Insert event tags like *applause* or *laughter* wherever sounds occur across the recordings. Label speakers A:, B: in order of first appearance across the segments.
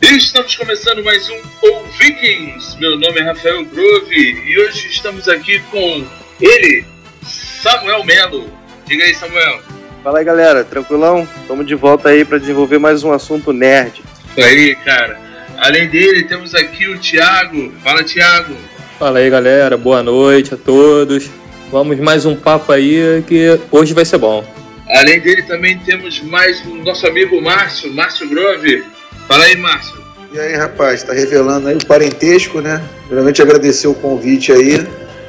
A: Estamos começando mais um O Vikings. Meu nome é Rafael Grove e hoje estamos aqui com ele, Samuel Melo. Diga aí, Samuel.
B: Fala aí, galera. Tranquilão? Estamos de volta aí para desenvolver mais um assunto nerd.
A: Isso aí, cara. Além dele, temos aqui o Thiago. Fala, Thiago.
C: Fala aí, galera. Boa noite a todos. Vamos mais um papo aí que hoje vai ser bom.
A: Além dele, também temos mais o nosso amigo Márcio, Márcio Grove. Fala aí, Márcio.
D: E aí, rapaz, tá revelando aí o parentesco, né? Primeiramente agradecer o convite aí.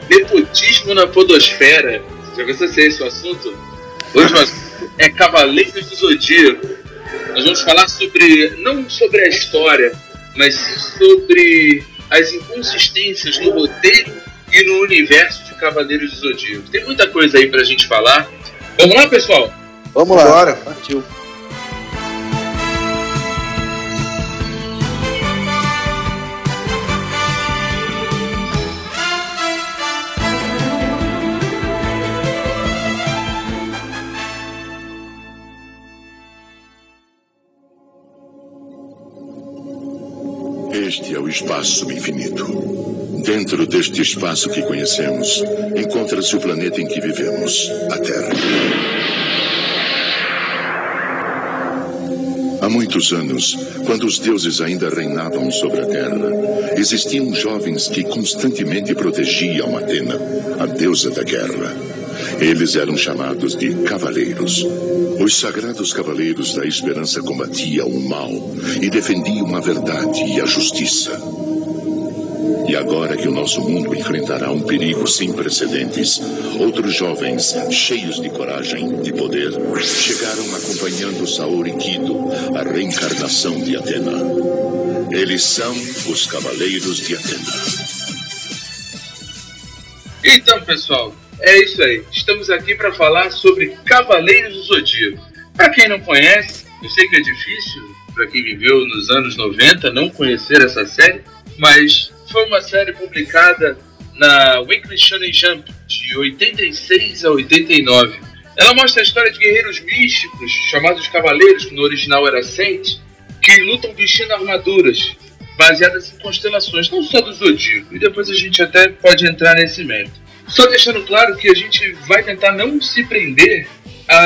A: Nepotismo na podosfera. Já pensou se é esse o assunto? Hoje o assunto é Cavaleiros do Zodíaco. Nós vamos falar sobre, não sobre a história, mas sobre as inconsistências no roteiro e no universo de Cavaleiros do Zodíaco. Tem muita coisa aí pra gente falar. Vamos lá, pessoal?
D: Vamos lá.
B: Bora. Partiu.
E: Este é o espaço infinito. Dentro deste espaço que conhecemos, encontra-se o planeta em que vivemos, a Terra. Há muitos anos, quando os deuses ainda reinavam sobre a Terra, existiam jovens que constantemente protegiam Atena, a deusa da guerra. Eles eram chamados de cavaleiros. Os sagrados cavaleiros da esperança combatiam o mal e defendiam a verdade e a justiça. E agora que o nosso mundo enfrentará um perigo sem precedentes, outros jovens, cheios de coragem e poder, chegaram acompanhando Saori Kido, a reencarnação de Atena. Eles são os Cavaleiros de Atena.
A: Então, pessoal, é isso aí. Estamos aqui para falar sobre Cavaleiros do Zodíaco. Para quem não conhece, eu sei que é difícil para quem viveu nos anos 90 não conhecer essa série, mas foi uma série publicada na Weekly Shonen Jump de 86 a 89. Ela mostra a história de guerreiros místicos, chamados Cavaleiros, que no original era Saint, que lutam vestindo armaduras baseadas em constelações, não só do Zodíaco, e depois a gente até pode entrar nesse mérito. Só deixando claro que a gente vai tentar não se prender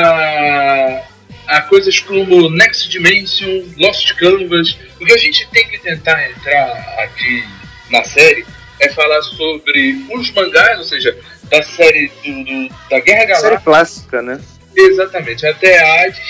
A: a, a coisas como Next Dimension, Lost Canvas. O que a gente tem que tentar entrar aqui na série é falar sobre os mangás, ou seja, da série do, do- da Guerra
B: Série
A: Galáctica,
B: clássica, né?
A: exatamente, até a Hades,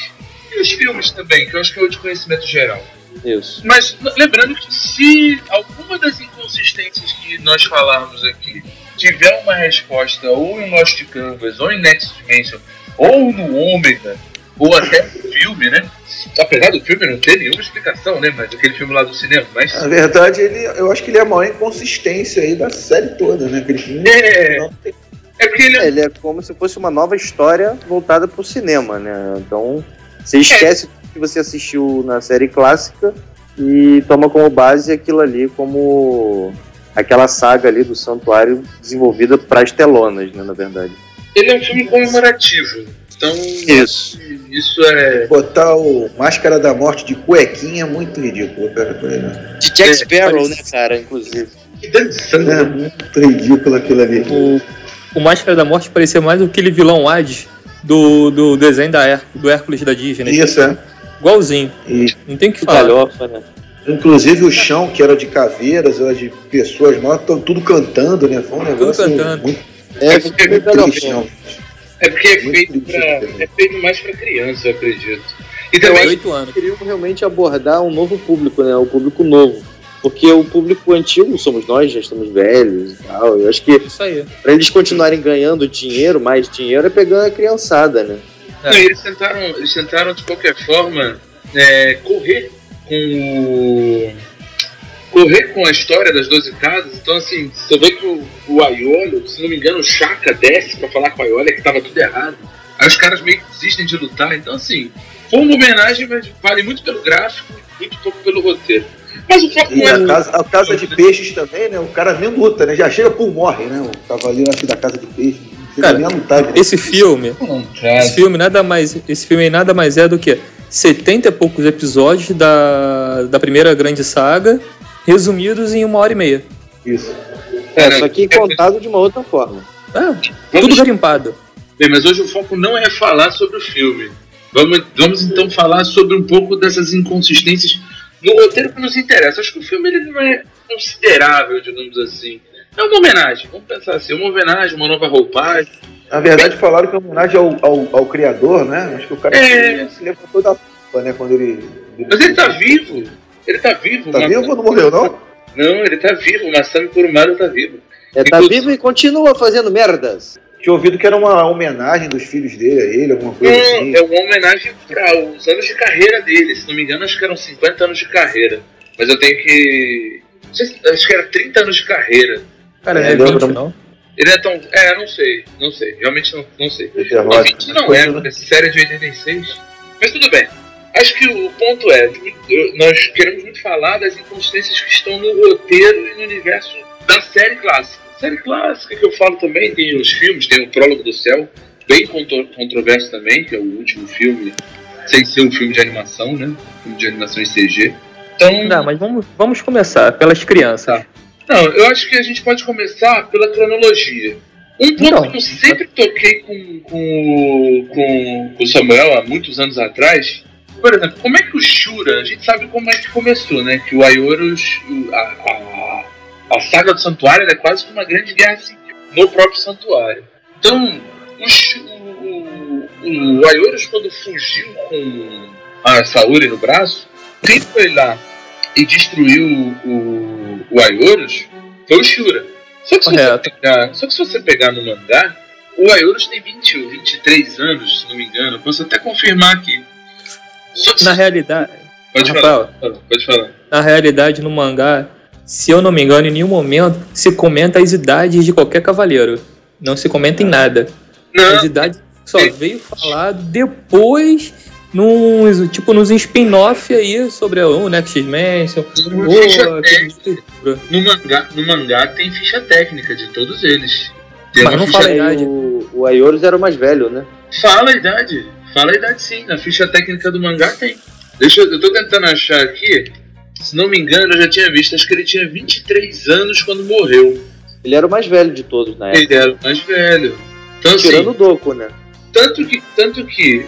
A: e os filmes também, que eu acho que é o de conhecimento geral.
C: Isso.
A: Mas l- lembrando que se alguma das inconsistências que nós falarmos aqui tiver uma resposta ou em Lost Canvas, ou em Next Dimension, ou no Ômega, ou até no filme, né? Apesar do filme não ter nenhuma explicação, né? Mas aquele filme lá do cinema, mas.
D: Na verdade, ele, eu acho que ele é a maior inconsistência aí da série toda, né? Aquele filme.
A: É,
D: Não tem-
A: é porque ele é
B: É, Ele é como se fosse uma nova história voltada pro cinema, né? Então, você esquece tudo que você assistiu na série clássica e toma como base aquilo ali como aquela saga ali do santuário desenvolvida para as telonas, né, na verdade.
A: Ele é um filme comemorativo. Então,
B: Isso.
A: isso é.
D: Botar o Máscara da Morte de cuequinha é muito ridículo, cara. por aí, né?
B: De
C: É,
B: Jack
C: Sparrow,
B: né, cara, inclusive.
A: Que dançando.
D: É muito ridículo aquilo ali.
C: O, o Máscara da Morte parecia mais aquele vilão Hades do, do desenho da Her- do Hércules da Disney. né?
D: Isso, é.
C: Igualzinho.
D: E,
C: Não tem o que falar.
B: Galhofa, né?
D: inclusive o chão, que era de caveiras, era de pessoas mal, tão tudo cantando, né? Foi um negócio
C: cantando.
D: muito,
B: É,
A: fica
B: muito
D: muito triste,
B: galhofa.
D: não.
A: É porque é
D: Muito
A: feito, pra,
D: difícil.
A: é feito mais pra criança, eu acredito. E
C: Tem
A: também.
C: oito anos.
B: Queriam realmente abordar um novo público, né? O público novo. Porque o público antigo somos nós, já estamos velhos e tal. Eu acho que
C: Isso aí.
B: Pra eles continuarem ganhando dinheiro, mais dinheiro, é pegando a criançada, né?
A: Não, eles, tentaram, eles tentaram, de qualquer forma, é, correr com o. Correr com a história das 12 casas, então assim, você vê que o, o Aiolho, se não me engano, o Chaka desce pra falar com o Aiolho que tava tudo errado. Aí os caras meio que desistem de lutar, então assim, foi uma homenagem, mas vale muito pelo gráfico, muito pouco pelo roteiro. Mas o foco
D: E
A: não é
D: a casa, a casa de peixes também, né? O cara nem luta, né? Já chega, pum, morre, né? O cavaleiro aqui da casa de peixes. Não chega
C: Cara,
D: nem a lutar. né?
B: é,
C: Esse filme, esse filme nada mais, esse filme aí nada mais é do que 70 e poucos episódios da, da primeira grande saga, resumidos em uma hora e meia.
D: Isso.
B: É, só que contado de uma outra forma.
C: É, tudo garimpado.
A: Bem, mas hoje o foco não é falar sobre o filme. Vamos, vamos então falar sobre um pouco dessas inconsistências no roteiro que nos interessa. Acho que o filme ele não é considerável, digamos assim. É uma homenagem, vamos pensar assim, uma homenagem, uma nova roupagem.
D: Na verdade, falaram que é uma homenagem ao, ao, ao criador, né? Acho que o cara
A: É.
D: se levantou da p, né? Quando ele.
A: Mas ele tá vivo. Ele tá vivo.
D: Tá
A: Mas-
D: vivo ou não morreu, não?
A: Não, ele tá vivo. O Massami Kurumada tá vivo.
B: É, tá
A: Inclusive-
B: vivo e continua fazendo merdas.
D: Tinha ouvido que era uma homenagem dos filhos dele a ele, alguma coisa assim.
A: É, é uma homenagem para os anos de carreira dele. Se não me engano, acho que eram 50 anos de carreira. Mas eu tenho que. não sei se- Acho que era 30 anos de carreira.
C: Cara,
D: É,
C: é,
D: lembra-
C: 20, não?
A: Ele é tão. É, não sei. Não sei. Realmente não, não sei.
D: Peter
A: Não,
D: Roth,
A: 20 não
D: coisa,
A: é,
D: né?
A: essa série é de 86. Mas tudo bem. Acho que o ponto é, eu- nós queremos muito falar das inconsistências que estão no roteiro e no universo da série clássica. Série clássica que eu falo também, tem os filmes, tem o Prólogo do Céu, bem contro- controverso também, que é o último filme, sem ser um filme de animação, né? Filme de animação em CG. Então, tá.
C: Não, mas vamos, vamos começar pelas crianças.
A: não, eu acho que a gente pode começar pela cronologia. Um ponto
C: Então.
A: que eu sempre toquei com, com, o- com, com o Samuel há muitos anos atrás. Por exemplo, como é que o Shura, a gente sabe como é que começou, né? Que o Aioros, a, a, a saga do santuário ela é quase que uma grande guerra civil no próprio santuário. Então, o, Shu- o, o, o Aioros, quando fugiu com a Saori no braço, quem foi lá e destruiu o, o Aioros foi o Shura. Só que, se você
C: Correto.
A: pegar, só que se você pegar no mangá, o Aioros tem um, 20 ou 23 anos, se não me engano. Posso até confirmar aqui. Só que se-
C: Na realidade,
A: pode, falar,
C: Rafael,
A: pode falar.
C: na realidade, no mangá, se eu não me engano, em nenhum momento se comenta as idades de qualquer cavaleiro. Não se comenta em nada.
A: Não,
C: As idades só
A: É.
C: veio falar depois, nos, tipo, nos spin-off aí sobre o Next Dimension.
A: não
C: ou
A: ficha
C: aquele estrutura.
A: No mangá, no mangá tem ficha técnica de todos eles. Tem
C: Mas
A: uma
C: não
A: ficha-
C: fala-
B: Aí o, o Aioros era o mais velho, né?
A: Fala a idade. Fala a idade sim. Na ficha técnica do mangá tem. Deixa eu. Eu tô tentando achar aqui. Se não me engano, eu já tinha visto. Acho que ele tinha 23 anos quando morreu.
B: Ele era o mais velho de todos
C: É.
B: na época.
A: Ele era o mais velho. Então, assim,
B: Tirando o Doku, né?
A: tanto que. Tanto que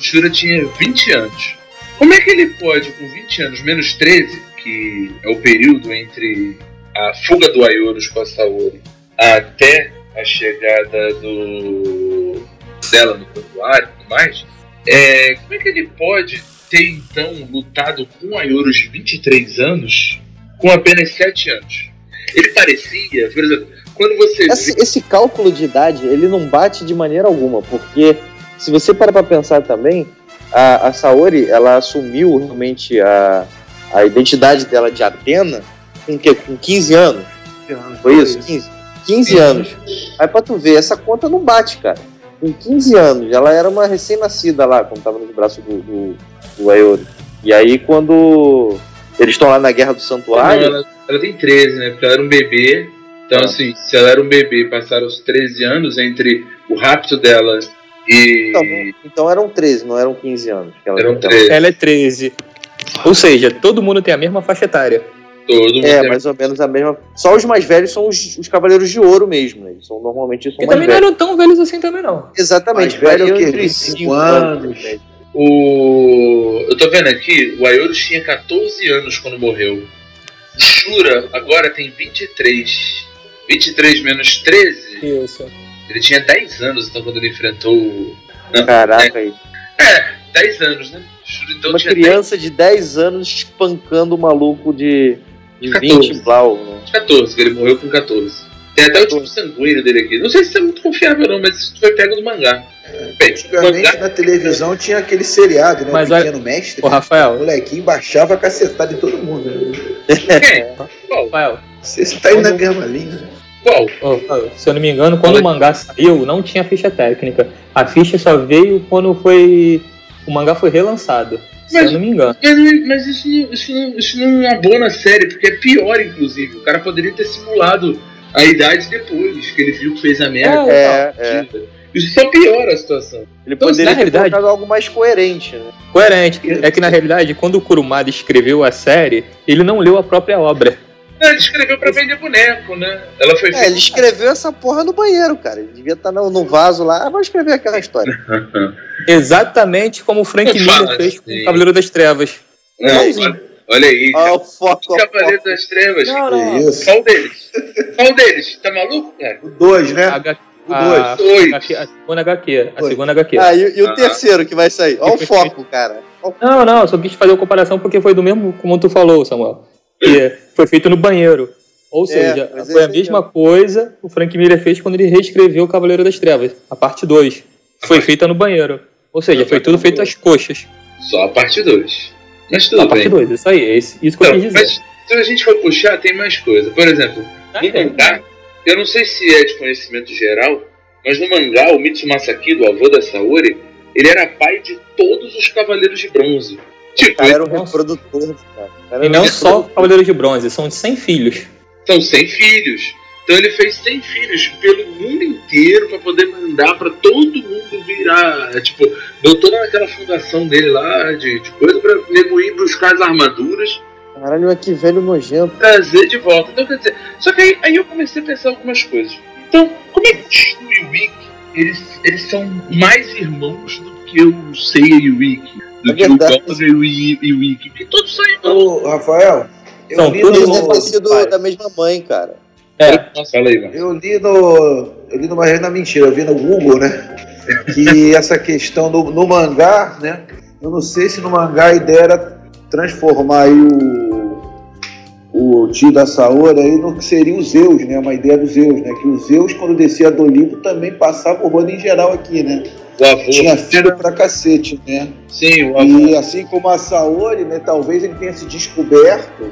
A: Shura tinha 20 anos. Como é que ele pode, com 20 anos, menos 13, que é o período entre a fuga do Aioros com a Saori até a chegada do dela no santuário e tudo mais, é, como é que ele pode ter, então, lutado com Aioros de 23 anos com apenas 7 anos? Ele parecia, por exemplo, quando você vê-
B: Assim, Esse, esse cálculo de idade, ele não bate de maneira alguma, porque se você parar pra pensar também, a, a Saori, ela assumiu realmente a, a identidade dela de Atena com, que, com 15 anos, foi isso? 15, 15 anos. Aí pra tu ver, essa conta não bate, cara. Com 15 anos, ela era uma recém-nascida lá, quando tava nos braços do, do, do Aeori. E aí quando eles estão lá na Guerra do
A: Não,
B: Santuário...
A: ela, ela tem 13, né? Porque ela era um bebê. Então,
B: Ah.
A: assim, se ela era um bebê e passaram os 13 anos entre o rapto dela e.
B: Então, então eram 13, não eram 15 anos. que ela-
A: eram
B: que ela
A: 13.
C: Ela é 13. Ou seja, todo mundo tem a mesma faixa etária.
A: Todo mundo
B: É,
A: tem-
B: mais ou menos a mesma. Só os mais velhos são os, os cavaleiros de ouro mesmo, né? Eles são normalmente eles são
C: E
B: mais
C: também não
B: velhos.
C: eram tão velhos assim também, não.
B: é Exatamente,
D: Mais velho é o
B: variam
D: quê?
B: entre
D: 25
B: cinco
D: anos.
B: né?
A: O. Eu tô vendo aqui, o Ayorus tinha 14 anos quando morreu. O Shura agora tem 23. 23 menos 13,
C: Isso.
A: ele tinha 10 anos, então quando ele enfrentou. o-
B: Caraca, aí.
A: 10 anos, né? O Shura então
B: uma
A: tinha
B: criança de 10 anos espancando um maluco de, de
A: 14.
B: 20 e blau. né?
A: 14, que ele morreu com 14. Tem até o tipo sanguíneo dele aqui. Não sei se isso é muito confiável, não, mas isso foi pego do mangá. Bem, o
D: Antigamente
A: mangá,
D: na televisão tinha aquele seriado, né?
C: Mas
D: o
C: olha-
D: Pequeno Mestre.
C: Ô,
D: O
C: Rafael,
D: molequinho baixava a cacetada em todo mundo. né?
B: É.
A: quem? Qual?
C: Rafael,
D: Você está aí na mesma linha. né?
A: Qual?
C: ô, Rafael, se eu não me engano, quando
A: Oi.
C: o mangá saiu, não tinha ficha técnica. A ficha só veio quando foi. O mangá foi relançado. Se
A: Mas-
C: eu não me engano.
A: Mas, mas isso, não, isso, não, isso não abona a série, porque é pior, inclusive. O cara poderia ter simulado a idade depois, que ele viu que fez a merda.
B: É, é.
A: Mentira. Isso só piora a situação.
B: Ele
C: Então,
B: poderia
C: na
B: ter
C: realidade-
B: colocado algo mais coerente, né?
C: Coerente. É que na realidade, quando o Kurumada escreveu a série, ele não leu a própria obra.
A: Não, É, ele escreveu pra vender boneco, né? Ela foi
B: É, ele escreveu essa porra no banheiro, cara. Ele devia estar no, no vaso lá. Ah, vou escrever
A: *laughs*
B: aquela história.
C: Exatamente como o Frank
A: Não fala
C: Miller fez com
A: assim.
C: o Cavaleiro das Trevas.
A: Não, olha, olha aí. É
B: Ó, Ah, o foco,
A: O
B: ó, o
A: Cavaleiro
B: foco.
A: das Trevas.
D: Que É isso?
A: Qual deles? Qual deles? Tá maluco, cara?
D: O dois,
C: A,
D: né?
C: H-
D: O
C: a-
D: dois.
A: Dois.
C: HQ a segunda HQ. A
D: Dois.
C: segunda HQ.
B: Ah, e, e o
A: Ah.
B: terceiro que vai sair. Ó, o foco, cara. Ó o
C: Não, não, eu só quis fazer uma comparação porque foi do mesmo, como tu falou, Samuel. Que é, foi feito no banheiro. Ou seja,
B: mas é
C: foi a
B: isso aí
C: mesma coisa que o Frank Miller fez quando ele reescreveu o Cavaleiro das Trevas, a parte 2. Foi feita no banheiro. Ou seja, foi tudo feito às coxas.
A: Só a parte 2. Mas tudo
C: A parte
A: bem.
C: 2, isso aí, é isso, isso que eu
A: Não,
C: quis dizer.
A: mas se a gente for puxar, tem mais coisa. Por exemplo,
C: Tá
A: no mangá, eu não sei se é de conhecimento geral, mas no mangá, o Mitsumasa Kido, o avô da Saori, ele era pai de todos os Cavaleiros de Bronze. Tipo,
B: cara era um
C: Nossa.
B: reprodutor, cara. O cara era
C: E
B: um
C: não só Cavaleiros de Bronze, são de 100 filhos.
A: são 100 filhos. Então ele fez 100 filhos pelo mundo inteiro para poder mandar para todo mundo virar. é, Tipo, botou naquela fundação dele lá de, de coisa para nego ir buscar as armaduras
B: Caralho, mas que velho nojento.
A: trazer de volta. Então, quer dizer, só que aí, aí eu comecei a pensar algumas coisas. Então, como é que o Shu e o Ikki, eles, eles são mais irmãos do que o Seiya e o Ikki? Do
B: É
A: que o
B: verdade.
A: Gonga e o, I- e o Ikki? Porque todos são irmãos.
D: Ô, Rafael, eu
C: São
D: li
C: todos
B: Eles
D: no-
B: devem ter sido
D: Pai,
B: da mesma mãe, cara.
C: É,
A: Nossa, fala aí, mano.
D: Eu li no. Eu li numa rede na mentira, eu vi no Google, né? Que essa questão no, no mangá, né? Eu não sei se no mangá a ideia era transformar aí o. O tio da Saori aí no que seria o Zeus, né? Uma ideia do Zeus, né? Que o Zeus, quando descia do Olimpo, também passava o rodo em geral aqui, né?
A: O avô.
D: Tinha filho pra cacete, né?
A: Sim, o avô.
D: E assim como a Saori, né, talvez ele tenha se descoberto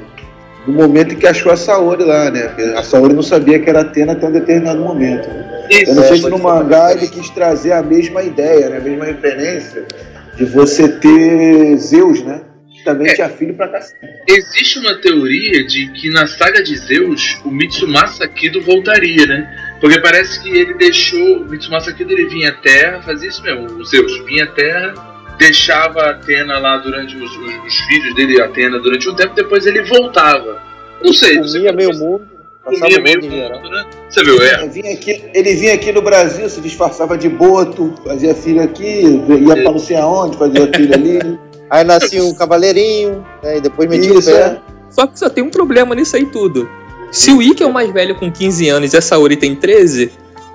D: no momento em que achou a Saori lá, né? Porque A Saori não sabia que era Atena até um determinado momento. né? Eu não
A: Isso.
D: sei se no mangá ele quis trazer a mesma ideia, né, a mesma referência de você ter Zeus, né? que Também
A: É.
D: tinha filho pra cacete.
A: Existe uma teoria de que na saga de Zeus, o Mitsumasa Kido voltaria, né? Porque parece que ele deixou. O Mitsumasa Kido ele vinha à Terra, fazia isso mesmo. O Zeus vinha à Terra, deixava a Atena lá durante os, os- os filhos dele, Atena, durante um tempo, depois ele voltava. Não sei, não sei
B: Comia
A: como
B: meio
A: isso-
B: mundo. Passava
A: comia
B: o
A: meio
B: mundo em geral.
A: mundo, né? Você viu, é.
D: Ele vinha, aqui, ele vinha aqui no Brasil, se disfarçava de boto, fazia filho aqui, ia pra não sei aonde, fazia filho ali.
B: Aí nascia um cavaleirinho, né? E depois metia o
D: Isso,
B: pé.
D: é.
C: só que só tem um problema nisso aí tudo. Se o Ikki é o mais velho com 15 anos e a Saori tem 13,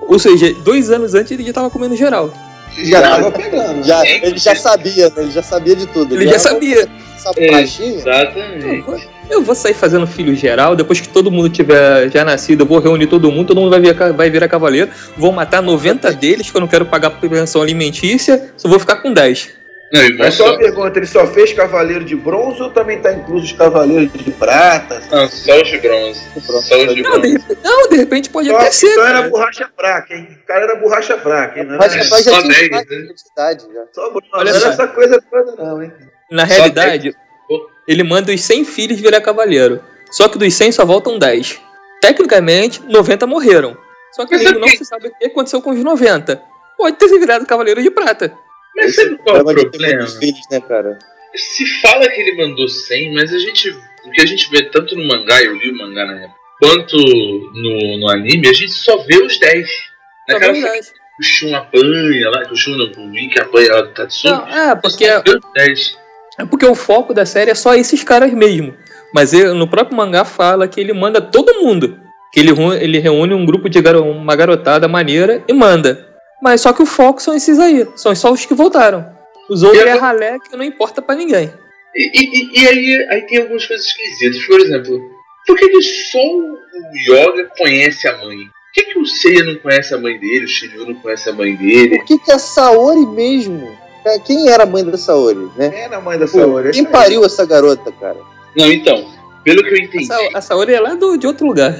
C: ou seja, dois anos antes ele já tava comendo geral.
D: Já tava pegando.
B: Já,
A: Gente,
B: ele já sabia, né? Ele já sabia de tudo.
C: Ele já
B: era um
C: sabia.
B: Essa
A: É.
B: praxinha.
C: Eu
A: Exatamente.
C: vou- Eu vou sair fazendo filho geral, depois que todo mundo tiver já nascido, eu vou reunir todo mundo, todo mundo vai, vir, vai virar cavaleiro, vou matar 90 deles, que eu não quero pagar pensão alimentícia, só vou ficar com 10.
A: Não, e não
D: Mas só uma
A: só,
D: pergunta, ele só fez cavaleiro de bronze ou também tá incluso os cavaleiros de prata?
A: não, só os de bronze. Só os de
C: Não, de
A: bronze.
C: repente, não, de repente pode
D: Então,
C: até ser.
D: então era
C: cara.
D: borracha fraca, hein? O cara era borracha fraca, hein? Não
B: Mas
D: era
B: rapaz já
A: é só
B: tinha
A: dez,
B: idade,
A: né?
B: tinha idade já.
D: só bronze,
C: Olha
D: não era
C: só.
D: essa coisa toda não, hein?
C: Na
A: um Só
C: realidade, ele manda os 100 filhos virar cavaleiro. Só que dos 100 só voltam 10. Tecnicamente, 90 morreram. Só que
A: Mas
C: ainda não
A: sabe
C: se sabe o que aconteceu com os 90. Pode ter se virado cavaleiro de prata.
A: Mas sabe qual é o
B: Problema de ter
A: problema?
B: muitos filhos, né, cara?
A: Se fala que ele mandou 100, mas a gente, o que a gente vê tanto no mangá, eu li o mangá na época, quanto no, no anime, a gente só vê os 10.
C: Na
A: Naquela cena que
C: verdade.
A: o Shun apanha lá, que o Shun não, o Ikki apanha lá do Tatsumi,
C: Não, é, porque
A: só vê os 10.
C: É porque o foco da série é só esses caras mesmo. Mas ele- no próprio mangá fala que ele manda todo mundo. Que ele, ru- ele reúne um grupo de garo- uma garotada maneira e manda. Mas só que o foco são esses aí. São só os que voltaram. Os outros
A: Eu-
C: é ralé que não importa pra ninguém.
A: E, e- e- e aí, aí tem algumas coisas esquisitas, por exemplo, por que, que só o Yoga conhece a mãe? Por que, que o Seiya não conhece a mãe dele, o Shiryu não conhece a mãe dele?
B: Por que, que a Saori mesmo? Cara, Quem era a mãe da Saori, né?
D: É na mãe da
B: Pô,
D: Saori.
B: quem pariu essa garota, cara?
A: Não, então, pelo que eu
C: A,
A: entendi,
C: Sa- a Saori é lá do- de outro lugar.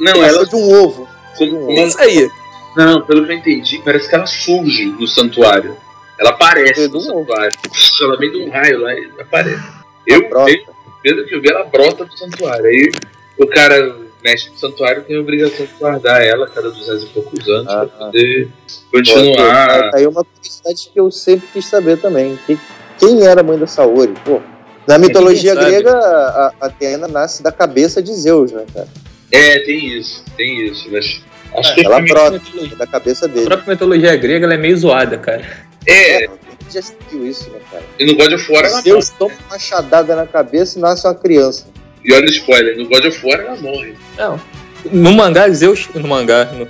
A: não,
B: Ela
A: ela,
B: é de um ovo.
A: como,
C: É
A: como
C: isso aí.
A: Não, pelo que eu entendi, parece que ela surge no santuário. Ela aparece
B: Veio
A: no
B: do ovo.
A: santuário. Ela vem de um raio lá e aparece. Eu,
B: Brota.
A: pelo que eu vi, ela brota do santuário. Aí o cara mestre do santuário tem a obrigação de guardar ela a cada 200 e poucos anos
B: Ah,
A: pra poder
B: Aí-
A: continuar.
B: Aí uma curiosidade que eu sempre quis saber também. que- quem era a mãe da Saori? Pô, na mitologia
C: sabe.
B: grega, a, a Atena nasce da cabeça de Zeus, né, cara?
A: É, tem isso, tem isso, mas. Acho
C: É,
A: que
B: Ela
A: os primeiros-
B: brota
C: A
B: da cabeça dele.
C: própria mitologia grega ela é meio zoada, cara.
A: É,
B: É, quem já assistiu isso, né, cara?
A: e no God of War ela morre.
B: Zeus toma uma machadada na cabeça e nasce uma criança.
A: E olha o spoiler, no God of War ela morre.
C: Não. No mangá, Zeus. No mangá. no-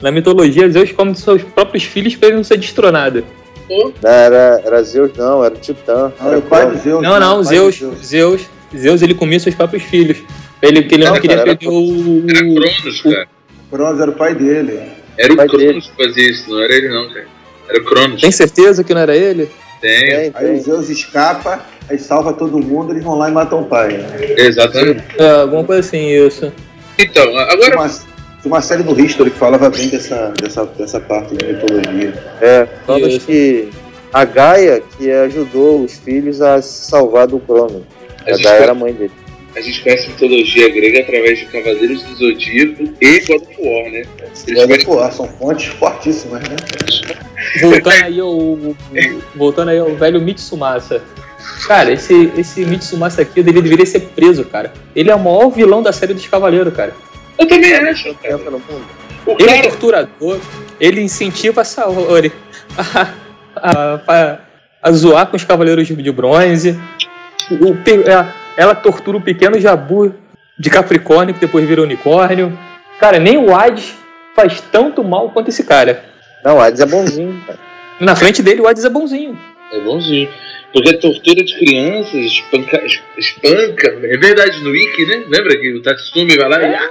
C: na mitologia, Zeus come seus próprios filhos pra ele não ser destronado.
A: Pô,
B: Não, era, era Zeus, não, era o Titã.
D: Não,
B: era
D: é o pai
B: Cronos.
D: do Zeus.
C: Não,
D: né?
C: não,
D: O pai do
C: Zeus, Zeus, Zeus, ele comia seus próprios filhos. Ele, que ele não,
B: Não,
C: queria
B: cara, era
C: perder o.
A: era Cronos, cara.
D: Cronos era o pai dele.
A: Era o
B: Vai
A: Cronos que fazia isso, não era ele não, cara. Era o Cronos.
C: Tem certeza que não era ele?
A: Tem,
B: Tem,
D: Aí o
B: tem.
D: Zeus escapa, aí salva todo mundo, eles vão lá e matam o pai.
A: exatamente.
C: É, alguma coisa assim, isso.
A: Então,
D: Tinha
A: agora
D: uma, tinha uma série do History que falava bem dessa, dessa, dessa parte de mitologia.
B: É, Cronos
C: Isso.
B: que. A Gaia que ajudou os filhos a se salvar do Cronos. A
A: Mas
B: Gaia
A: isso-
B: era a mãe dele.
A: a gente conhece a mitologia grega através de Cavaleiros do Zodíaco e God of War, né? Eles
D: Mas,
A: tiveram-
D: pô, são fontes fortíssimas, né?
C: Voltando aí ao. Voltando aí ao velho Mitsumasa. Cara, esse, esse Mitsumasa aqui, ele deveria ser preso, cara. Ele é o maior vilão da série dos Cavaleiros, cara.
A: Eu também acho, cara.
B: Entra no mundo.
A: O
C: Ele é
A: cara,
C: torturador, ele incentiva a Saori *laughs* a, a, a- a zoar com os Cavaleiros de de Bronze. O pe- é, ela tortura o pequeno Jabu de Capricórnio, que depois vira unicórnio. Cara, nem o Hades faz tanto mal quanto esse cara.
B: Não, Hades é bonzinho, cara.
C: Na frente dele, o Hades é bonzinho.
A: é bonzinho. Porque a tortura de crianças, espanca, es- espanca. É verdade, no Wiki, né? Lembra que o Tatsumi vai lá e. Ah,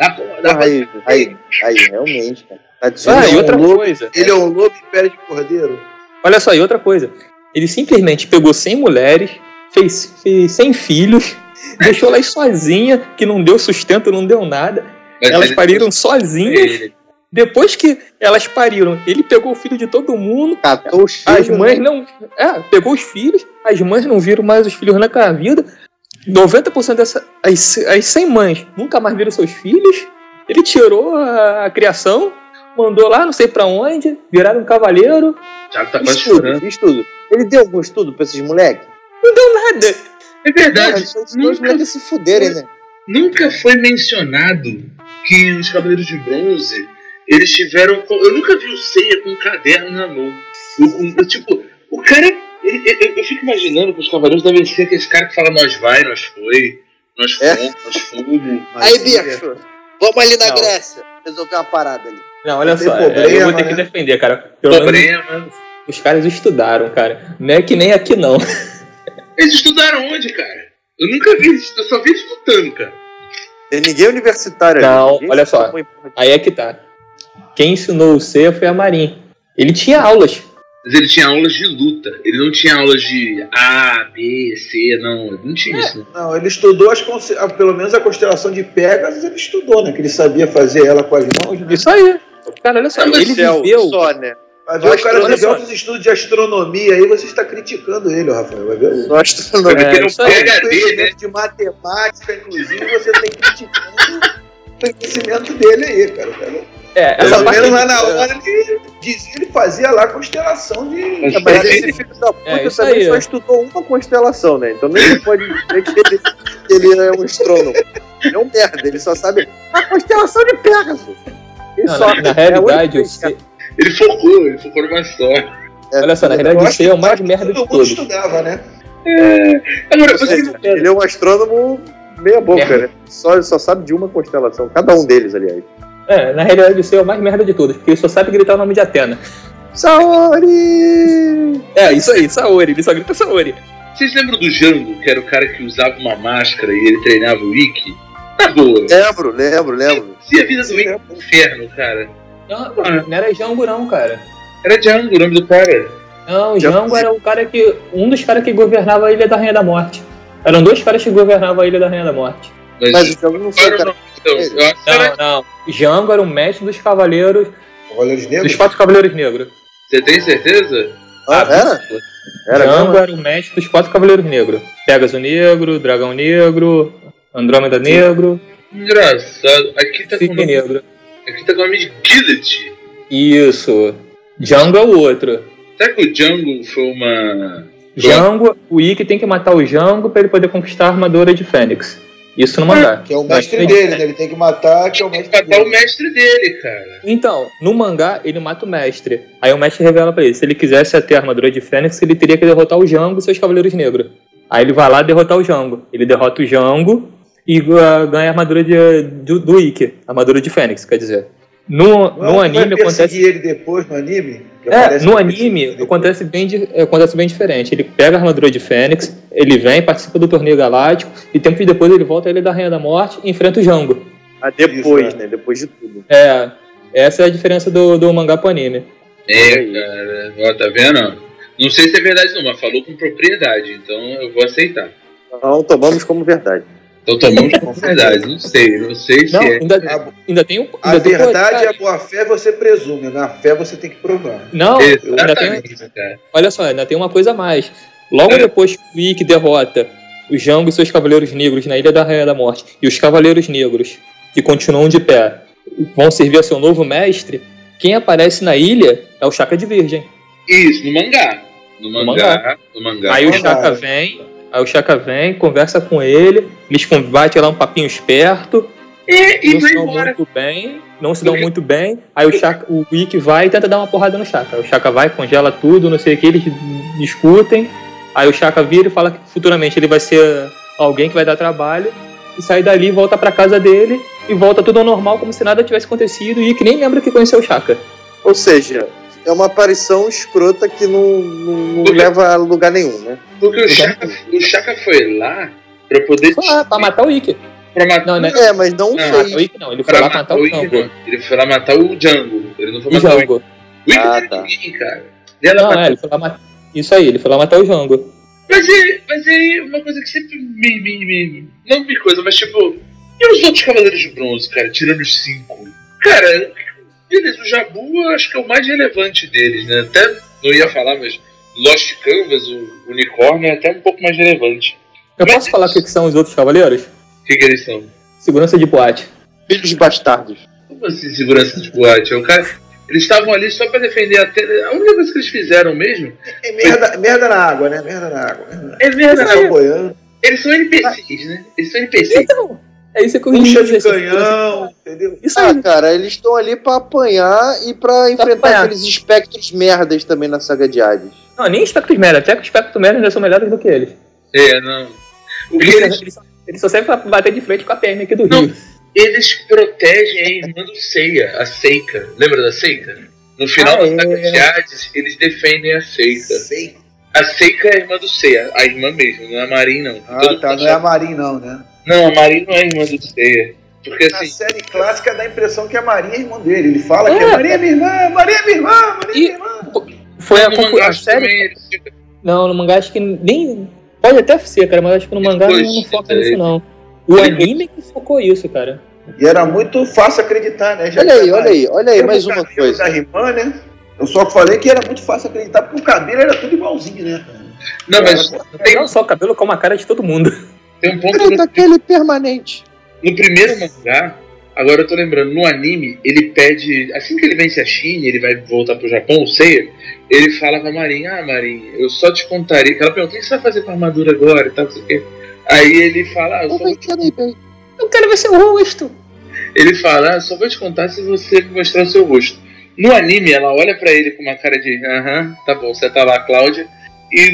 A: dá, porra, dá,
B: Aí, aí, aí, realmente, cara. Adiciona
C: Ah, e
B: um
C: outra
B: lobo,
C: coisa.
D: Ele é um lobo em pele de cordeiro.
C: Olha só, e outra coisa. Ele simplesmente pegou 100 mulheres, fez, fez 100 filhos, *laughs* deixou elas sozinha, que não deu sustento, não deu nada.
A: mas
C: Elas
A: ele- é
C: pariram sozinhas.
A: ele-
C: Depois que elas pariram, ele pegou o filho de todo mundo.
B: catou os
C: As
B: filhos,
C: mães não. É, pegou os filhos, as mães não viram mais os filhos na vida. 90% dessas. As, as 100 mães nunca mais viram seus filhos. Ele tirou a, a criação, mandou lá, não sei pra onde, viraram um cavaleiro.
A: O Thiago tá quase chorando.
B: Estudo, estudo. Ele deu algum estudo pra esses moleques?
C: Nada.
A: É verdade.
B: Porra, Os dois
A: nunca-
B: moleques se fuderem, né?
A: nunca foi mencionado que os Cavaleiros de Bronze eles tiveram. co- Eu nunca vi o Seiya com um caderno na mão. O- o- tipo, o cara. ele- ele- eu, eu fico imaginando que os Cavaleiros devem ser aqueles caras que falam nós vai, nós foi, nós
B: É.
A: fomos, nós fomos.
B: Aí, bicho, vamos ali na
C: Não.
B: Grécia resolver uma parada ali.
C: Não, olha
D: Não tem
C: só, é,
D: problema,
C: eu vou ter que
D: né?
C: defender, cara. Pelo menos
A: Problema.
C: os caras estudaram, cara. Não é que nem aqui, não.
A: Eles estudaram onde, cara? Eu nunca vi, eles- eu só vi escutando, cara.
B: Tem ninguém universitário
C: Não,
B: ali. Ninguém
C: olha só.
B: foi-
C: Aí é que tá. Quem ensinou o Seiya foi a Marin. Ele tinha aulas.
A: Mas ele tinha aulas de luta. Ele não tinha aulas de A, B, C, não. Não tinha isso. né?
D: Não, ele estudou as conce- ah, pelo menos a constelação de Pegasus, ele estudou, né? Que ele sabia fazer ela com as mãos. né?
C: Isso aí. Cara, olha só,
B: Olha
C: ele
B: o céu,
C: viveu.
B: Só, né?
D: Vai ver o cara
B: Olha
D: fazer
B: só.
D: outros estudos de astronomia aí, você está criticando ele, ó, Rafael. Vai ver o
B: Só astronomia.
A: Porque não
C: É, isso aí.
A: pega D, né?
D: conhecimento de matemática, inclusive, você tem criticando o conhecimento dele aí, cara. Tá
C: É, essa
D: Pelo
C: parte é.
D: menos lá na hora ele dizia, ele fazia lá a constelação de.
A: Mas
B: Mas
A: ele-
B: esse filho da puta
C: É, isso
B: também
C: aí,
B: só
C: ó.
B: estudou uma constelação, né? Então nem pode dizer que ele, que ele é um astrônomo. Ele é um merda, ele só sabe a constelação de Pegasus. Ele
C: Não,
B: só-
C: na, na realidade,
B: é a única-
C: o Seiya-
A: Ele focou, ele focou numa só.
B: é,
C: olha só, na realidade o Seiya é o mais merda de
D: Todo mundo
C: todos.
D: estudava, né?
A: Agora,
B: é,
A: você
B: Ele é um astrônomo meia boca, né? Só, ele só sabe de uma constelação, cada um deles, aliás.
C: É, na realidade o Seiya é o mais merda de todos, porque ele só sabe gritar o nome de Atena.
B: Saori!
C: É, isso aí, Saori, ele só grita Saori.
A: Vocês lembram do Django, que era o cara que usava uma máscara e ele treinava o Ikki? Na boa.
B: Lembro, lembro, lembro.
A: Se a vida do Ikki é um inferno, cara.
C: Não, não era Jango não, cara.
A: Era Django o nome do cara.
C: Não, o
B: Django-
C: Jango era o cara que. um dos caras que governava a Ilha da Rainha da Morte. Eram dois caras que governavam a Ilha da Rainha da Morte.
A: Mas,
B: Mas então eu não
A: qual
B: sei,
A: era o
B: cara.
A: nome?
D: É.
A: Então, eu acho que era...
C: Não, não. Jango era o mestre dos cavaleiros.
D: Cavaleiros
C: Dos
D: Negros.
C: quatro cavaleiros negros.
A: Você tem certeza?
B: Ah, era? Era
C: Django
B: mesmo?
C: era o mestre dos quatro cavaleiros negros. Pegasus negro, dragão negro, Andrômeda negro.
D: Hum.
A: Engraçado. Aqui tá, com
C: Fique
A: nome,
C: negro.
A: aqui tá com o nome de Guillet.
C: Isso. Django é o outro.
A: Será que o Django foi uma.
C: Django, o Ikki tem que matar o Django pra ele poder conquistar a armadura de Fênix. Isso no mangá.
D: Que é o mestre dele, né? Ele tem que matar, que é o mestre
A: Até o
D: dele.
A: mestre dele, cara.
C: Então, no mangá, ele mata o mestre. Aí o mestre revela pra ele: se ele quisesse ter a armadura de Fênix, ele teria que derrotar o Jango e seus Cavaleiros Negros. Aí ele vai lá derrotar o Jango. Ele derrota o Jango e ah, ganha a armadura de, do, do Ikki. A armadura de Fênix, quer dizer. No,
D: Não é
C: no
D: que vai
C: anime acontece.
D: perseguir ele depois no anime? Que
C: É,
D: aparece
C: no
D: que vai perseguir
C: anime
D: ele depois.
C: acontece bem, di- é, acontece bem diferente. Ele pega a armadura de Fênix, ele vem, participa do torneio galáctico, e tempos depois ele volta ele é da Rainha da Morte e enfrenta o Jango.
B: Ah, depois,
D: Isso,
B: né? Depois de tudo.
C: É, essa é a diferença do, do mangá pro anime.
A: É, cara. Ó, tá vendo? Não sei se é verdade não, mas falou com propriedade, então eu vou aceitar.
B: Não Então, tomamos como verdade.
A: Então *laughs* tomamos com
C: é
A: verdade, não sei, não sei se
C: Não,
A: é.
C: ainda,
D: A-
C: ainda tem um.
D: A
C: ainda tem um
D: verdade e
C: detalhe.
D: a boa-fé você presume, na fé você tem que provar.
C: Não, ainda tem,
A: Exatamente, cara.
C: olha só, ainda tem uma coisa a mais. Logo
A: É.
C: depois que o Ikki derrota o Jango e seus Cavaleiros Negros na Ilha da Rainha da Morte, e os Cavaleiros Negros, que continuam de pé, vão servir a seu novo mestre, quem aparece na ilha é o Chaka de Virgem.
A: Isso, no mangá. No mangá. No mangá.
C: aí o
D: é verdade.
C: Chaka vem, aí o Chaka vem, conversa com ele, eles combatem lá um papinho esperto,
A: E, e vai
C: não se dão
A: embora.
C: muito bem, não se dão muito bem. Aí o, Chaka, o Ikki vai e tenta dar uma porrada no Chaka. O Chaka vai, congela tudo, não sei o que, eles discutem. Aí o Chaka vira e fala que futuramente ele vai ser alguém que vai dar trabalho. E sai dali, volta pra casa dele e volta tudo ao normal, como se nada tivesse acontecido. E que nem lembra que conheceu o Chaka.
B: Ou seja, é uma aparição escrota que não, não- não leva a lugar nenhum, né?
A: Porque o Chaka, o Chaka foi lá pra poder.
C: Foi lá pra matar o Ikki.
A: pra matar
C: Ah, tá Não, né?
B: É, mas não
A: Não,
B: fez.
C: O Ikki não, ele foi
A: pra
C: lá pra matar o
A: Igor.
C: Jango.
A: Ele foi lá matar o Django. Ele não foi
C: O
A: matar o Igor.
C: Jango.
A: O Igor
B: Ah,
A: era
B: tá.
A: ninguém, cara. Dela
C: Não,
A: pra-
C: é, ele foi lá matar... Isso aí, ele foi lá matar o Jango.
A: Mas é, mas é uma coisa que sempre me, me, me- Não me coisa, mas tipo. E os outros Cavaleiros de Bronze, cara? Tirando os cinco. Cara, beleza, o Jabu eu acho que é o mais relevante deles, né? Até não ia falar, mas Lost Canvas, o Unicórnio, é até um pouco mais relevante.
C: Eu
A: Mas-
C: posso falar o que que são os outros cavaleiros?
A: O que, que eles são?
C: Segurança de boate.
B: Filhos bastardos.
A: Como assim, segurança de boate? É o cara. Eles estavam ali só pra defender a tele. A única coisa que eles fizeram mesmo
D: É merda, merda na água, né? Merda na água. Merda na água.
A: é
D: Eles
A: verdade.
D: estão boiando,
A: Eles são NPCs, né? Eles são NPCs.
C: Então, é isso que eu
D: puxa
C: quis
D: de
C: dizer,
D: canhão, entendeu?
C: Isso aí.
B: Ah, cara, eles estão ali pra apanhar e pra enfrentar
C: apanhar.
B: aqueles espectros merdas também na saga de Hades.
C: Não, nem espectros médios, até que os espectros médios já são melhores do que eles.
A: É, não. O que eles
C: Eles, eles só- eles só servem pra bater de frente com a PM aqui do
A: Não.
C: Rio.
A: Eles protegem a irmã do Seiya, a Seika. Lembra da Seika? No final
C: Ah,
A: das
C: é.
A: sagas de Hades, eles defendem a Seika.
D: Sei.
A: A Seika é a irmã do Seiya, a irmã mesmo, não é a Marin, não.
D: Ah,
A: Todo
D: tá.
A: mundo
D: Não é a
A: acha-
D: Marin, não, né?
A: não, a Marin não é a irmã do Seiya. Porque
D: Na
C: Ah,
A: assim,
D: série clássica dá a impressão que a Maria é irmã dele. Ele fala que
C: É.
D: a Maria é minha irmã, Maria é minha irmã, Maria é
C: E-
D: minha irmã.
C: Foi a,
A: no
C: conclu-
A: mangá
C: é a série. tá-
A: também eles ficam-
C: Não, no mangá acho que nem. Pode até ser, cara, mas acho que no mangá não,
A: Depois,
C: não foca
A: é,
C: nisso, não. O
A: depois-
C: anime que focou isso, cara.
D: E era muito fácil acreditar, né? Já
B: Olha
D: que
B: aí,
D: a
B: olha
D: Maria
B: aí, olha aí,
D: era
B: mais
D: do
B: uma
D: cabelo
B: coisa.
D: Da irmã, né? Eu só falei que era muito fácil acreditar, porque o cabelo era tudo igualzinho, né?
A: Não, mas
D: tá-
A: tem,
C: Não só o cabelo, como a cara de todo mundo.
A: tem um ponto
B: Trata
A: no,
B: aquele permanente.
A: no primeiro mangá. Agora eu tô lembrando, no anime, ele pede. Assim que ele vence a China, ele vai voltar pro Japão, o Seiya, ele fala pra Marin, ah Marin, eu só te contaria. que Ela pergunta, o que você vai fazer com a armadura agora e tal, não sei o quê. Aí ele fala, ah, eu só vou
B: Como é que é daí, bem?
C: Eu quero ver seu rosto.
A: Ele fala, ah, só vou te contar se você me mostrar o seu rosto. No anime, ela olha pra ele com uma cara de, aham, tá bom, você tá lá, Cláudia. E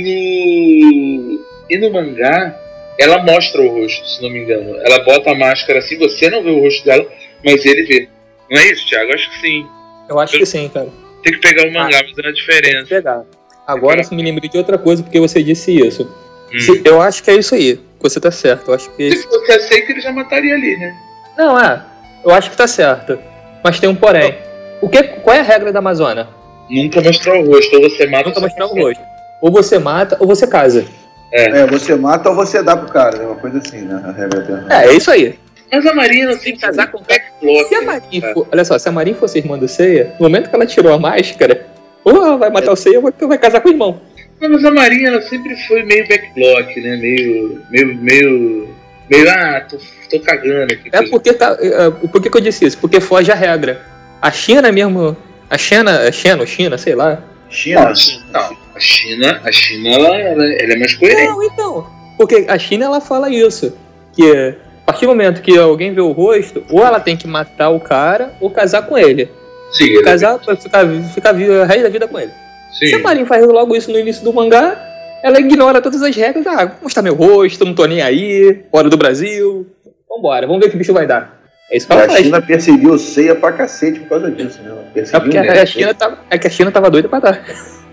A: no. E no mangá, ela mostra o rosto, se não me engano. Ela bota a máscara assim, você não vê o rosto dela, mas ele vê. Não é isso, Thiago? Acho que sim.
C: Eu acho que sim, cara.
A: Tem que pegar
C: Ah.
A: o mangá, mas é uma diferença.
C: Pegar. Agora você me lembrei de outra coisa porque você disse isso.
A: Hum.
C: Se- Eu acho que é isso aí. Você tá certo. Eu acho que
A: Se fosse aceito, ele já mataria ali, né?
C: Não, é. Eu acho que tá certo. Mas tem um porém. O que, qual é a regra da Amazônia?
A: Nunca mostrar o rosto, ou você mata
C: Nunca
A: ou você
C: mostrar o
A: mata.
C: rosto. Ou você mata ou você casa.
D: É, você mata ou você dá pro cara, né? Uma coisa assim, né? A regra dela.
C: É, é isso aí.
A: Mas a Marina assim,
C: Tem
A: tem
C: que casar com-
A: backplot.
C: Se a Marin for, olha só, se a Marin fosse irmã do Seiya, no momento que ela tirou a máscara, ou ela vai matar o Seiya ou vai- vai casar com o irmão.
A: Não, mas a Marinha ela sempre foi meio backblock, né? Meio. meio. meio. meio, ah, tô, tô cagando aqui.
C: É porque tá. é, por que, que eu disse isso? Porque foge à regra. A China mesmo. A China, a China, China, sei lá.
D: China.
A: Não, a China, a China ela, ela, ela é mais coerente.
C: Não, então. Porque a China ela fala isso. Que a partir do momento que alguém vê o rosto, ou ela tem que matar o cara ou casar com ele.
A: Sim, ela- é
C: Casar pra ficar, ficar vi- a resto da vida com ele. Se a
A: sim.
C: Marin faz logo isso no início do mangá, ela ignora todas as regras. Ah, vou mostrar meu rosto, não tô nem aí, hora do Brasil. Vambora, vamos ver que bicho vai dar.
A: Tá,
C: É isso que
D: E
C: ela
D: a
C: faz.
D: China perseguiu o Seiya pra cacete por causa disso, né? Ela
C: É
D: Perseguiu
C: porque
D: mesmo.
C: a China tava, é que a China tava doida pra dar.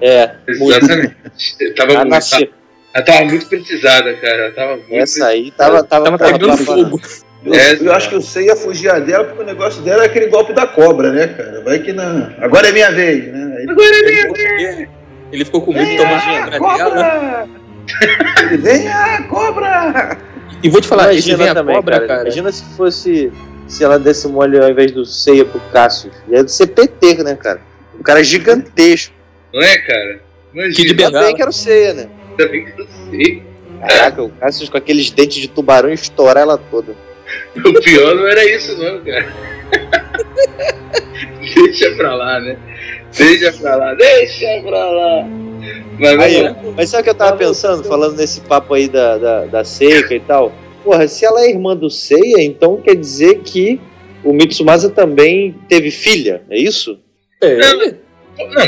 B: É,
A: Exatamente. Eu tava
B: a
A: muito-
B: Nashi-
A: ela tava muito precisada, cara. Ela tava muito.
B: essa aí tava, tava,
C: Tava pegando
B: tava-
C: fogo.
D: Eu,
A: É,
D: eu acho que o Seiya fugia dela porque o negócio dela é aquele golpe da cobra, né, cara? Vai que não. Agora é minha vez, né? Aí-
A: Agora é minha
C: Ele ficou com medo de tomar né? a
D: Venha,
C: cobra dela.
D: cobra! Ele, Venha, cobra!
C: E vou te falar, ele
B: Imagina
C: vem a
B: também,
C: cobra, cara.
B: Imagina se fosse. Se ela desse mole ao invés do Ceia pro Cássio. Ia ser PT, né, cara? Um cara gigantesco.
A: Não é, cara?
C: Que de
A: Imagina,
B: Ainda
C: bengala.
B: bem que era o Ceia, né?
A: ainda bem que eu sei.
B: Caraca, o Cássio com aqueles dentes de tubarão ia estourar ela toda.
A: O pior não era isso, não, cara. *laughs* deixa pra lá, né? Deixa pra lá, deixa pra lá. Mas vamos
B: Aí,
A: lá.
B: Mas sabe o que eu tava pensando, falando nesse papo aí da, da, da seca e tal? Porra, se ela é irmã do Seiya, então quer dizer que o Mitsumasa também teve filha, é isso?
C: É,
A: Não,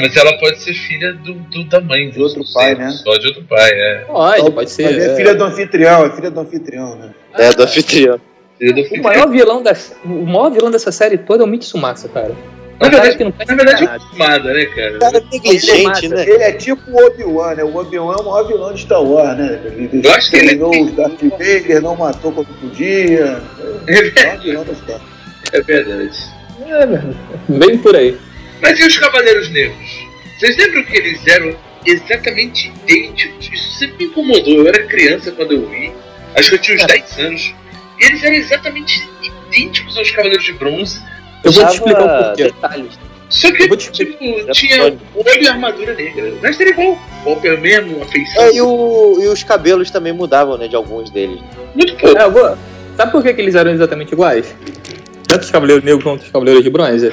A: mas ela pode ser filha do, do- da mãe.
D: De outro pai, né?
A: Só de outro pai, é.
C: pode, pode
D: Mas é
C: ser. é.
D: filha do anfitrião, é filha do anfitrião, né?
B: É, do anfitrião.
A: Filha do
C: O
A: filho.
C: maior vilão da, o maior vilão dessa série toda é o Mitsumasa, cara. É
A: Na
C: um cara
A: verdade-
C: que não faz
A: Na verdade, é
C: nada.
A: acostumada, né, cara?
B: Cara É negligente,
C: Mitsumasa.
B: né?
D: Ele é tipo o Obi-Wan, né? O Obi-Wan é o maior vilão de Star Wars, né? Ele
A: Eu acho que ele-
D: treinou o Darth Vader, não matou quando podia.
A: *laughs* É
D: É o maior
A: verdade.
D: vilão
A: *laughs*
D: da história.
A: É verdade.
C: É, velho. Bem por aí.
A: Mas e os Cavaleiros Negros? Vocês lembram que eles eram exatamente idênticos? Isso sempre me incomodou. Eu era criança quando eu vi. Acho que eu
C: É.
A: tinha uns 10 anos. E eles eram exatamente idênticos aos Cavaleiros de Bronze.
C: Eu vou te
B: Usava
C: explicar o porquê.
B: Detalhes.
A: Só
C: Eu
A: que,
C: vou te explicar.
A: tipo, tinha olho e armadura negra. Mas era igual. Golpe é mesmo, afeição.
B: É, e, o- e os cabelos também mudavam, né, de alguns deles.
A: Muito pouco.
C: É, eu vou- Sabe por que, que eles eram exatamente iguais? Tanto os Cavaleiros Negros quanto os Cavaleiros de Bronze?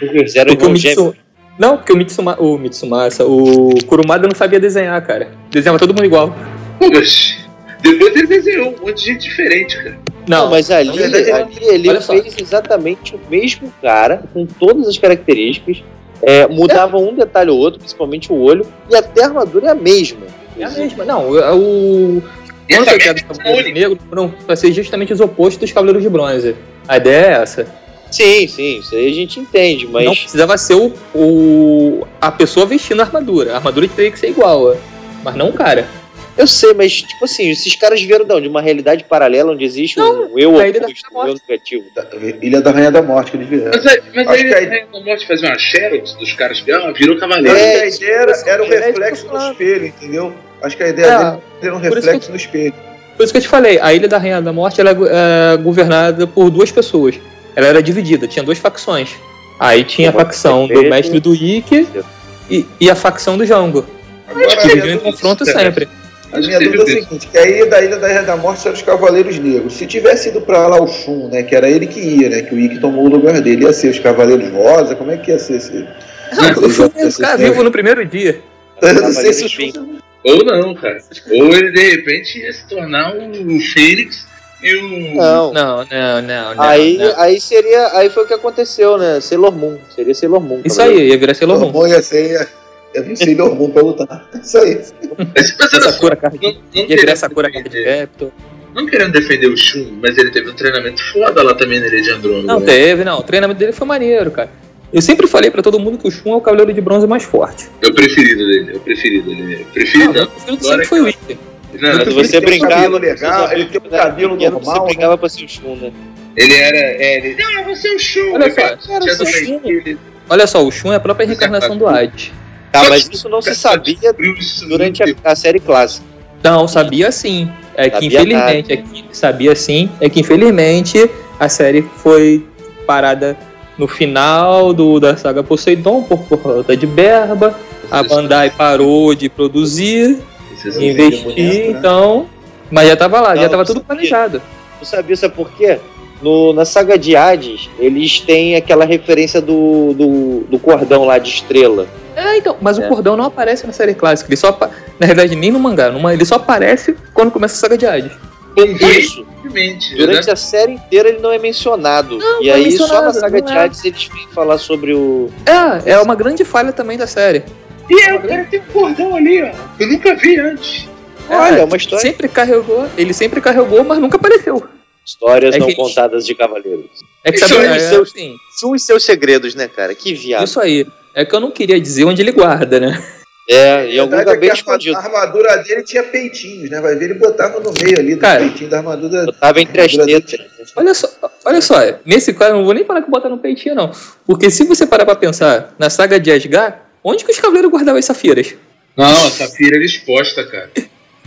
B: Eles eram
C: Porque o
B: irmãos gêmeos.
C: Mitsu... Não, porque o, Mitsuma... o Mitsumasa, o Kurumada não sabia desenhar, cara. Desenhava todo mundo igual.
A: Pô, mas Depois ele desenhou um monte de gente diferente, cara.
C: Não,
B: Não, mas ali,
D: na verdade,
B: ali ele
C: olha só.
B: fez exatamente o mesmo cara, com todas as características. É, mudava um detalhe ou outro, principalmente o olho, e até a armadura é a mesma.
C: é a mesma. Não, o...
A: E
C: Quando
A: essa
C: eu quero
A: merda é
C: Cavaleiros
A: única.
C: Negros foram pra ser justamente os opostos dos Cavaleiros de Bronze. A ideia é essa.
B: Sim, sim, isso aí a gente entende, mas.
C: Não precisava ser o, o- a pessoa vestindo a armadura. A armadura teria que ser igual, ó. mas não o cara.
B: Eu sei, mas, tipo assim, esses caras vieram não, de uma realidade paralela onde existe um eu
C: da Ilha da
B: oposto, um
C: Morte.
B: eu
D: *laughs*
B: negativo.
D: Da- Ilha é da Rainha da Morte que eles vieram.
A: Mas, aí- mas
D: Acho
A: aí
C: é
D: que a
A: ele morte fazer uma Xerox dos caras que ah, virou
D: Eu
A: cavaleiro.
D: acho
B: É,
D: que a ideia era, era um
C: isso que eu tô
D: reflexo no
C: falando.
D: espelho, entendeu? Acho que a
C: É,
D: ideia dele era
C: isso
D: um
C: que
D: reflexo no espelho.
C: Por isso que eu te falei, a Ilha da Rainha da Morte ela é go- é governada por duas pessoas. Ela era dividida, tinha duas facções. Aí tinha a
B: Uma
C: facção do
B: vermelha.
C: mestre do Ikki e, e a facção do Jango,
D: Agora,
C: que é
D: a
C: viviam
D: minha
C: em
D: dúvida-
C: confronto sempre.
D: A minha dúvida é a seguinte, que a Ilha da Ilha da Rainha da Morte era os Cavaleiros Negros. Se tivesse ido pra lá o Shun, né, que era ele que ia, né, que o Ikki tomou o lugar dele, ia ser os Cavaleiros Rosa, como é que ia ser esse...
C: Eu fui
D: esse- esse-
C: ficar vivo no primeiro dia.
D: *laughs* Eu não sei se o
B: Enfim.
D: Shun...
A: Ou não, cara. Ou ele de repente ia se tornar o Fênix e um-
C: *laughs*
A: o.
B: Não.
C: Não, não, não, não.
B: aí,
C: não.
B: aí seria. Aí foi o que aconteceu, né? Sailor Moon. Seria Sailor Moon.
C: Isso
B: também.
C: aí, ia virar Sailor Moon.
D: Dormon ia ser... Ia vir o Sailor Moon pra lutar. *laughs* Isso aí.
A: Mas pensando assim,
C: Sakura Card,
A: não, não
C: ia virar
A: querendo
C: Sakura Card
A: defender,
C: Captor.
A: não querendo defender o Shun, mas ele teve um treinamento foda lá também na Ilha de Andrômeda.
C: Não
A: né?
C: teve, não. O treinamento dele foi maneiro, cara. Eu sempre falei pra todo mundo que o Shun é o Cavaleiro de Bronze mais forte.
A: É o preferido dele, é o preferido dele. é o Preferido,
C: Não,
A: não.
C: meu preferido sempre foi o Ikki.
A: não,
B: Quando
A: não,
B: você
D: Ele tem um cabelo
B: brincava.
D: legal, ele tem um cabelo
B: pequeno,
D: normal,
B: Você brincava pra ser o Shun, né?
A: Ele era. É, ele, não, você é o Shun.
C: Olha
A: ele
C: só,
A: era-
C: cara,
A: tinha
C: eu sou
A: do
C: Shun.
A: Benfica,
C: Olha só, o Shun é a própria reencarnação do Hades.
B: Tá, mas isso não se sabia
A: Bruce,
B: durante a, a série clássica.
C: Não, sabia sim. É que
B: Sabia
C: infelizmente, é que, sabia sim, é que infelizmente a série foi parada no final do, da saga Poseidon por conta de berba. A Bandai parou de produzir,
A: Vocês-
C: investir,
D: boneco, né?
C: então. Mas já tava lá,
B: Não,
C: já tava
B: não
C: tudo
B: sabia.
C: planejado.
B: Tu sabia, sabe por quê? No, na saga de Hades, eles têm aquela referência do, do, do cordão lá de estrela.
C: É, então, mas
B: É.
C: o cordão não aparece na série clássica. Ele só apa- Na verdade, nem no mangá. numa- Ele só aparece quando começa a saga de Hades.
B: Isso. né?
A: Completamente.
B: Durante a série inteira ele não é mencionado. e
C: não é
B: aí só
C: mencionado,
B: na saga
C: não
B: de
C: é.
B: Hades eles vêm falar sobre o.
C: É, é uma grande falha também da série.
A: E aí, o cara tem um cordão ali, ó. que Eu nunca vi antes.
C: É,
B: Olha, é uma história.
C: Sempre carregou, ele sempre carregou, mas nunca apareceu.
B: Histórias
C: É
B: não
C: que-
B: contadas de cavaleiros.
C: É que
A: Isso
C: sabe,
A: aí,
C: é,
B: seu-
C: assim,
B: São os seus segredos, né, cara? Que viado.
C: isso aí. É que eu não queria dizer onde ele guarda, né?
B: É, em algum
D: Na verdade,
B: lugar
D: é que
B: bem
D: a
B: escondido.
D: arma- A armadura dele tinha peitinhos, né? Vai ver, ele botava no meio ali do
C: Cara.
D: peitinho da armadura.
B: Eu tava entre as tetas.
C: Olha só, olha só, nesse caso eu não vou nem falar que bota no peitinho, não. Porque se você parar pra pensar na saga de Asgard, onde que os cavaleiros guardavam as safiras?
A: Não, a safira era exposta, cara.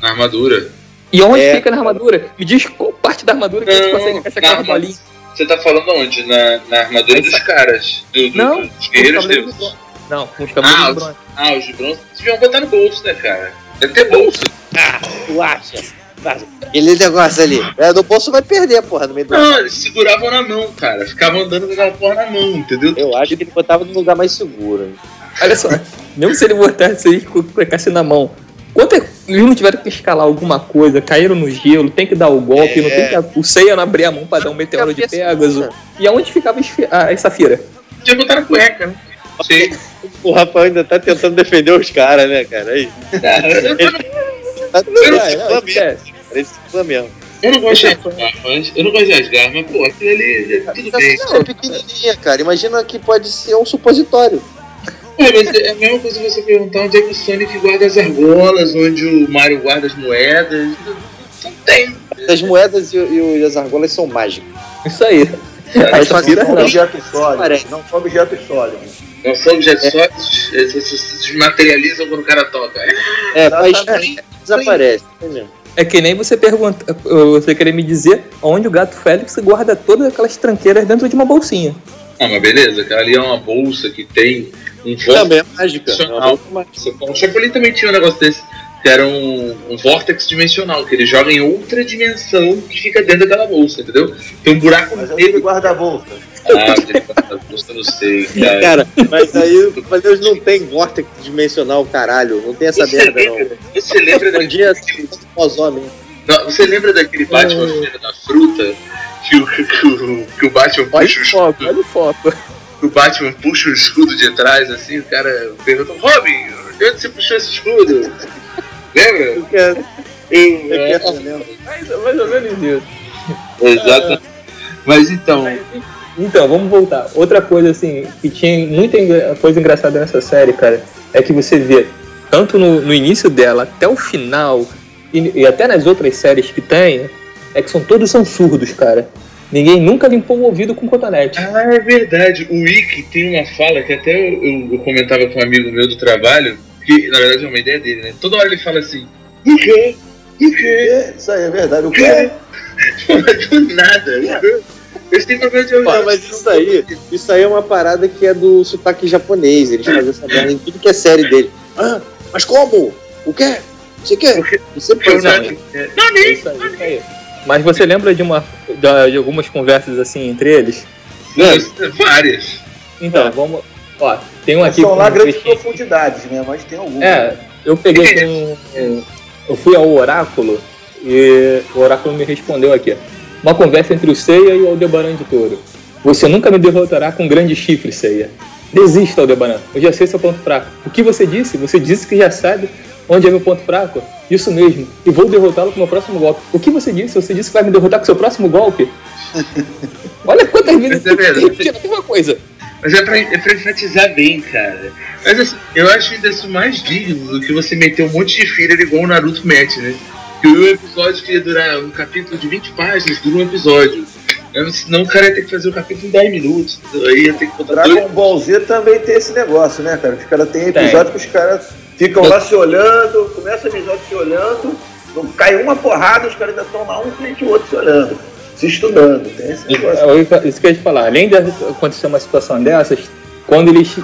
A: Na armadura.
C: E onde
B: É.
C: fica na armadura? Me diz qual parte da armadura que a
A: Não,
C: gente consegue achar
A: na
C: aquela
A: armadura.
C: bolinha.
A: Você tá falando onde? Na, na armadura dos caras. Do, do-
C: Não,
A: dos guerreiros
C: Os cavaleiros
A: deuses.
C: de bronze. Não, com os cavaleiros
A: Ah,
C: de
A: os-
C: bronze.
A: Ah, os de bronze. Deviam botar no bolso, né, cara? Deve ter bolso.
B: Tu acha? Aquele negócio ali. É, no bolso vai perder, porra, no meio do.
A: Não, eles seguravam na mão, cara. Ficavam andando com aquela porra na mão, entendeu?
B: Eu acho que ele botava num lugar mais seguro.
C: Olha só, mesmo se ele botasse aí e clicasse na mão, quanto é, eles não tiveram que escalar alguma coisa, caíram no gelo, tem que dar o golpe, não tem que, o Seiya não abrir a mão pra dar um meteoro de Pegasus. E aonde ficava esfi- a- a safira?
A: Podia botar na cueca, né? Sei.
B: O Rafael ainda tá tentando defender os caras, né, cara? Aí, tá
A: não,
B: é,
C: Não, é,
B: Era esse Flamengo.
A: Eu não gosto de Asgard, mas- eu não gosto de Asgard, mas pô, aquilo ali, tudo
B: Essa
A: bem.
B: cena é pequenininha, cara. Imagina que pode ser um supositório.
A: É, mas é a mesma coisa você perguntar onde é que o Sonic guarda as argolas, onde o Mario guarda as moedas. Não tem.
B: As moedas e, e as argolas são mágicas.
C: Isso aí. A
D: Mas só que
C: safira
D: não
C: não.
D: são objetos sólidos.
B: Parece.
D: Não são objetos sólidos.
A: Não são objetos sólidos, eles se- se se materializam quando o cara toca. É,
B: É, faz
D: Exatamente.
B: desaparece. entendeu?
C: É que nem você pergunta, você querer me dizer onde o gato Félix guarda todas aquelas tranqueiras dentro de uma bolsinha.
A: Ah, mas beleza, aquela ali é uma bolsa que tem um vórtice.
B: Também é mágica. É uma roupa mágica.
A: O Chapolin também tinha um negócio desse, que era um, um vórtex dimensional, que ele joga em outra dimensão que fica dentro daquela bolsa, entendeu? Tem um buraco
D: Mas
A: no
D: aí ele
A: meio.
D: guarda a bolsa.
A: Ah, *laughs* ele guarda a bolsa, não sei, cara.
B: Cara, mas aí mas eles não tem vórtice dimensional, caralho. Não tem essa merda, não.
A: Você lembra
B: Um
A: daquele
B: dia, assim, nós homens.
A: Não, Você lembra daquele Batman Filho da fruta? Que o, *laughs* que o, que o Batman
C: Olha
A: puxa o,
C: o foco,
A: escudo,
C: olha o foco.
A: que o Batman puxa o escudo de trás, assim, o cara pergunta, Robin, de onde você puxou esse escudo? lembra?
B: Porque
A: Eu,
B: é,
C: Mais, mais ou menos isso.
A: Exato. Mas então,
C: Então, vamos voltar. Outra coisa, assim, que tinha muita engra- coisa engraçada nessa série, cara, é que você vê, tanto no, no início dela até o final, e, e até nas outras séries que tem, é que são todos são surdos, cara. Ninguém nunca limpou o ouvido com cotonete.
A: Ah, é verdade. O Wiki tem uma fala que até eu, eu- eu comentava com um amigo meu do trabalho, que na verdade é uma ideia dele, né? Toda hora ele fala assim, o quê? O quê?
D: É, Isso aí é verdade. O cara,
A: Do nada. Eles têm problema de
B: Pô, mas isso aí, isso aí é uma parada que é do sotaque japonês. Eles fazem essa merda em tudo que é série dele. Ah, mas como? O quê? Você quer? Você
A: Eu
B: pode.
A: não, não,
C: É isso aí, isso aí. Mas você lembra de, uma, da- de algumas conversas assim entre eles?
A: Nossa, várias.
C: Então, vamos. Ó, tem um aqui.
D: são lá
C: um
D: grandes
C: trechinho.
D: profundidades, né? Mas tem algum.
C: É, eu
A: *laughs*
C: peguei aqui um. Eu fui ao oráculo e o oráculo me respondeu aqui. Uma conversa entre o Seiya e o Aldebaran de Touro. Você nunca me derrotará com um grande chifre, Seiya. Desista, Aldebaran. Eu já sei seu ponto fraco. O que você disse? Você disse que já sabe onde é meu ponto fraco? Isso mesmo. E vou derrotá-lo com o meu próximo golpe. O que você disse? Você disse que vai me derrotar com o seu
A: *laughs*
C: próximo golpe? Olha quantas vezes
A: Mas é verdade.
C: *laughs* eu repetindo a mesma coisa.
A: Mas é pra, é pra enfatizar bem, cara. Mas assim, eu acho ainda isso mais digno do que você meter um monte de filler igual o Naruto mete, né? Que o episódio que ia durar um capítulo de 20 páginas, dura um episódio. Eu- Senão o cara ia ter que fazer o capítulo em 10 minutos. Aí ia ter que botar dois.
D: Dragon Ball Z também tem esse negócio, né, cara? Os caras têm episódio que os caras ficam lá se olhando, começa o episódio se olhando, não cai uma porrada, os caras ainda estão lá um frente ao outro se olhando, se estudando. Tem esse negócio.
C: É Isso que eu ia te falar. Além de acontecer uma situação dessas, quando eles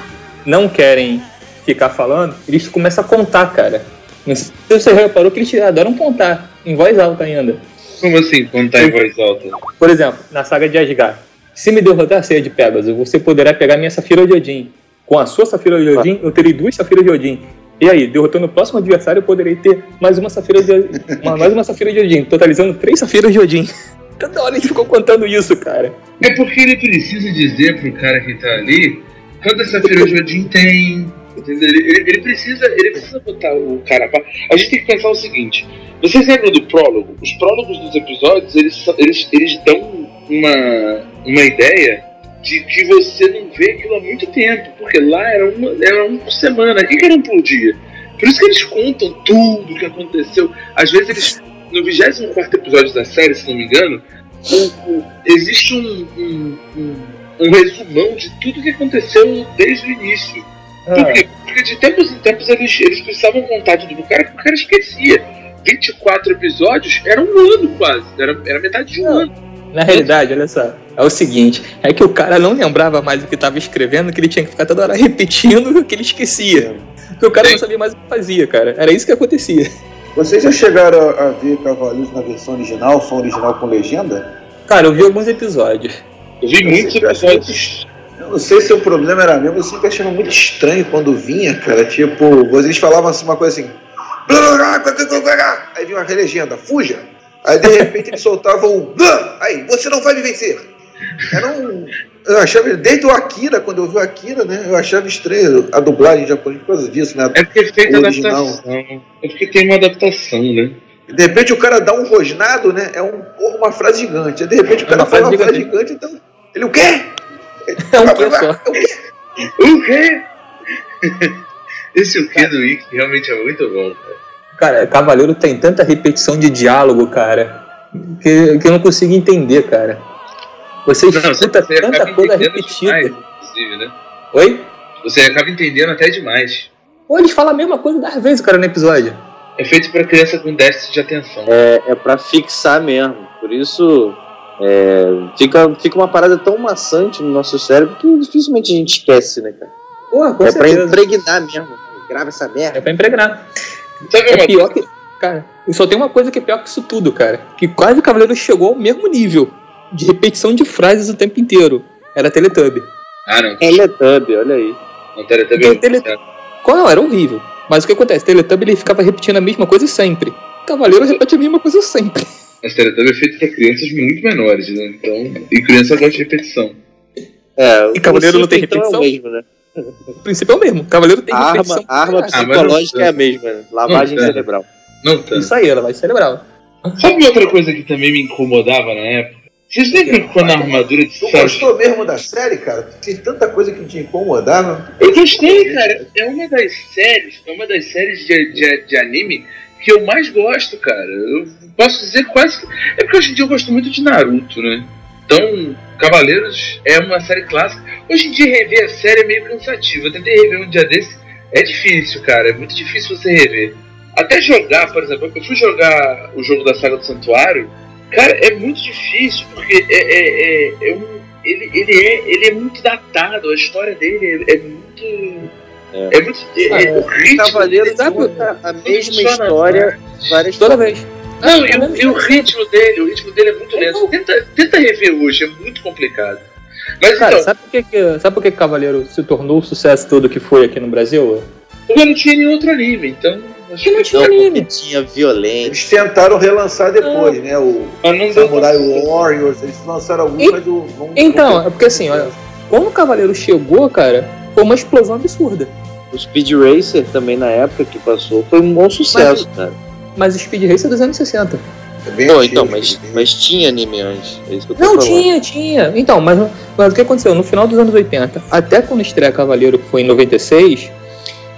C: não querem ficar falando, eles começam a contar, cara. Não sei se você reparou que eles adoram contar, em voz alta ainda.
A: Como assim, quando tá em voz alta?
C: Por exemplo, na saga de Asgard. Se me derrotar Ceia de Pegasus, você poderá pegar minha Safira de Odin. Com a sua Safira de Odin, eu terei duas Safiras de Odin. E aí, derrotando o próximo adversário, eu poderei ter mais uma Safira de uma, mais uma Safira de Odin, totalizando três Safiras de Odin. *laughs* Toda hora ele ficou contando isso, cara.
A: É porque ele precisa dizer pro cara que tá ali, toda Safira de Odin tem. Entendeu? Ele, ele- ele precisa, ele precisa botar o cara. pra- A gente tem que pensar o seguinte: vocês lembram do prólogo? Os prólogos dos episódios eles, são- eles, eles dão uma, uma ideia de que você não vê aquilo há muito tempo, porque lá era, uma, era um por semana, o que que era um por dia? Por isso que eles contam tudo o que aconteceu. Às vezes eles, no 24 episódio da série, se não me engano, o- o- existe um- um- um, um resumão de tudo que aconteceu desde o início.
C: É.
A: Por
C: Ah.
A: quê? Porque de tempos em tempos eles, eles precisavam contar tudo pro cara, porque o cara esquecia. 24 episódios era um ano quase, era, era metade de um
C: Não.
A: ano.
C: Na realidade, olha só, é o seguinte, é que o cara não lembrava mais o que estava escrevendo, que ele tinha que ficar toda hora repetindo *laughs* o que ele esquecia. Que o cara não sabia mais o que fazia, cara. Era isso que acontecia.
D: Vocês já chegaram a, a ver Cavaleiros na versão original, som original com legenda?
C: Cara, eu vi alguns episódios. *laughs*
A: Eu vi
D: Eu
A: muitos
D: sempre achei
A: episódios.
D: Eu não sei se o problema era meu, mas eu sempre achava muito estranho quando vinha, cara. Tipo, vocês falavam assim, uma coisa assim. Aí vinha uma legenda, fuja! Aí de repente eles soltavam um. Aí, você não vai me vencer! Era um. Eu achava, desde o Akira, quando eu vi o Akira, né? Eu achava estranho a dublagem japonesa por causa disso, né?
A: É porque é feita
D: Original.
A: adaptação. É porque tem uma adaptação, né?
D: De repente o cara dá um rosnado, né? É um, porra, uma frase gigante. Aí, de repente o
C: É
D: cara
C: uma
D: fala
C: frase
D: uma frase gigante, então. Ele o quê?
C: É um que só.
A: O quê? Esse o quê do Wick realmente é muito bom.
C: Cara, Cavaleiro tem tanta repetição de diálogo, cara, que, que eu não consigo entender, cara. Você escuta
A: você acaba
C: tanta coisa
A: entendendo
C: repetida.
A: demais, inclusive, né?
C: Oi?
A: Você acaba entendendo até demais.
C: Ou eles falam a mesma coisa das vezes, cara, no episódio.
A: É feito pra criança com déficit de atenção.
B: É, é pra fixar mesmo. Por isso é, fica, fica uma parada tão maçante no nosso cérebro que dificilmente a gente esquece, né, cara?
C: Porra, com
B: é pra
C: certeza.
B: impregnar mesmo. Grava essa merda.
C: É pra impregnar.
A: Sabe
C: É
A: uma
C: pior que. Cara, e só tem uma coisa que é pior que isso tudo, cara. Que quase o Cavaleiro chegou ao mesmo nível de repetição de frases o tempo inteiro. Era Teletubb.
A: Ah, não.
B: É, Teletubby, olha aí.
A: Não, pera, tá
C: Tem
A: bem.
C: tele- Qual não? Era horrível. Mas o que acontece? Teletubb ele ficava repetindo a mesma coisa sempre. Cavaleiro repete a mesma coisa sempre. *laughs*
A: Mas Teletubbies é feito pra crianças muito menores, né? Então, e criança gosta de repetição.
B: É, o
C: E Cavaleiro não tem
B: princípio, então,
C: repetição?
B: É o mesmo, né?
C: O princípio é o mesmo. Cavaleiro tem
B: A arma,
C: repetição. É.
B: a arma
C: Ah,
A: mas não
B: psicológica
A: tanto.
B: é a mesma, né? Lavagem
A: Não tanto.
B: cerebral.
A: Não tanto.
C: Isso aí, ela vai cerebral.
A: Sabe uma outra coisa que também me incomodava na época? Vocês lembram quando a armadura de
D: Tu
A: Sarge...
D: gostou mesmo da série, cara? Tem tanta coisa que te incomodava.
A: Eu gostei, cara. É uma das séries, é uma das séries de, de, de anime que eu mais gosto, cara. Eu posso dizer quase que... É porque hoje em dia eu gosto muito de Naruto, né? Então, Cavaleiros é uma série clássica. Hoje em dia rever a série é meio cansativo. Eu tentei rever um dia desse. É difícil, cara. É muito difícil você rever. Até jogar, por exemplo, eu fui jogar o jogo da Saga do Santuário. Cara, é muito difícil, porque é, é- é- é um- ele, ele é, ele é muito datado. A história dele é, é muito. É, muito. é-
C: Ah,
A: é- o ritmo.
B: Cavaleiro
C: sabe-
B: conta a
A: não
B: mesma
A: funciona,
B: história várias
C: Toda
B: formas.
C: vez.
A: Não, e o, e o ritmo dele, o ritmo dele é muito lento. Tenta, tenta rever hoje, é muito complicado. Mas
C: Cara,
A: então,
C: sabe por que, que- sabe por que que Cavaleiro se tornou o sucesso todo que foi aqui no Brasil?
A: eu não tinha nenhum outro anime, então. acho
C: Que não tinha
B: Não,
C: anime.
B: porque tinha violência.
D: Eles tentaram relançar depois, né? O
A: Mas não deu
D: Samurai
A: certo.
D: Warriors, eles lançaram alguns,
C: E-
D: mas o. não-
C: Então, é porque assim, olha, quando o Cavaleiro chegou, cara, foi uma explosão absurda.
B: O Speed Racer também na época que passou foi um bom sucesso, cara.
C: Mas o Speed Racer é dos anos 60.
D: É bem
B: Pô,
D: antigo,
B: então, mas,
D: bem-
B: mas tinha anime antes. É isso que eu tô
C: Não,
B: falando.
C: tinha, tinha. Então, mas, mas o que aconteceu? No final dos anos 80, até quando estreia Cavaleiro, que foi em 96,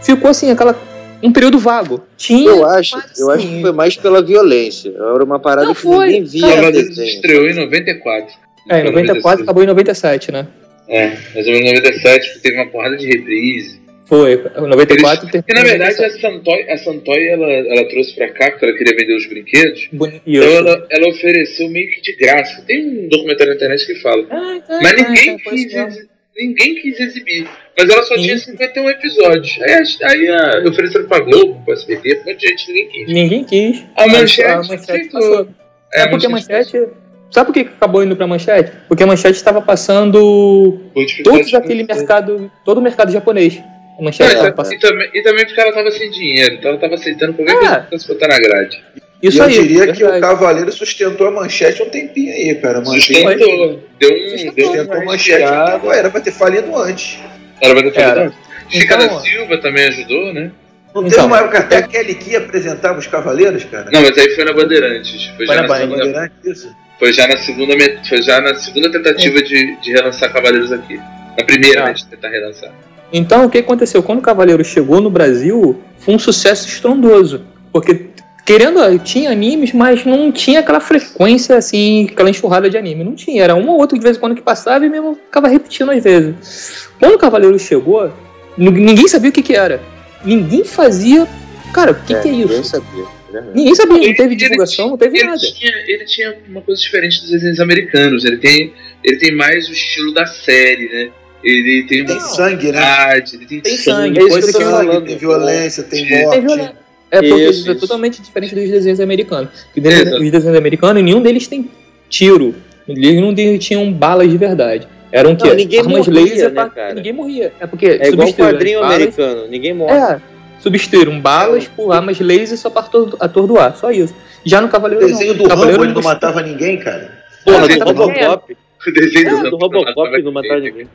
C: ficou assim, aquela. um período vago. Tinha.
B: Eu acho,
C: mas
B: eu acho
C: assim-
B: que foi mais pela violência. Era uma parada
C: Não
B: que
C: foi,
B: ninguém via no
A: Cavaleiros
B: desenho.
A: estreou em 94.
C: É, em 94 acabou em 97, né?
A: É, mais ou menos 97, porque tipo, teve uma porrada de reprise.
C: Foi. 94
A: Porque na verdade a Santoy, a Santoy ela, ela trouxe pra cá porque ela queria vender os brinquedos.
C: Bonito.
A: Então ela, ela ofereceu meio que de graça. Tem um documentário na internet que fala.
C: Ah, então,
A: Mas
C: ah,
A: ninguém,
C: então foi
A: quis,
C: isso mesmo.
A: exi- ninguém quis exibir. Mas ela só
C: Sim.
A: tinha 51 episódios. Aí, as- aí a, ofereceram pra Globo, pra SBT, pra um monte de gente, ninguém quis.
C: Ninguém quis.
A: A manchete
C: a manchete
A: ficou.
C: passou.
A: É,
C: Sabe por que a
A: muito
C: manchete. Sabe por que acabou indo pra manchete? Porque a manchete estava passando é, todos
A: Quantificante-
C: aquele mercado. todo o mercado japonês. A
A: Então, tipo, Não, então,
C: manchete
A: e,
C: estava
A: ta-
C: passando.
A: e também, e também porque ela tava sem dinheiro, então ela tava aceitando qualquer
C: Ah.
A: coisa que fosse botar na grade.
C: Isso
D: e eu
C: aí. é
D: diria que o
C: verdade.
D: Cavaleiro sustentou a manchete um tempinho aí, cara. Manteve,
A: Sustentou. Deu um. Deu
D: sustentou a
A: uma
D: manchete.
A: mancheada.
D: Então, era pra ter falido antes.
A: Era pra ter falado.
C: Era.
A: Chica
C: Então,
A: da
C: ó.
A: Silva também ajudou, né?
C: Então.
D: Não
C: É,
D: teve uma época até que a Kelly que apresentava os Cavaleiros, cara?
A: Não, mas aí foi na Bandeirantes. Foi,
C: Foi
A: já,
C: na
A: na
C: Band,
A: segunda,
D: Bandeirante, isso.
A: foi já na segunda met- foi já na segunda tentativa de, de relançar Cavaleiros aqui. Na primeira,
C: Ah.
A: né, de tentar relançar.
C: Então, o que aconteceu? Quando o Cavaleiro chegou no Brasil, foi um sucesso estrondoso. Porque, querendo, tinha animes, mas não tinha aquela frequência, assim, aquela enxurrada de anime. Não tinha. Era um ou outro de vez em quando que passava e mesmo ficava repetindo às vezes. Quando o Cavaleiro chegou, n- ninguém sabia o que, que era. Ninguém fazia. Cara, o que que é
B: Ninguém
C: isso?
B: sabia. é verdade.
C: Ninguém sabia, não
A: Ele-
C: teve
A: ele
C: divulgação, não teve
A: Ele
C: nada.
A: tinha, ele tinha uma coisa diferente dos desenhos americanos. Ele tem, ele tem mais o estilo da série, né? Ele tem
D: Tem
A: uma
D: sangue, né?
A: verdade, ele tem,
C: Tem sangue,
D: Tem
C: coisa É que eu
D: sangue,
C: falando.
D: tem violência, tem
A: Tem
D: morte.
C: É violento. É porque
B: Isso,
C: isso é
B: isso.
C: totalmente diferente dos desenhos americanos. Porque desen-
A: Exato.
C: os desenhos americanos, nenhum deles tem tiro. Eles não de- tinham balas de verdade. Eram o quê?
B: Não, ninguém
C: Armas
B: morria, né,
C: laser pra-
B: cara?
C: Ninguém morria. É porque
B: É igual o
C: substituíram
B: quadrinho
C: as balas-
B: americano, ninguém morre.
C: É. Substituíram balas por armas laser só para ator- atordoar. Só isso. Já no
D: O
C: Cavaleiro não. tá
D: desenho do Rambo,
C: Cavaleiro
D: ele não
C: gostava-
D: matava ninguém, cara.
B: Porra,
A: Vocês
B: do
A: não
B: Robocop.
A: *laughs* o desenho
B: É, Do Robocop não matar ninguém.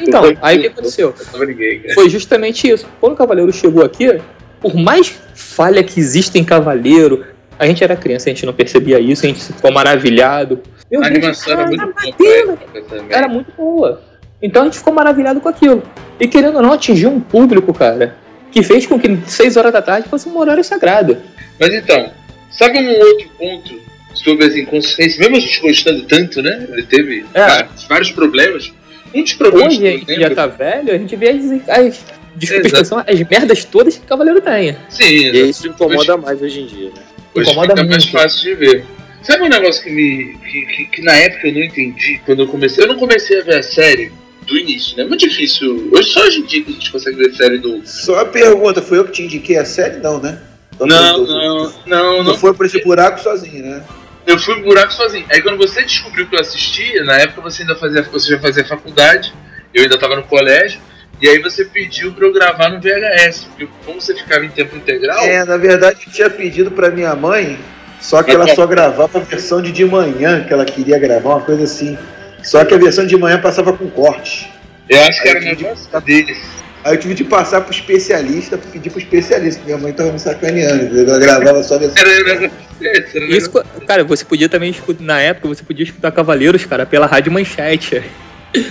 C: Então, aí o que aconteceu?
A: Não matava ninguém, cara.
C: Foi justamente isso. Quando o Cavaleiro chegou aqui, por mais falha que exista em Cavaleiro, a gente era criança, a gente não percebia isso, a gente ficou maravilhado. Meu
A: A
C: Deus,
A: animação era
C: cara,
A: muito boa pra
C: batendo.
A: época também.
C: era muito boa. Então a gente ficou maravilhado com aquilo. E querendo ou não, atingiu um público, cara, que fez com que 6 horas da tarde fosse um horário sagrado.
A: Mas então, sabe um outro ponto sobre as inconsciências? Mesmo a gente gostando tanto, né? Ele teve vários, vários problemas. Um dos problemas
C: É. Hoje, a gente
A: que eu
C: que já
A: lembro...
C: tá velho, a gente vê as, as, desculpa a
A: Exato.
C: expressão, as merdas todas que o Cavaleiro tem.
A: Sim,
B: E isso incomoda mais hoje em dia. né?
A: Hoje
C: Incomoda
A: fica mais
C: muito.
A: fácil de ver. Sabe um negócio que me. Que, que- que na época eu não entendi quando eu comecei. Eu não comecei a ver a série do início, né? É muito difícil. Hoje só hoje em dia que a gente consegue ver série do.
D: Só a pergunta, foi eu que te indiquei a série? Não, né? Então,
A: Não,
D: tu-
A: não, não,
D: Tu
A: não.
D: não foi pra esse buraco sozinho, né?
A: Eu fui pro buraco sozinho. Aí quando você descobriu que eu assistia, na época você ainda fazia. Você já fazia faculdade, eu ainda tava no colégio. E aí você pediu pra eu gravar no VHS, porque como você ficava em tempo integral,
D: É, na verdade eu tinha pedido pra minha mãe, só que
A: Mas
D: ela
A: qual?
D: só
A: *laughs*
D: gravava a versão de de manhã, que ela queria gravar, uma coisa assim. Só que a versão de manhã passava com corte.
A: eu acho que era
D: Aí eu tive
A: negócio deles.
D: Aí eu tive de passar pro especialista, pedir pro especialista. Minha mãe tava me sacaneando, entendeu? ela gravava só a versão.
A: Era, era, era, era
C: Isso, cara, você podia também escutar, na época, você podia escutar Cavaleiros, cara, pela Rádio Manchete.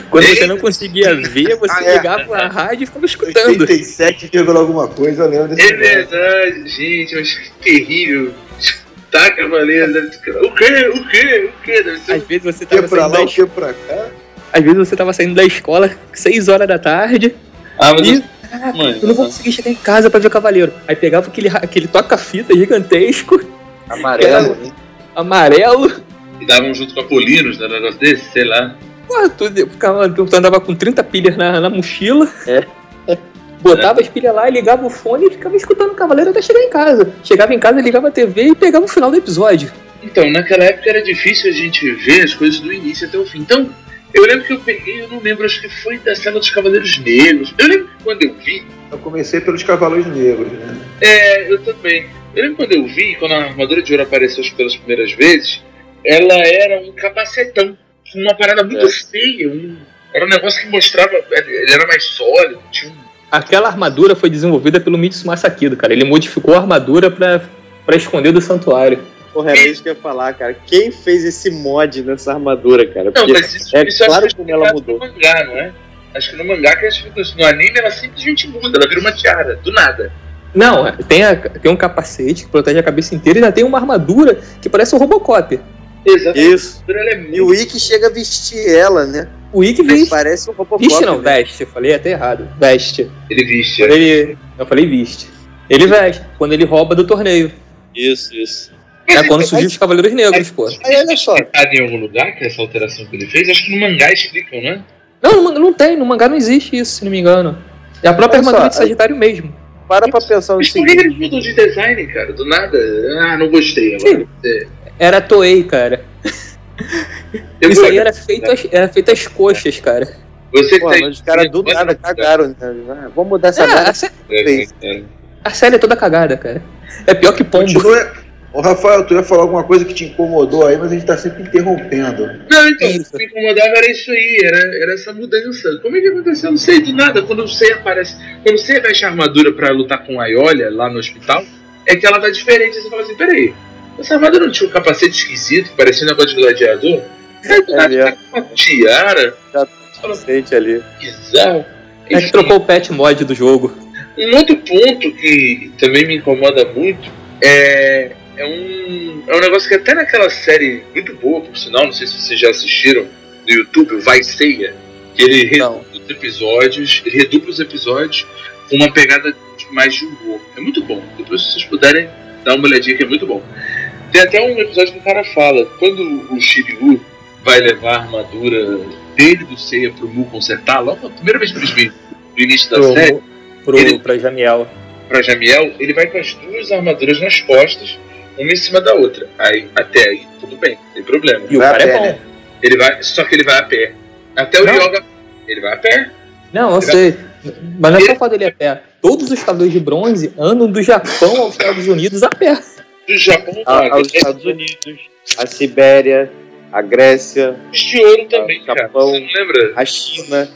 C: Quando você não conseguia ver, você
D: Ah, é.
C: ligava a rádio e ficava escutando.
D: 87, vírgula alguma coisa, eu lembro desse
A: É
D: negócio.
A: verdade, gente, mas que terrível. Tá, cavaleiro, deve ficar- o quê? O quê? O quê? Deve ser
C: Às vezes você
D: Que
C: tava
D: pra
C: saindo
D: lá,
C: da,
D: o que pra cá.
C: às vezes você tava saindo da escola 6 horas da tarde,
A: Ah,
C: mas eu-
A: mano,
C: eu não vou conseguir chegar em casa pra ver o Cavaleiro. Aí pegava aquele, ra- aquele toca-fita gigantesco,
B: Amarelo. né?
C: amarelo,
A: E davam junto com a Polinos, né, um negócio desse, sei lá.
C: porra, tu, ficava- tu andava com 30 pilhas na, na mochila.
B: É.
C: *laughs* Botava as pilhas lá, ligava o fone e ficava escutando o Cavaleiro até chegar em casa. Chegava em casa, ligava a TV e pegava o final do episódio.
A: Então, naquela época era difícil a gente ver as coisas do início até o fim. Então, eu lembro que eu peguei, eu não lembro, acho que foi da cena dos Cavaleiros Negros. Eu lembro que quando eu vi,
D: Eu comecei pelos Cavaleiros Negros, né?
A: é, eu também. Eu lembro quando eu vi, quando a armadura de ouro apareceu pelas primeiras vezes, ela era um capacetão. Uma parada muito
B: É.
A: feia. um- era um negócio que mostrava. Ele era mais sólido, tinha um
C: Aquela armadura foi desenvolvida pelo Mitsu Masakido, cara. Ele modificou a armadura pra, pra esconder do santuário.
B: Porra, era isso que eu ia falar, cara. Quem fez esse mod nessa armadura, cara?
A: Não,
B: Porque
A: mas isso,
B: é
A: isso acho
B: claro
A: que
B: como ela
A: é
B: mudou.
A: No mangá, não é? Acho que no mangá que as ficam no anime ela simplesmente muda, ela vira uma tiara, do nada.
C: Não, tem, a- tem um capacete que protege a cabeça inteira e ainda tem uma armadura que parece um Robocop.
A: Exato.
B: Isso.
A: Ela é
B: E o Ikki chega a vestir ela, né?
C: O Ikki veste.
B: Parece um Robocop.
C: Viste não,
B: né?
C: veste. Eu falei até errado. Veste.
A: Ele viste.
C: Quando ele. Eu falei viste. Ele veste. Quando ele rouba do torneio.
B: Isso, isso.
C: É quando surgiu os Cavaleiros Negros, pô.
B: Aí olha só.
A: Tá em algum lugar que essa alteração que ele fez? Acho que no mangá explicam, né?
C: Não, no manga- não tem. No mangá não existe isso, se não me engano. É a própria
B: Olha só,
C: armadura de
B: aí-
C: Sagitário mesmo.
B: para pra pensar no
A: Mas por que
B: seguinte.
A: eles mudam de design, cara? Do nada. Ah, não gostei agora. É.
C: Era Toei, cara.
A: Eu
C: Isso
A: vou-
C: aí era feito, às, era feito às coxas, cara.
A: Você
B: Pô,
A: tem-
B: mas os caras do
A: Você-
B: nada cagaram. Né? Ah, Vamos mudar essa
C: É,
B: merda.
C: a, sé-
A: É, é, é.
C: a série é toda cagada, cara. É pior que pombo.
D: Continua. Ô, Rafael, tu ia falar alguma coisa que te incomodou aí, mas a gente tá sempre interrompendo.
A: Não, então,
B: Isso.
A: o que incomodava era isso aí, era, era essa mudança. Como é que aconteceu? Eu não sei de nada. Quando o Seiya aparece. Quando o Seiya veste a armadura pra lutar com a Iolia lá no hospital, é que ela tá diferente. Você fala assim: peraí, essa armadura não tinha um capacete esquisito, parecendo um negócio de gladiador? Aí do
B: É
A: nada,
B: mesmo.
A: tá com uma tiara,
B: Sente tá ali. É
A: bizarro.
C: A gente trocou o pet mod do jogo.
A: Um outro ponto que também me incomoda muito é, é, um, é um negócio que até naquela série muito boa, por sinal, não sei se vocês já assistiram, do YouTube, o Vai Ceia, que ele
C: Não.
A: reduz os episódios, ele redupla os episódios com uma pegada de- mais de humor. É muito bom. Depois, se vocês puderem, dá uma olhadinha que é muito bom. Tem até um episódio que o cara fala, quando o Shiryu vai levar a armadura dele do Seiya pro Mu consertar, logo a primeira vez que eles viram no início da
C: Pro,
A: série,
C: pro,
A: tá Ele-
C: pra Jamiel.
A: para Jamiel, ele vai com as duas armaduras nas costas, uma em cima da outra. Aí, até aí, tudo bem, não tem problema.
C: E o
D: Vai a
C: cara
D: pé,
C: é bom.
D: né?
A: Ele vai, só que ele vai a pé. Até o
C: Não.
A: Yoga, ele vai a pé.
C: Não, eu
A: Ele-
C: sei. Mas não é só
A: Ele-
C: o fato dele a pé. Todos os cavaleiros de bronze andam do Japão aos Estados Unidos a pé.
A: Do Japão,
B: A-
A: cara,
B: Ah, aos
A: é
B: Estados Unidos, a Sibéria, a Grécia,
A: é de ouro também,
B: ao
A: cara.
B: Japão.
A: Você não lembra?
B: a China.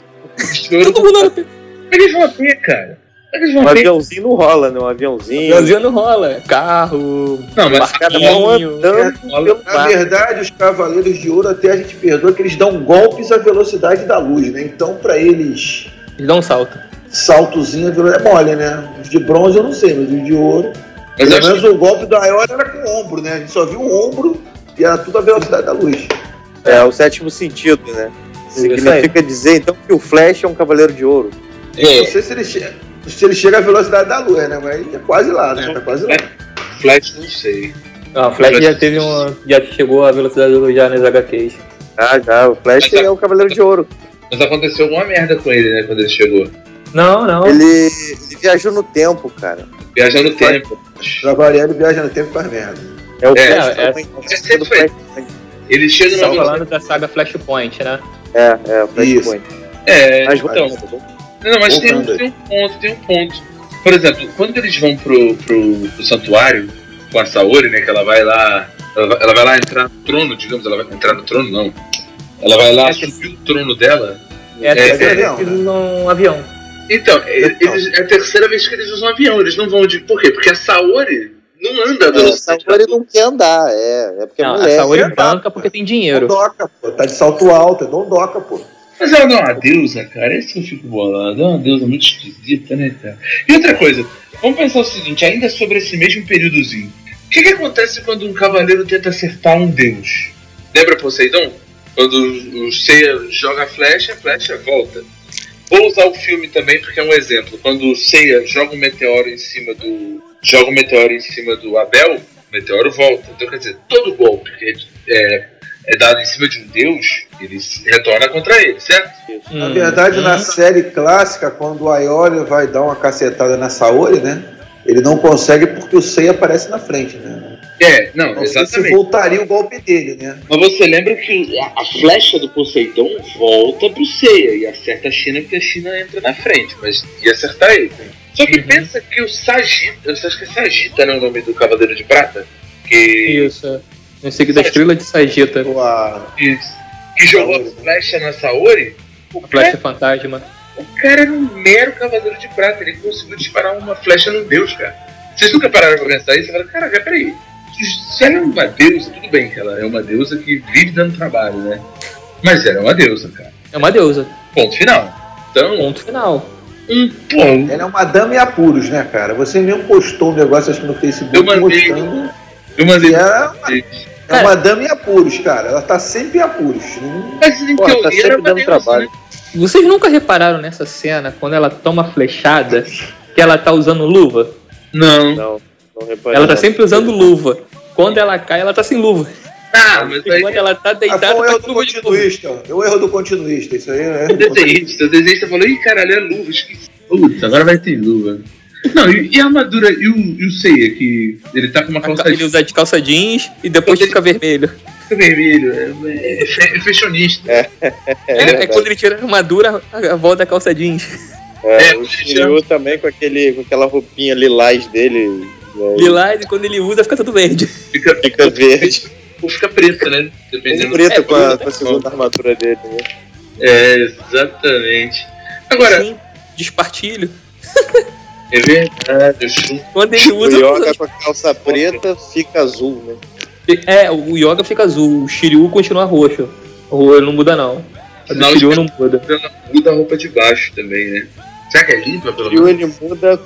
A: De ouro.
C: Todo mundo anda a pé.
A: Como é que eles vão a pé, cara? Como é que eles
B: Um
A: vão a pé?
B: aviãozinho não rola, né? Um aviãozinho.
C: Brasil não rola. Carro.
A: Não, mas
B: Os caras vão
C: Aviãozinho.
B: andando
A: É,
B: pelo
D: Na
B: mar.
D: verdade, os Cavaleiros de Ouro até a gente perdoa que eles dão golpes à velocidade da luz, né? Então, pra eles,
C: Eles dão um salto.
D: saltozinho à velocidade é mole, né? Os de bronze eu não sei, mas os de ouro.
A: mas eu
D: Pelo
A: acho
D: menos o golpe da Aiola era com o ombro, né? A gente só viu o ombro e era tudo a velocidade da luz.
B: É o sétimo sentido, né? Significa dizer então que o Flash é um cavaleiro de ouro.
A: que é,
D: Não sei se ele chega. Se ele chega à velocidade da luz, né? Mas é quase lá, né? Tá quase lá.
A: Flash, não sei.
C: Ah, o Flash já teve uma. Já chegou a velocidade do já nas HQs.
B: Ah, já, o Flash é o cavaleiro de ouro.
A: Mas aconteceu alguma merda com ele, né, quando ele chegou.
C: Não, não.
B: Ele, ele viajou no tempo, cara.
A: Viajando o
D: Flash-
A: tempo.
D: Pra variar, ele viaja no tempo faz merda.
B: É o
A: É,
B: Flash
C: é,
B: também.
A: é sempre
B: do Flash.
A: Ele chega
C: Estão
A: numa...
C: tá falando da saga Flashpoint, né?
B: É, é, o Flash
D: Isso.
B: Point.
A: É,
B: Mas
A: então...
B: então,
A: Não, mas tem,
D: Voltando aí.
A: tem um ponto, tem um ponto. Por exemplo, quando eles vão pro, pro, pro santuário com a Saori, né? Que ela vai lá. Ela vai, ela vai lá entrar no trono, digamos, ela vai entrar no trono, não. Ela vai lá
C: É que-
A: subir o trono dela.
C: É a
A: É,
C: terceira
D: é
C: vez
D: avião,
C: que
D: né?
C: usam um avião.
A: Então, é-
D: Então.
A: eles- é a terceira vez que eles usam avião, eles não vão de. Por quê? Porque a Saori não anda a
B: é,
A: velocidade da
B: Saori
A: luz.
B: não quer andar, é. É porque
C: Não,
B: é
C: a
B: mulher.
C: Saori
D: verdade,
C: banca porque tem dinheiro.
D: Dondoca, pô. Tá de salto alto, é dondoca, pô.
A: Mas ela não é uma deusa, cara, é isso que eu fico bolado. É uma deusa muito esquisita, né, cara? E outra coisa, vamos pensar o seguinte, ainda sobre esse mesmo períodozinho. O que, que acontece quando um cavaleiro tenta acertar um deus? Lembra Poseidon? Quando o- o Seiya joga a flecha, a flecha volta. Vou usar o filme também porque é um exemplo. Quando o Seiya joga um meteoro em cima do. joga um meteoro em cima do Abel, o meteoro volta. Então quer dizer, todo golpe que é, é dado em cima de um deus, ele se- retorna contra ele, certo?
D: Na
C: Hum,
D: tá verdade,
C: hum.
D: na série clássica, quando o Aioli vai dar uma cacetada na Saori, né? Ele não consegue porque o Sei aparece na frente, né?
A: É, não,
D: Não sei se
A: exatamente.
D: voltaria o golpe dele, né?
A: Mas você lembra que a, a flecha do Poseidon volta pro Seiya e acerta a China porque a China entra na frente, mas ia acertar ele. Só que
C: Uhum.
A: pensa que o Sagita, você acha que é Sagita não é o nome do Cavaleiro de Prata? Que,
C: Isso. Em seguida, a estrela de Sagita.
D: Ou a-
A: que, que jogou a flecha na Saori? O
C: A
A: cara,
C: Flecha Fantasma.
A: o cara era um mero Cavaleiro de Prata, ele conseguiu disparar uma flecha no Deus, cara. Vocês nunca pararam pra pensar isso? Você fala, caraca, peraí. Se ela é uma deusa, tudo bem que ela é uma deusa que vive dando trabalho, né? Mas ela é uma deusa, cara.
C: É uma deusa.
A: Ponto final. Então,
C: Ponto final.
A: um ponto.
D: Ela é uma dama em apuros, né, cara? Você mesmo postou um negócio, acho que no Facebook,
A: Eu mandei.
D: mostrando
A: Eu mandei.
D: que ela
A: vocês.
D: é uma dama em apuros, cara. Ela tá sempre em apuros. Não-
A: Mas em
B: Pô, tá
C: é
A: teoria era
B: sempre
A: pra
B: dando
A: Deus,
B: trabalho.
A: né?
C: Vocês nunca repararam nessa cena quando ela toma a flechada que ela tá usando luva?
A: Não.
B: Não, não reparei.
C: Ela tá
B: não.
C: sempre usando luva. Quando ela cai, ela tá sem luva.
A: Ah, mas
C: E
A: *laughs*
C: quando
A: aí.
C: ela tá
D: Ah,
C: deitada,
D: foi um
C: tá
D: erro
C: com
D: do
C: luva de luva.
D: continuista. É o erro do continuista. Isso aí é um erro
A: O
D: do continuista.
A: desenhista, o desenhista falou, ih, caralho, é luva, esqueci. Putz, agora vai ter luva. Não, e, e a armadura e o, e o Seiya, que ele tá com uma calça
C: Ele usa de calça jeans e depois fica vermelho.
A: de vermelho, é, é, fe- é fashionista.
C: É,
B: verdade.
C: quando ele tira a armadura, a- a volta da calça jeans.
B: É,
A: É,
B: o
A: o
B: Shiryu também com, aquele, com aquela roupinha lilás dele. né,
C: Lilás, e quando ele usa, fica tudo verde.
A: Fica,
B: Fica
C: *laughs*
B: verde.
A: ou fica preta, né? Dependendo.
B: preto
C: É,
B: com a, com a segunda armadura dele. né?
A: É, exatamente. Agora,
C: Assim, despartilho.
A: é verdade, o Shun
C: Quando ele
B: O
C: usa.
B: Yoga com a calça preta fica azul, né?
C: É, o Yoga fica azul, o Shiryu continua roxo. O Rô não muda, não. O do
A: Não,
C: Shiryu não muda.
A: muda a roupa de baixo também, né? Será que é limpa,
B: O
A: pelo
B: Shiryu
A: menos?
B: ele muda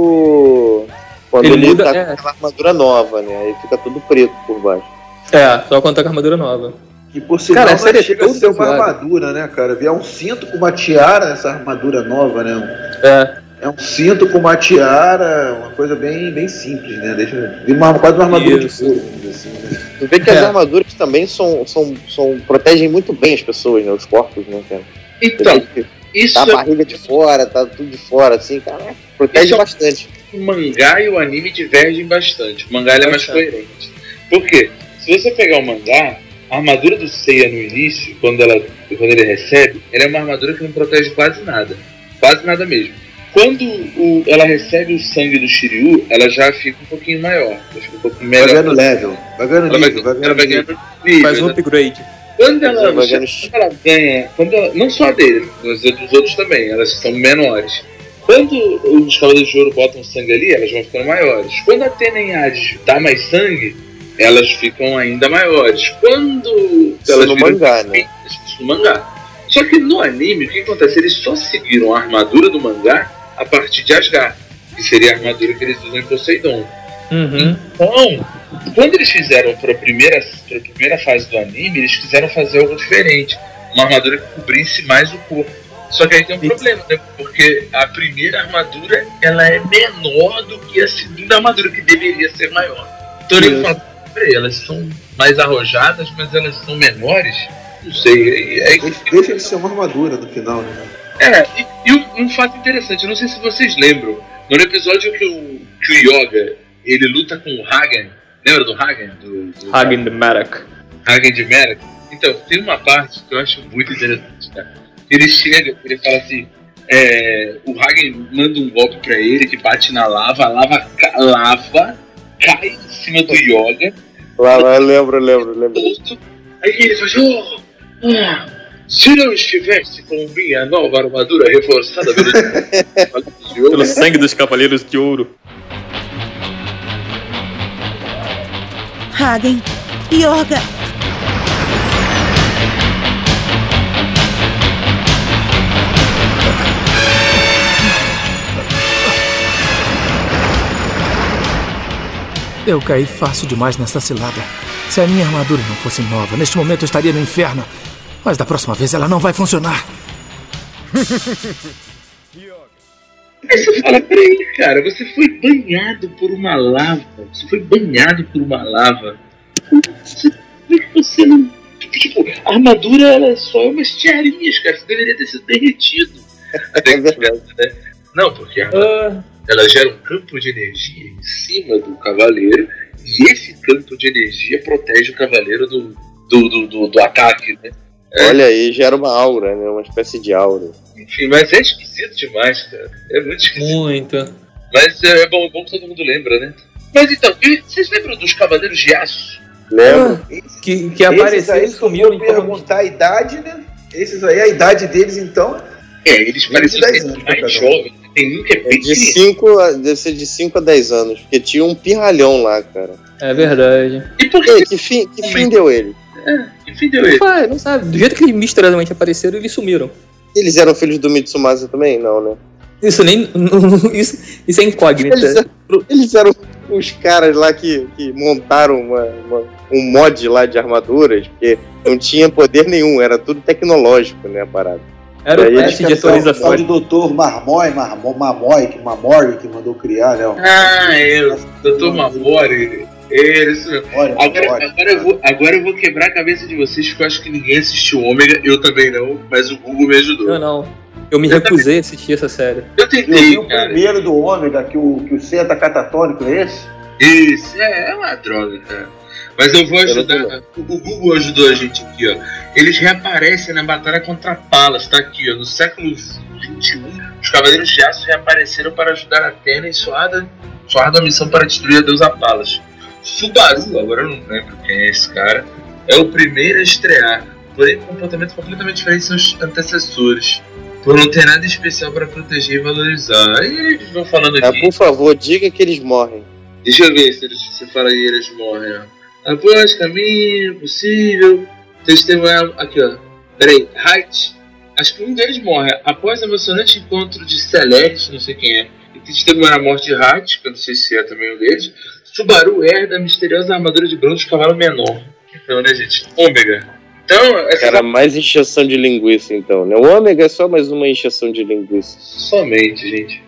B: quando. Quando
C: Uhum. Ele
B: ele,
C: muda,
B: tá
C: é.
B: com aquela armadura nova, né? Aí fica tudo preto por baixo.
C: É, só quando tá com a armadura nova.
D: Que por sinal
C: Cara,
D: não
C: essa série é
D: chega a
C: toda
D: ser uma
C: zoada.
D: armadura, né, cara? É um cinto com uma tiara, essa armadura nova, né?
C: É,
D: É um cinto com uma tiara, uma coisa bem, bem simples, né? Deixa eu... Vira uma, quase uma armadura
C: Isso.
D: de couro, vamos dizer assim, né?
B: Tu vê que
C: É.
B: as armaduras também são, são, são. protegem muito bem as pessoas, né? Os corpos, né, cara? Tu
A: Então,
B: vê que
A: isso
B: Tá a
A: é
B: barriga de fora, tá tudo de fora, assim, cara. Protege
A: Isso é-
B: bastante.
A: o mangá e o anime divergem bastante. O mangá ele é mais
C: Bastante.
A: coerente. Por quê? Se você pegar o mangá, a armadura do Seiya no início, quando, ela, quando ele recebe, ela é uma armadura que não protege quase nada. Quase nada mesmo. Quando o- ela recebe o sangue do Shiryu, ela já fica um pouquinho maior. Ela fica um pouco
D: Vai
A: melhor.
D: ganhando level. Vai ganhando
A: Ela vai,
D: nível, vai
A: ela vai
D: ganhando nível.
A: ganhando nível,
C: faz um
A: né?
C: upgrade.
A: Quando ela,
B: Ela vai
A: chega-
B: ganhando-
A: quando ela ganha, quando ela- não só a dele, mas a dos outros também, elas são menores. Quando os Cavaleiros de Ouro botam sangue ali, elas vão ficando maiores. Quando a Atena em Hades dá mais sangue, elas ficam ainda maiores. Quando
B: Isso
A: elas
B: no
A: viram
B: mangá, né?
A: isso no mangá. Só que no anime, o que acontece? Eles só seguiram a armadura do mangá a partir de Asgard, que seria a armadura que eles usam em Poseidon.
C: Uhum.
A: Então, quando eles fizeram para a primeira, pra primeira fase do anime, eles quiseram fazer algo diferente. Uma armadura que cobrisse mais o corpo. Só que aí tem um
C: Isso.
A: problema, né? Porque a primeira armadura, ela é menor do que a segunda armadura, que deveria ser maior. Então ele
C: Isso.
A: fala, peraí, elas são mais arrojadas, mas elas são menores? Não sei. É, é,
D: Deixa- Deixa de ser uma armadura no final, né?
A: é, e, e um, um fato interessante, eu não sei se vocês lembram, mas no episódio que o, que o Yoga ele luta com o Hagen, lembra do Hagen? Do, do-
C: Hagen the Marak.
A: Hagen de Merrick? Então, tem uma parte que eu acho muito interessante, cara. Ele chega, ele fala assim, é, o Hagen manda um golpe pra ele que bate na lava, a lava, ca- lava cai em cima do Yoga,
B: Lá, lá, eu lembro, eu lembro, eu lembro.
A: outro. Aí ele faz, oh, ah, se não estivesse com minha nova armadura reforçada *laughs* pelo de ouro,
C: sangue dos Cavaleiros de Ouro.
F: Hagen, Yoga,
G: Eu caí fácil demais nessa cilada. Se a minha armadura não fosse nova, neste momento eu estaria no inferno. Mas da próxima vez ela não vai funcionar.
A: Aí você fala pra ele, cara, você foi banhado por uma lava. Você foi banhado por uma lava. Você, como é que você não. Tipo, tipo, a armadura ela só é umas tiarinhas, cara. Você deveria ter sido derretido.
B: É verdade.
A: né? Não, porque a armadura. ela gera um campo de energia em cima do cavaleiro e esse campo de energia protege o cavaleiro do, do, do, do- do ataque, né?
B: Olha aí, gera uma aura, né? Uma espécie de aura.
A: Enfim, mas é esquisito demais, cara. É muito esquisito.
C: Muito.
A: Mas é, é bom, é bom que todo mundo lembra, né? Mas então, e vocês lembram dos Cavaleiros de Aço? Ah,
B: Lembra?
C: Ah, Que, que
D: Esses
C: apareceu
D: aí,
C: e
D: se eu
C: sumiu.
D: for
C: então-
D: perguntar a idade, né? Esses aí, a idade deles, então,
A: É, eles pareciam
D: 10
A: ser
D: anos pra
A: mais
D: cada um.
A: jovens. né? Tem um que é
B: É
A: bem
B: de
A: criança.
B: 5, deve ser de 5 a 10 anos, porque tinha um pirralhão lá, cara.
C: É verdade.
A: E por
B: E
A: que
B: aí, que fim, que fim deu ele?
A: que é fim deu
C: Não
A: ele?
C: faz, não sabe. Do jeito que eles misteriosamente apareceram, eles sumiram.
B: Eles eram filhos do Mitsumasa também? Não, né?
C: Isso nem. *laughs* Isso, isso é
B: Eles,
C: incógnita.
B: eram- eles eram os caras lá que, que montaram uma- uma- um mod lá de armaduras, porque não tinha poder nenhum, era tudo tecnológico, né, a parada.
C: Era
B: Aí
C: o
B: eles
C: teste de
D: Acho que é o tal
C: atualização.
D: de doutor Marmói, Marmo- Mamói, que Mamói que mandou criar, né? o
A: Ah, eu, Dr. Mamori. É, isso mesmo.
D: Mamói,
A: Agora,
D: Mamói.
A: agora eu vou, agora eu vou quebrar a cabeça de vocês, porque eu acho que ninguém assistiu Ômega, eu também não, mas o Google me ajudou.
C: Não, não. Eu me recusei a assistir essa série.
A: Eu
D: Eu vi um
A: tentei,
D: é o
A: cara.
D: primeiro do Ômega, que o, que o C tá catatônico, é esse?
A: Isso, é, é uma droga, cara. Mas eu vou ajudar. O o Google ajudou a gente aqui, ó. Eles reaparecem na batalha contra Palas, tá aqui, ó. No século XXI, os Cavaleiros de Aço reapareceram para ajudar Atena em sua arda, sua árdua missão para destruir a deusa Palas. Subaru, agora eu não lembro quem é esse cara, é o primeiro a estrear, porém com um comportamento completamente diferente de seus antecessores. Por não ter nada especial para proteger e valorizar. Aí eles vão falando
B: Ah,
A: aqui.
B: por favor, diga que eles morrem.
A: Deixa eu ver se eles se fala aí, eles morrem, ó. Após caminho possível, testemunhar. Aqui, ó. Peraí, Height. Acho que um deles morre. Após emocionante encontro de Celeste, não sei quem é, e testemunhar a morte de Height, que eu não sei se é também um deles, Subaru herda a misteriosa armadura de bronze de cavalo menor. Então, né, gente? Ômega. Então, essa
B: Cara, mais encheção de linguiça, então, né? O ômega é só mais uma encheção de linguiça.
A: é somente, gente.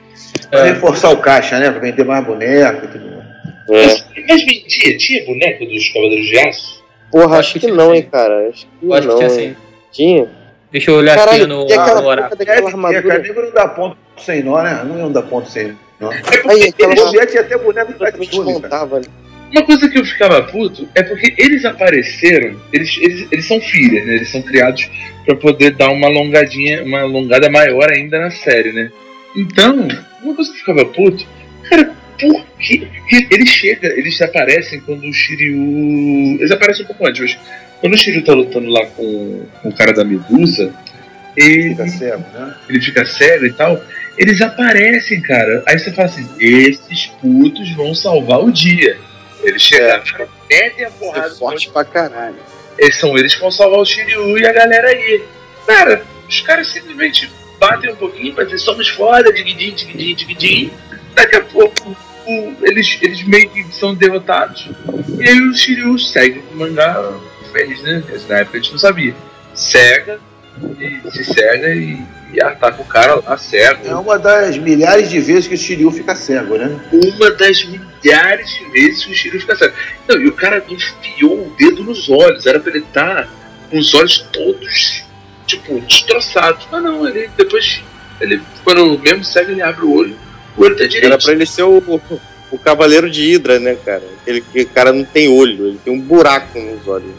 D: Pra reforçar o caixa, né? Pra vender mais boneco e tudo mais.
B: É.
A: Mas mentia, tinha boneco dos né, Cavaleiros de Aço?
B: Porra,
C: acho
B: acho que
C: que
B: não,
C: sim.
B: hein, cara. Acho que
C: Eu acho
B: não.
C: que tinha
B: hein.
C: sim.
B: Tinha?
C: Deixa eu olhar
B: Caralho,
C: aqui no,
B: e aquela
C: no horário.
B: porra daquela
D: É,
B: armadura?
D: cara, nego não dá ponto sem nó, né? Não iam dar ponto sem nó.
B: Aí, aquela
D: Eles
B: armadura
D: já tinha até boneco de
B: completamente
D: Tatsune, cara.
B: montava ali.
A: Uma coisa que eu ficava puto é porque eles apareceram, eles, eles, eles são filhas, né? Eles são criados pra poder dar uma alongadinha, uma alongada maior ainda na série, né? Então, uma coisa que eu ficava puto, cara, por que que eles chegam, eles aparecem quando o Shiryu. Eles aparecem um pouco antes, mas quando o Shiryu tá lutando lá com, com o cara da Medusa, ele
D: Fica cego, né?
A: ele fica cego e tal, eles aparecem, cara. Aí você fala assim, esses putos vão salvar o dia. Eles chegaram, cara, metem a
B: É
A: porrada.
B: forte pra caralho.
A: Eles são eles que vão salvar o Shiryu e a galera aí. Cara, os caras simplesmente batem um pouquinho pra dizer, somos foda, diguidim, diguidim, diguidim. Daqui a pouco o- eles, eles meio que são derrotados. E aí o Shiryu segue o mangá feliz, né? Porque Na época a gente não sabia. Cega, e se cega e, e ataca o cara lá cego.
D: É uma das milhares de vezes que o Shiryu fica cego, né?
A: uma das milhares de vezes que o Shiryu fica cego. Não, e o cara enfiou o dedo nos olhos, era pra ele estar com os olhos todos, tipo, destroçados. Mas não, ele depois, ele, quando mesmo cego, ele abre o olho, o olho tá direito.
B: Era pra ele ser o, o cavaleiro de Hidra, né, cara? Aquele que o cara não tem olho, ele tem um buraco nos olhos.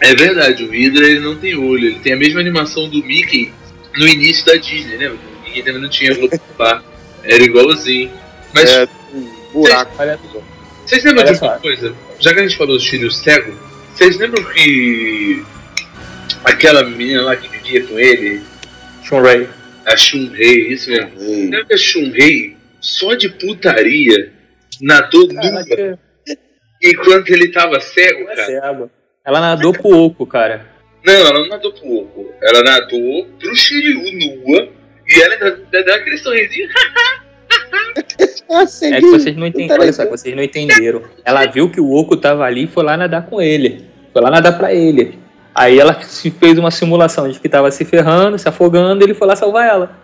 A: É verdade, o Hydra ele não tem olho, ele tem a mesma animação do Mickey no início da Disney, né? O Mickey também não tinha olho pra Era igualzinho. Mas
B: É, um buraco.
C: Olha,
A: Vocês lembram
C: Olha
A: de uma
C: só.
A: coisa? Já que a gente falou do Shiryu cego, vocês lembram que aquela menina lá que vivia com ele,
C: Shunrei.
A: a Shunrei, isso mesmo?
D: E
A: Lembra que a Shunrei, só de putaria, nadou nua
C: Caraca,
A: enquanto ele tava cego,
C: é
A: cara?
C: cego. Ela nadou pro oco, cara.
A: Não, ela não nadou pro Oco. Ela nadou pro Shiryu nua e ela ainda ainda deu aquele sorrisinho.
B: Ah,
C: É que vocês não entenderam. Olha só, que vocês não entenderam. Ela viu que o oco tava ali e foi lá nadar com ele. Foi lá nadar pra ele. Aí ela se fez uma simulação de que tava se ferrando, se afogando, e ele foi lá salvar ela.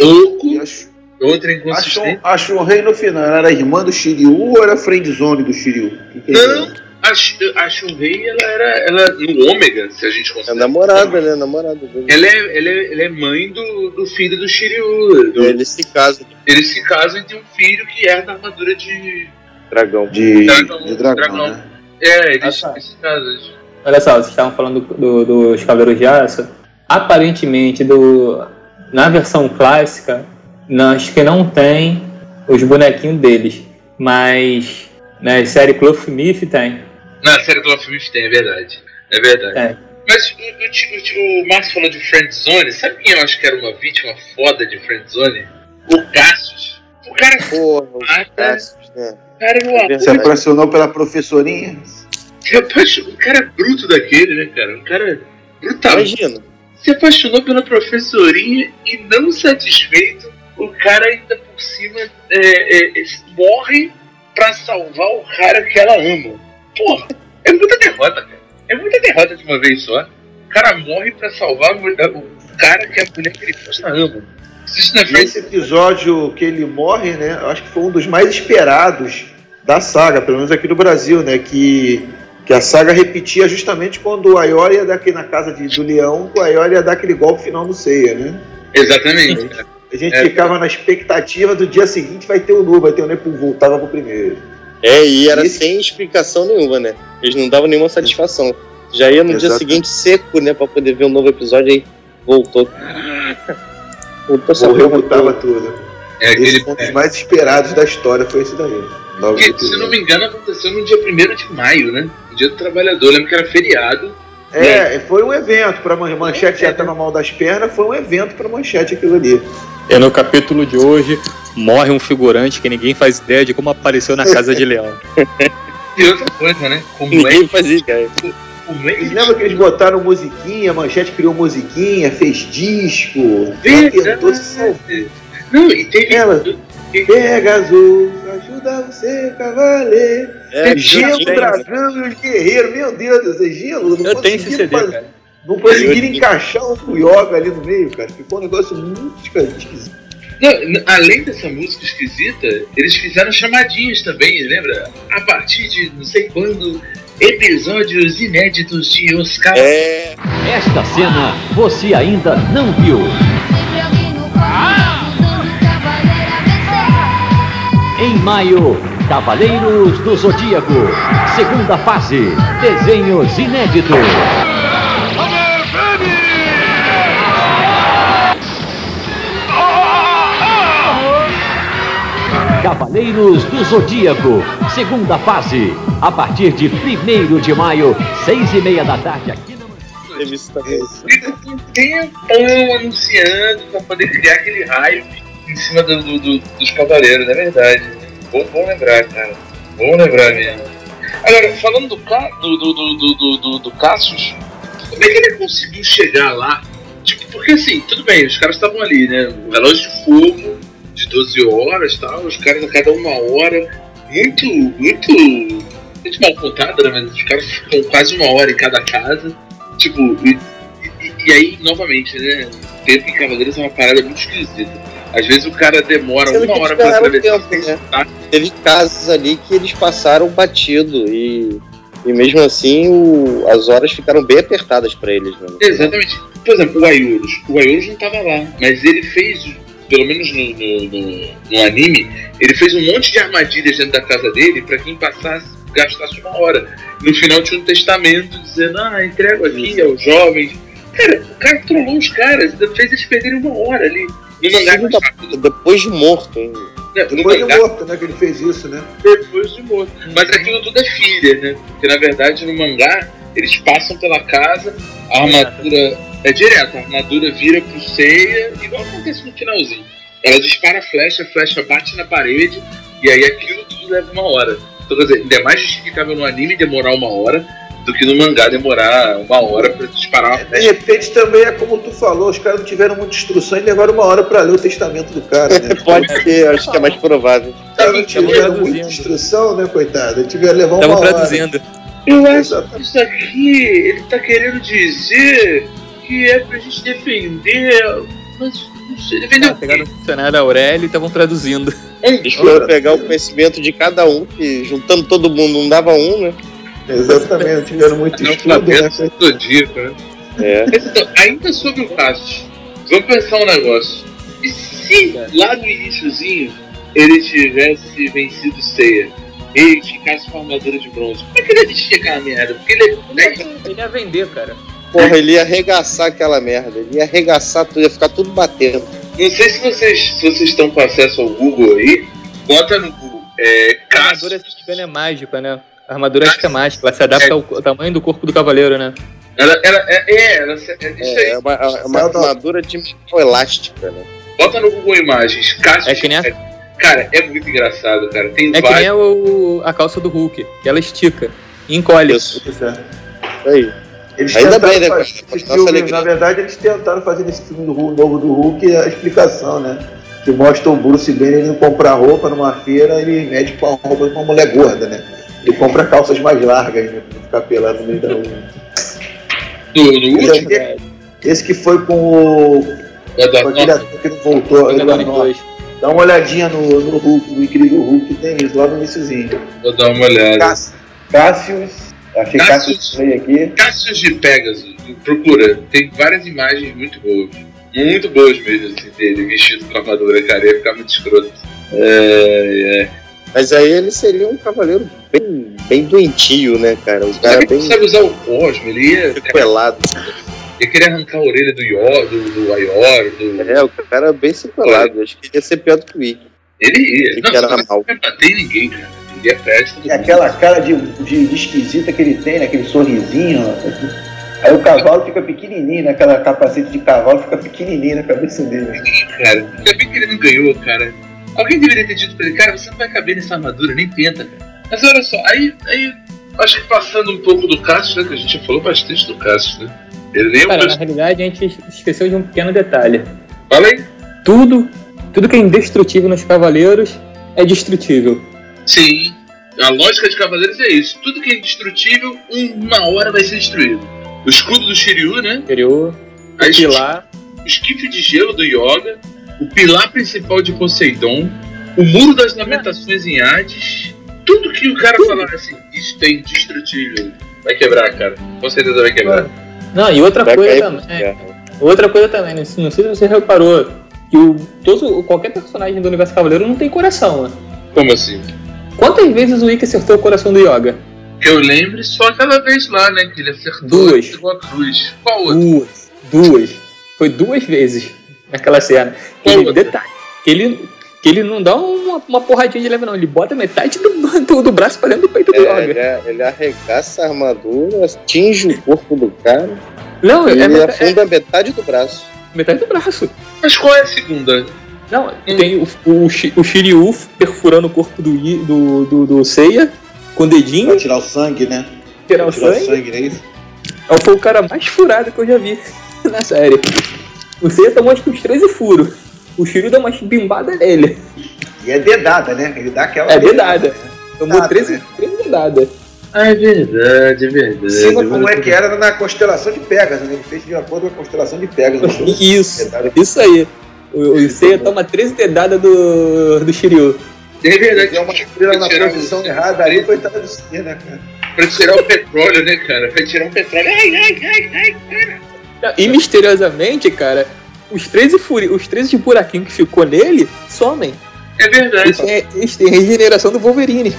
A: Oco,
D: acho-
A: outra
D: Acho
A: inconsistência.
D: acho o um, rei no final. Ela era irmã do Shiryu ou era friendzone do Shiryu? Que que é
A: Não.
D: isso?
A: A, Sh- a Shunrei, ela era. Ela, no ômega, se a gente
B: É
A: considera.
B: namorada, né? Namorada dele.
A: Ela é, ela é, ela é mãe do, do filho do Shiryu. É do-
B: Ele se casa com
A: Eles se casam e tem um filho que herda a armadura de.
B: o dragão.
D: De,
A: Dragão,
D: de dragão,
A: dragão.
D: né?
A: É, eles,
C: Ah, tá.
A: eles se casam.
C: Olha só, vocês estavam falando do- do- dos Cavaleiros de Aço. Aparentemente, do, na versão clássica, não- acho que não tem os bonequinhos deles. Mas na série Clough Myth tem.
A: Na série do Filmes tem, é verdade. É verdade.
C: É.
A: Mas o, o, ti- o, ti- o Márcio falou de Friendzone. Sabe quem eu acho que era uma vítima foda de Friendzone? O Cassius. O cara
B: Porra, os
A: mata,
B: braços, né?
A: o cara é um
D: Se apaixonou pela professorinha?
C: é.
A: se apaixonou. Um cara bruto daquele, né, cara? Um cara brutalmente.
B: Imagina.
A: se apaixonou pela professorinha e não satisfeito, o cara ainda por cima é, é, é, morre pra salvar o cara que ela ama. Porra, é muita derrota, cara. É muita derrota de uma vez só. O cara morre pra salvar a mulher- o cara que a mulher que ele posta ama. Isso é na
D: E
A: frente.
D: esse episódio que ele morre, né? eu Acho que foi um dos mais esperados da saga, pelo menos aqui no Brasil, né? Que, que a saga repetia justamente quando a Ioria ia dar aqui na casa de, do Leão, a Ioria ia dar aquele golpe final no Ceia, né?
A: Exatamente.
D: A gente
A: É.
D: ficava na expectativa do dia seguinte vai ter o novo, vai ter o Nepal voltava pro primeiro.
F: É, e era
D: Esse-
F: sem explicação nenhuma, né? Eles não davam nenhuma satisfação. Já ia no dia
D: Exato.
F: seguinte seco, né, pra poder ver um novo episódio aí. Voltou. Voltou
D: Morreu,
F: sabendo.
D: mutava tudo.
A: É
D: Esse
A: aquele.
D: foi um dos mais esperados da história, foi esse daí. Nova
A: que,
D: República.
A: se não me engano, aconteceu no dia 1 de maio, né? O dia do trabalhador. Eu lembro que era feriado.
D: É, foi um evento pra man- manchete,
A: É.
D: já tava mal das pernas, foi um evento pra manchete aquilo ali.
C: E no capítulo de hoje, morre um figurante que ninguém faz ideia de como apareceu na casa de leão.
A: E outra coisa, né? Como é,
F: Ninguém fazia ideia.
A: como é
D: Vocês lembram que eles botaram musiquinha, a manchete criou musiquinha, fez disco, tentou se salvar.
A: é Verdade. Não, e teve.
D: Ela- Pegasus, ajuda você, cavaleiro.
F: É,
B: né?
D: Gelo,
F: Jorginho,
D: dragão e os guerreiros, meu Deus do céu, gelo, não
C: Eu tenho esse
D: conseguiram
C: CD,
D: fazer-
C: cara.
D: Não conseguiram
F: Eu-
D: encaixar o Fuyoga ali no meio, cara. Ficou um negócio muito esquisito.
A: Não, n- além dessa música esquisita, eles fizeram chamadinhos também, lembra? A partir de não sei quando, episódios inéditos de Oscar.
F: É,
H: Esta cena você ainda não viu.
I: Sempre alguém no colo, ajudando o cavaleiro a vencer.
H: Em maio, Cavaleiros do Zodíaco. Segunda fase, desenhos inéditos. Cavaleiros do Zodíaco, segunda fase, a partir de 1 de maio, seis e meia da tarde aqui na
F: teve isso também.
A: Ficou um tempão anunciando pra poder criar aquele raio em cima do- do- do- dos cavaleiros, é verdade. Bom, bom lembrar, cara. Bom lembrar mesmo. né, Agora, falando do, Ca- do, do, do, do, do, do- do Cassius, como é que ele conseguiu chegar lá? Tipo, porque assim, tudo bem, os caras estavam ali, né? Um relógio de fogo de 12 horas e tal, os caras a cada uma hora. Muito, muito. Muito mal contado, né? Mas os caras ficam quase uma hora em cada casa. Tipo, e e, e aí, novamente, né? Tempo em Cavaleiros é uma parada muito esquisita. Às vezes o cara demora
F: Sendo
A: uma
F: que
A: hora pra assim, tá?
F: esperaram o
A: atravessar.
F: tempo, né? Teve casos ali que eles passaram batido e, e mesmo assim o- as horas ficaram bem apertadas pra eles, né?
A: Exatamente. Por exemplo, o Ayurus. O Ayurus não tava lá, mas ele fez, pelo menos no, no, no- no anime, ele fez um monte de armadilhas dentro da casa dele pra quem passasse, gastasse uma hora. No final tinha um testamento dizendo, ah, entrego aqui aos jovens. Cara, o cara trollou os caras, ainda fez eles perderem uma hora ali. No mangá é mais
F: Segunda-
A: rápido,
F: Depois de morto, hein?
A: né? No
D: Depois
A: mangá
D: de morto, né? Que ele fez isso, né?
A: depois de morto. Mas aquilo tudo é filha, né? Porque na verdade no mangá eles passam pela casa, a armadura é direta, a armadura vira pro Seiya, igual acontece no finalzinho. Ela dispara a flecha, a flecha bate na parede, e aí aquilo tudo leva uma hora. Então, quer dizer, ainda é mais justificável no anime demorar uma hora do que no mangá demorar uma hora pra disparar uma
D: De
A: flecha.
D: repente também é como tu falou, os caras não tiveram muita instrução e levaram uma hora pra ler o testamento do
B: *laughs*
D: cara, né?
F: Pode ser, acho que é mais provável.
D: Os caras não tiveram
C: traduzindo.
D: muita instrução, né, coitado? Tiveram levar uma
C: Estavam
D: hora.
C: traduzindo.
A: Eu
D: Exatamente.
A: Isso aqui, ele tá querendo dizer que é pra gente defender. Mas não sei, defender
C: Ah,
A: o quê?
C: pegaram o funcionário Aurélio e estavam traduzindo.
F: Eles foram pegar o conhecimento de cada um, que juntando todo mundo não dava um, né?
D: Exatamente, tiveram muito
A: Não,
D: estudo, né?
A: Flamengo Zodíaco, né?
F: É.
A: Mas, então, ainda sobre o Cassius, vamos pensar um negócio. E se lá no iníciozinho ele tivesse vencido Ceia e ele ficasse com a armadura de bronze, como é que ele ia vestir aquela merda? Porque ele né?
C: Ele ia vender, cara.
F: Porra, ele ia arregaçar aquela merda. Ele ia arregaçar tudo, ia ficar tudo batendo.
A: Não sei se vocês, se vocês estão com acesso ao Google aí, bota no Google. É,
C: A armadura,
A: Cassius.
C: se não me engano, é mágica, né? A armadura acho que é mágica. Ela se adapta ao, ao tamanho do corpo do cavaleiro, né?
A: Ela, ela, é, é, ela, se- é,
F: É,
A: isso aí.
F: é uma, é uma
D: Sabe-
F: armadura de metal elástica, né?
A: Bota no Google Imagens. Cassius.
C: É que nem a-
A: Cara, é muito engraçado, cara. Tem
C: É que
A: vários.
C: nem o, a calça do Hulk, que ela estica e encolhe.
F: Isso. Aí.
D: Eles
F: Ainda
D: tentaram
F: bem, né,
D: fazer
F: cara?
D: esse
F: Nossa
D: filme,
F: alegria.
D: na verdade, eles tentaram fazer nesse filme do Hulk- novo do Hulk a explicação, né? Que mostra o Bruce Banner indo comprar roupa numa feira, ele mede com a roupa de uma mulher gorda, né? Ele compra calças mais largas, né? Pra não ficar pelado no meio da rua.
A: No, no último,
D: Esse que foi com o.
A: é da
D: Com aquele ator que não voltou. ele
C: Vingadores
D: não-
C: dois.
D: Dá uma olhadinha no, no Hulk, no incrível Hulk, tem isso lá no iníciozinho.
A: Vou dar uma
C: É.
A: olhada.
D: Cássio- Cássius. Achei
A: Cássius.
D: Cássius Clay aqui.
A: Cassius de Pegasus, procura. Tem várias imagens muito boas. muito boas mesmo, assim, dele vestido com armadura, cara, ia ficar muito escroto. É, é.
F: Mas aí ele seria um cavaleiro bem, bem doentio, né, cara? Um cara
A: Sabe que
F: bem
A: sabe usar o Cosmo? Ele ia,
F: sequelado.
A: ia querer arrancar a orelha do Ior, do, do Aior, do.
F: É, o cara bem sequelado. Acho que ia ser pior do que o Wick.
A: Ele ia.
F: Ele
A: Não,
F: que era
A: só
F: ramal.
A: não ia bater em ninguém, cara. Ele ia atrás de todo
D: E
F: É,
A: mundo.
D: aquela cara de, de, de esquisita que ele tem, né? aquele sorrisinho. ó. Aí o cavalo fica pequenininho, né? Aquela capacete de cavalo fica pequenininho na cabeça dele.
A: cara. Ainda bem que ele não ganhou, cara. Alguém deveria ter dito pra ele, cara, você não vai caber nessa armadura, nem tenta, cara. Mas olha só, aí, aí acho que passando um pouco do Cassius, né, que a gente já falou bastante do Cassius, né? Ele nem é um
C: Cara, na
A: personagem.
C: realidade a gente esqueceu de um pequeno detalhe.
A: Fala aí.
C: Tudo, tudo que é indestrutível nos cavaleiros é destrutível.
A: Sim. A lógica de Cavaleiros é isso. Tudo que é indestrutível, uma hora vai ser destruído. O escudo do Shiryu, né?
C: Interior,
A: A esqui-
C: pilar,
A: o esquife de gelo do Yoga, o pilar principal de Poseidon, o muro das lamentações em Hades, tudo que o cara falar assim, isso tem destrutível, vai quebrar, cara. Com certeza vai quebrar.
C: Não, e outra
F: Vai
C: coisa
F: cair
C: também.
F: pro terra.
C: Outra coisa também, né? não sei se você reparou, que o, todo, qualquer personagem do universo cavaleiro não tem coração, né?
A: Como assim?
C: Quantas vezes o Ikki acertou o coração do Yoga?
A: Que eu lembro só aquela vez lá, né? Que ele acertou
C: Duas.
A: e pegou a cruz. Qual outra?
C: Duas. Duas. Foi duas vezes naquela cena.
A: Qual
C: Ele,
A: outra?
C: detalhe, que ele, que ele não dá uma, uma porradinha de leve, não. Ele bota metade do, *laughs* do, do braço pra dentro do peito do
F: É,
C: Yoga.
F: ele, ele arregaça a armadura, atinge o corpo do cara
C: Não,
F: e
C: é,
F: ele
C: meta-
F: afunda metade do braço.
C: é metade do braço.
A: Mas qual é a segunda?
C: Não, tem o, o, Shi- o Shiryu perfurando o corpo do, I- do, do, do Seiya com o dedinho,
D: Pra tirar o sangue, né?
C: tirar É o
D: Tirar o
C: sangue.
D: sangue, né? Isso.
C: É Foi o cara mais furado que eu já vi *laughs* na série. O Seiya tomou acho que uns 13 furos. O Shiryu dá uma bimbada nele.
D: E é dedada, né? Ele dá aquela.
C: É dedada. Tomou
D: Nada,
C: 13,
D: né?
C: 13 dedadas.
A: Ah, é verdade, é verdade.
D: Siga como é que era na constelação de Pegasus, né? Ele fez de acordo com a constelação de Pegasus. *laughs*
C: Isso,
D: Dedada.
C: isso aí. O, o
F: é
C: Seiya toma 13 dedadas do, do Shiryu.
A: É verdade, *laughs*
D: Deu uma estrela na
A: Tirar o
D: posição
A: sangue.
D: errada ali, coitado de você, né, cara?
A: pra tirar o petróleo, né, cara? Pra tirar o petróleo. Ai, ai, ai, ai.
C: E misteriosamente, cara, os 13, furi, os 13 buraquinhos que ficou nele somem.
A: É verdade.
C: Isso é, isso é regeneração do Wolverine.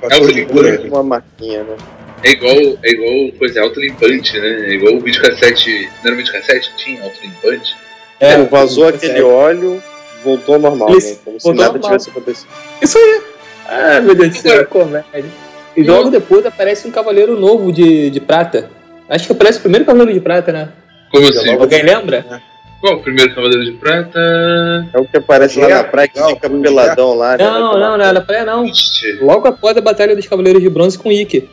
D: Com
A: É
D: a
A: o
D: cor de
A: seguro,
D: cura.
F: Uma marquinha, né?
A: É igual, é igual coisa autolimpante, né? É igual o videocassete. Não era videocassete? que Tinha autolimpante.
F: É, vazou aquele óleo, voltou ao normal,
C: Isso,
F: né? Como se
C: voltou
F: nada
C: ao normal.
F: tivesse acontecido.
C: Isso aí. Ah, meu Deus do céu, comédia. E logo depois aparece um cavaleiro novo de, de prata. Acho que aparece o primeiro cavaleiro de prata, né?
A: Como assim?
C: Alguém lembra?
A: Qual o primeiro Cavaleiro de Prata?
F: É o que aparece lá
D: É,
F: na praia que
D: legal,
F: fica
D: um
F: peladão lá. né?
C: Não, não, não, não, praia não.
A: Ixi.
C: Logo após a Batalha dos Cavaleiros de Bronze com Ikki.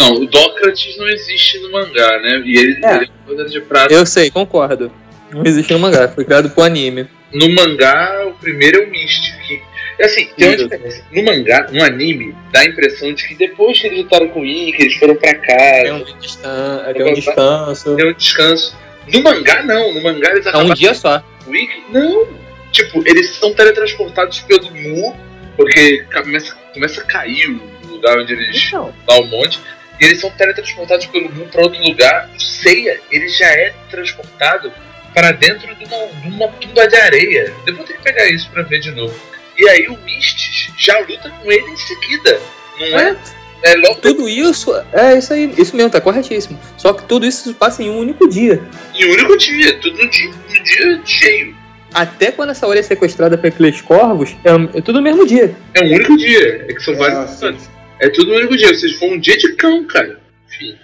A: Não, o Dócrates não existe no mangá, né? E ele
C: É.
A: ele é um Cavaleiro de Prata.
C: Eu sei, concordo. Não existe no mangá, foi criado pro anime.
A: No mangá, o primeiro é o Mystic. É assim, tem uma
C: Isso.
A: diferença. No mangá, no anime, dá a impressão de que depois que eles lutaram com o Ikki, eles foram pra casa,
C: Tem um, distan tem um descanso.
A: deu um descanso. No mangá, não. No mangá, eles
C: É um
A: acabaram
C: dia só.
A: Wick? Não. Tipo, eles são teletransportados pelo Mu, porque começa, começa a cair o lugar onde eles
C: Então,
A: dá um monte. E eles são teletransportados pelo Mu pra outro lugar. O Seiya, ele já é transportado para dentro de uma, de uma tumba de areia. Eu vou ter que pegar isso pra ver de novo. E aí o Mistes já luta com ele em seguida. Não é? É logo
C: tudo isso, é isso aí, isso mesmo, tá corretíssimo. Só que tudo isso se passa em um único dia.
A: em um único dia. Tudo no dia, no dia cheio.
C: Até quando essa hora é sequestrada pra aqueles corvos, é, é tudo no mesmo dia.
A: É um único dia. É que são vários.
D: Nossa,
A: É tudo no único dia. Vocês foram um dia de cão, cara. Enfim.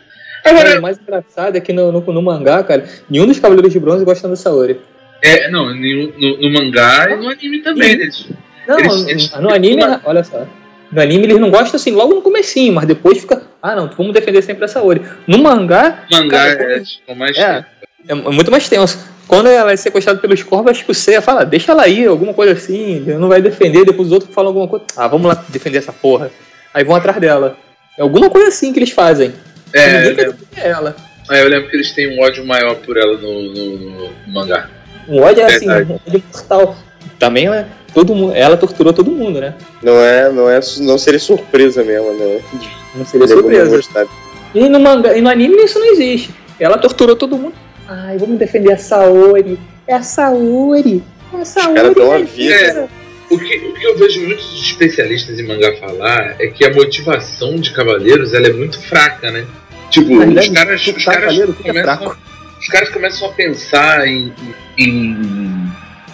C: Cara,
A: Agora,
C: o mais engraçado é que no, no, no mangá, cara, nenhum dos Cavaleiros de Bronze gosta da Saori.
A: é, não, no, no- no mangá e no anime também, né?
C: Não,
A: Eles- eles-
C: no anime, olha só. No anime eles não gostam assim logo no comecinho, mas depois fica, ah não, vamos defender sempre a Saori. No mangá,
A: No mangá
C: Cara,
A: é, tipo, mais.
C: é, é muito mais tenso. Quando ela é sequestrada pelos corvos, acho que o Seiya fala, deixa ela aí, alguma coisa assim, ela não vai defender, depois os outros falam alguma coisa, ah, vamos lá defender essa porra. Aí vão atrás dela. É alguma coisa assim que eles fazem.
A: É,
C: Ninguém
A: eu
C: quer
A: lembro,
C: defender ela.
A: é, eu lembro que eles têm um ódio maior por ela no, no- no mangá.
C: O ódio é assim,
A: Verdade.
C: um ódio mortal. Também, né? Todo mundo, ela torturou todo mundo, né?
F: Não é, não é, su- não seria surpresa mesmo, né?
C: Não seria
F: Nego não
C: surpresa.
F: gostar.
C: E no, manga, e no anime isso não existe. Ela torturou todo mundo.
J: Ai, vamos defender a Saori. É a Saori. É a Saori.
F: caras dão a
J: né,
F: vida.
J: cara?
A: O que, o que eu vejo muitos especialistas em mangá falar é que a motivação de Cavaleiros ela é muito fraca, né? Tipo,
B: Na
A: os
B: verdade,
A: caras,
B: o
A: os caras
B: Cavaleiro fica
A: começam,
B: fraco.
A: os caras começam a pensar em. em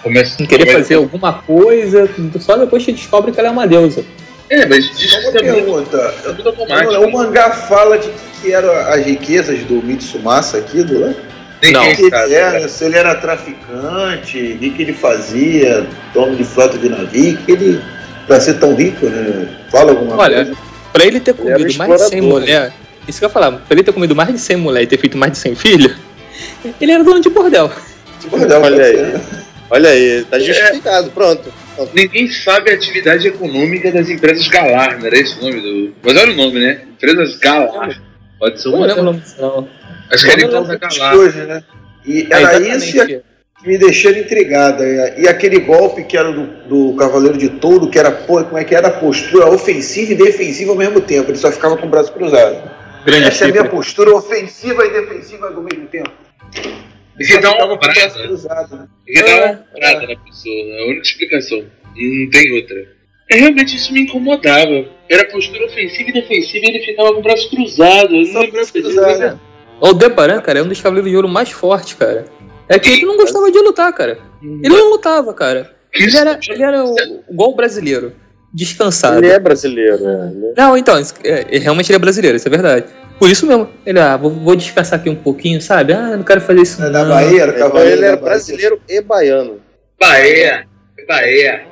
A: começam,
C: Não querer
A: começam-
C: fazer alguma coisa, só depois que descobre que ela é uma deusa.
A: É, mas isso
D: Só uma
A: é muito,
D: pergunta.
A: é muito automático.
D: Olha, O mangá fala de que, que eram as riquezas do Mitsumasa aqui, do né?
A: Ninguém
D: O que
A: sabe,
D: ele
A: cara.
D: era, se ele era traficante, o que, que ele fazia, dono de frota de navio, que ele, pra ser tão rico, né? Fala alguma
C: Olha,
D: coisa.
C: Pra ele ter
B: Ele era
C: comido mais de 100
B: explorador,
C: mulheres,
D: né?
C: isso que eu ia falar, pra ele ter comido mais de 100 mulheres e ter feito mais de 100 filhos, ele era dono de bordel.
D: Olha, tá
F: Olha aí. Olha aí, tá justificado, pronto.
A: Ninguém sabe a atividade econômica das empresas Galar, não era esse o nome do. Mas olha o nome, né? Empresas Galar. Pode ser
C: Eu não
A: uma.
C: lembro o nome disso, não.
A: Acho que era
C: Eu não
A: empresa
D: Essas
A: Galar.
D: coisas, né?
A: É,
D: E
C: É,
D: era isso é e a- que me deixando intrigada. E- E aquele golpe que era do, do Cavaleiro de Touro, que era, pô, como é que era a postura ofensiva e defensiva ao mesmo tempo. Ele só ficava com o braço cruzado.
C: Grande
D: Essa é a
C: chifre.
D: minha
A: tipo-
D: postura ofensiva e defensiva ao mesmo tempo.
A: E que
D: Só
A: dá
D: ficava
A: uma
D: com o braço
A: brasa.
D: cruzado, né?
A: E que dá uma parada na pessoa, é a única explicação. Não tem outra. É, realmente isso me incomodava. Era postura ofensiva e defensiva e ele ficava com o braço cruzado. Eu não
D: Só o
A: lembrava
D: braço
A: disso.
D: cruzado.
C: O Deparan, cara, é um dos cavaleiros de ouro mais fortes, cara. É que ele não gostava de lutar, cara. Ele não lutava, cara. Ele era, ele era o, igual o brasileiro. Descansado.
F: Ele é brasileiro, né?
C: Não, então, isso- é, é, realmente ele é brasileiro, isso é verdade. Por isso mesmo, ele, ah, vou, vou descansar aqui um pouquinho, sabe? Ah, não quero fazer isso.
D: Né, Da
C: não.
D: Bahia, era o
F: Então
D: Cavaleiro
F: ele é
D: da Bahia.
F: brasileiro e baiano.
A: é Bahia. É Bahia.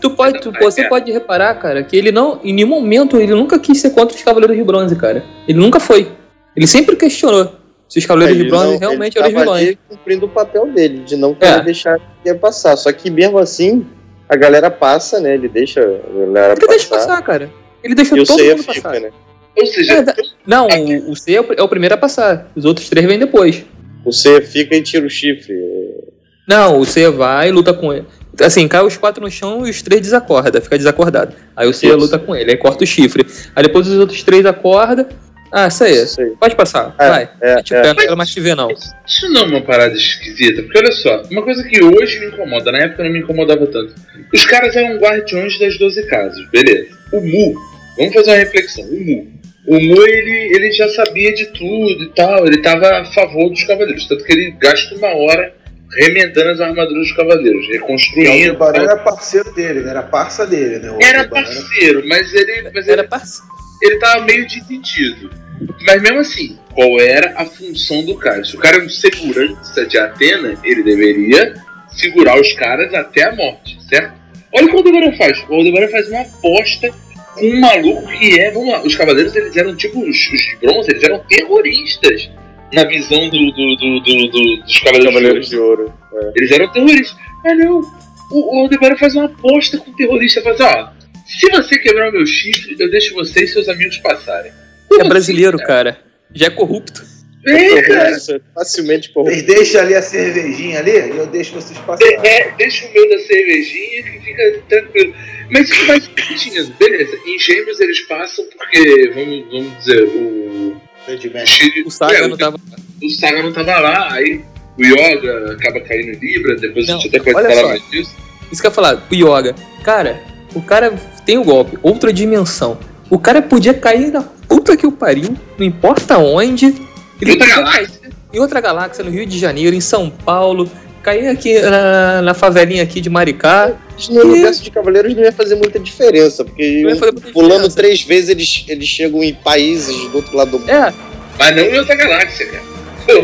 C: Tu pode, tu- você pode reparar, cara, que ele não, em nenhum momento, ele nunca quis ser contra os Cavaleiros de Bronze, cara. Ele nunca foi. Ele sempre questionou se os Cavaleiros de
F: Ele
C: Bronze
F: não-
C: é realmente
F: ele
C: eram os
F: tava
C: vilões.
F: ali cumprindo o papel dele, de não querer
C: É.
F: deixar que ia passar. Só que mesmo assim, a galera passa, né? Ele deixa a galera
C: Ele deixa
F: passar.
C: passar, cara. Ele deixou
F: E o
C: todo
F: Seiya
C: mundo
F: fica,
C: passar.
F: né?
A: Ou seja,
C: É, Não, o, o C é o, é o primeiro a passar. Os outros três vêm depois.
F: O Seiya fica e tira o chifre.
C: Não, o C vai, luta com ele. Assim, cai os quatro no chão e os três desacorda, fica desacordado. Aí o C
F: Isso.
C: luta com ele, aí corta o chifre. Aí depois os outros três acordam. Ah, isso aí.
F: Isso aí.
C: Pode passar,
F: É,
C: vai.
F: É,
C: Mete o
F: é.
C: pé, não quero mais te ver, não.
A: Isso não é uma parada esquisita, porque olha só, uma coisa que hoje me incomoda, na época não me incomodava tanto. Os caras eram guardiões das 12 casas, beleza. O Mu, vamos fazer uma reflexão, o Mu. O Mu, ele, ele já sabia de tudo e tal, ele tava a favor dos cavaleiros, tanto que ele gasta uma hora remendando as armaduras dos cavaleiros,
D: E É o
A: reconstruindo.
D: Aldebaran
A: tal.
D: era parceiro dele, né? Era parça dele, né? O
A: Era
D: Aldebaran
A: parceiro, mas ele, mas ele
C: Era parceiro.
A: ele tava meio dividido. Mas mesmo assim, qual era a função do cara? Se o cara é um segurança de Atena, ele deveria segurar os caras até a morte, certo? Olha o que o Aldebaran faz. O Aldebaran faz uma aposta com um maluco que é. Vamos lá, os cavaleiros eles eram tipo os, os de bronze, eles eram terroristas na visão do, do- do- do- do- dos cavaleiros,
F: Cavaleiros de
C: *laughs*
F: Ouro.
A: eles eram terroristas. Mas não, o, o Aldebaran faz uma aposta com o terrorista. Faz, ó, se você quebrar o meu chifre, eu deixo você e seus amigos passarem.
C: É brasileiro, cara. Já é corrupto.
A: É, cara.
F: Isso é Facilmente corrupto.
D: Vocês deixam ali a cervejinha ali e eu deixo vocês passarem.
A: É, deixa o meu da cervejinha que fica tranquilo. Mas isso vai discutindo, beleza. Em gêmeos eles passam porque, vamos, vamos dizer, o.
C: O Saga
A: é,
C: não tá- tava.
A: o Saga não tava lá, aí o Yoga acaba caindo em Libra, depois
C: Não,
A: a gente até pode
C: olha
A: falar
C: só.
A: mais disso.
C: Isso que eu ia falar, o Yoga. Cara, o cara tem o golpe, outra dimensão. O cara podia cair na puta que o pariu, não importa onde. Ele
F: tá
A: Outra
C: podia
A: galáxia.
C: cair Em outra galáxia, no Rio de Janeiro, em São Paulo. Cair aqui na, na favelinha aqui de Maricá.
F: No universo de Cavaleiros não ia fazer muita diferença, porque um
C: Não ia fazer muita
F: pulando
C: diferença.
F: três vezes eles, eles chegam em países do outro lado do mundo.
C: É,
A: Mas não em outra galáxia, cara. *laughs*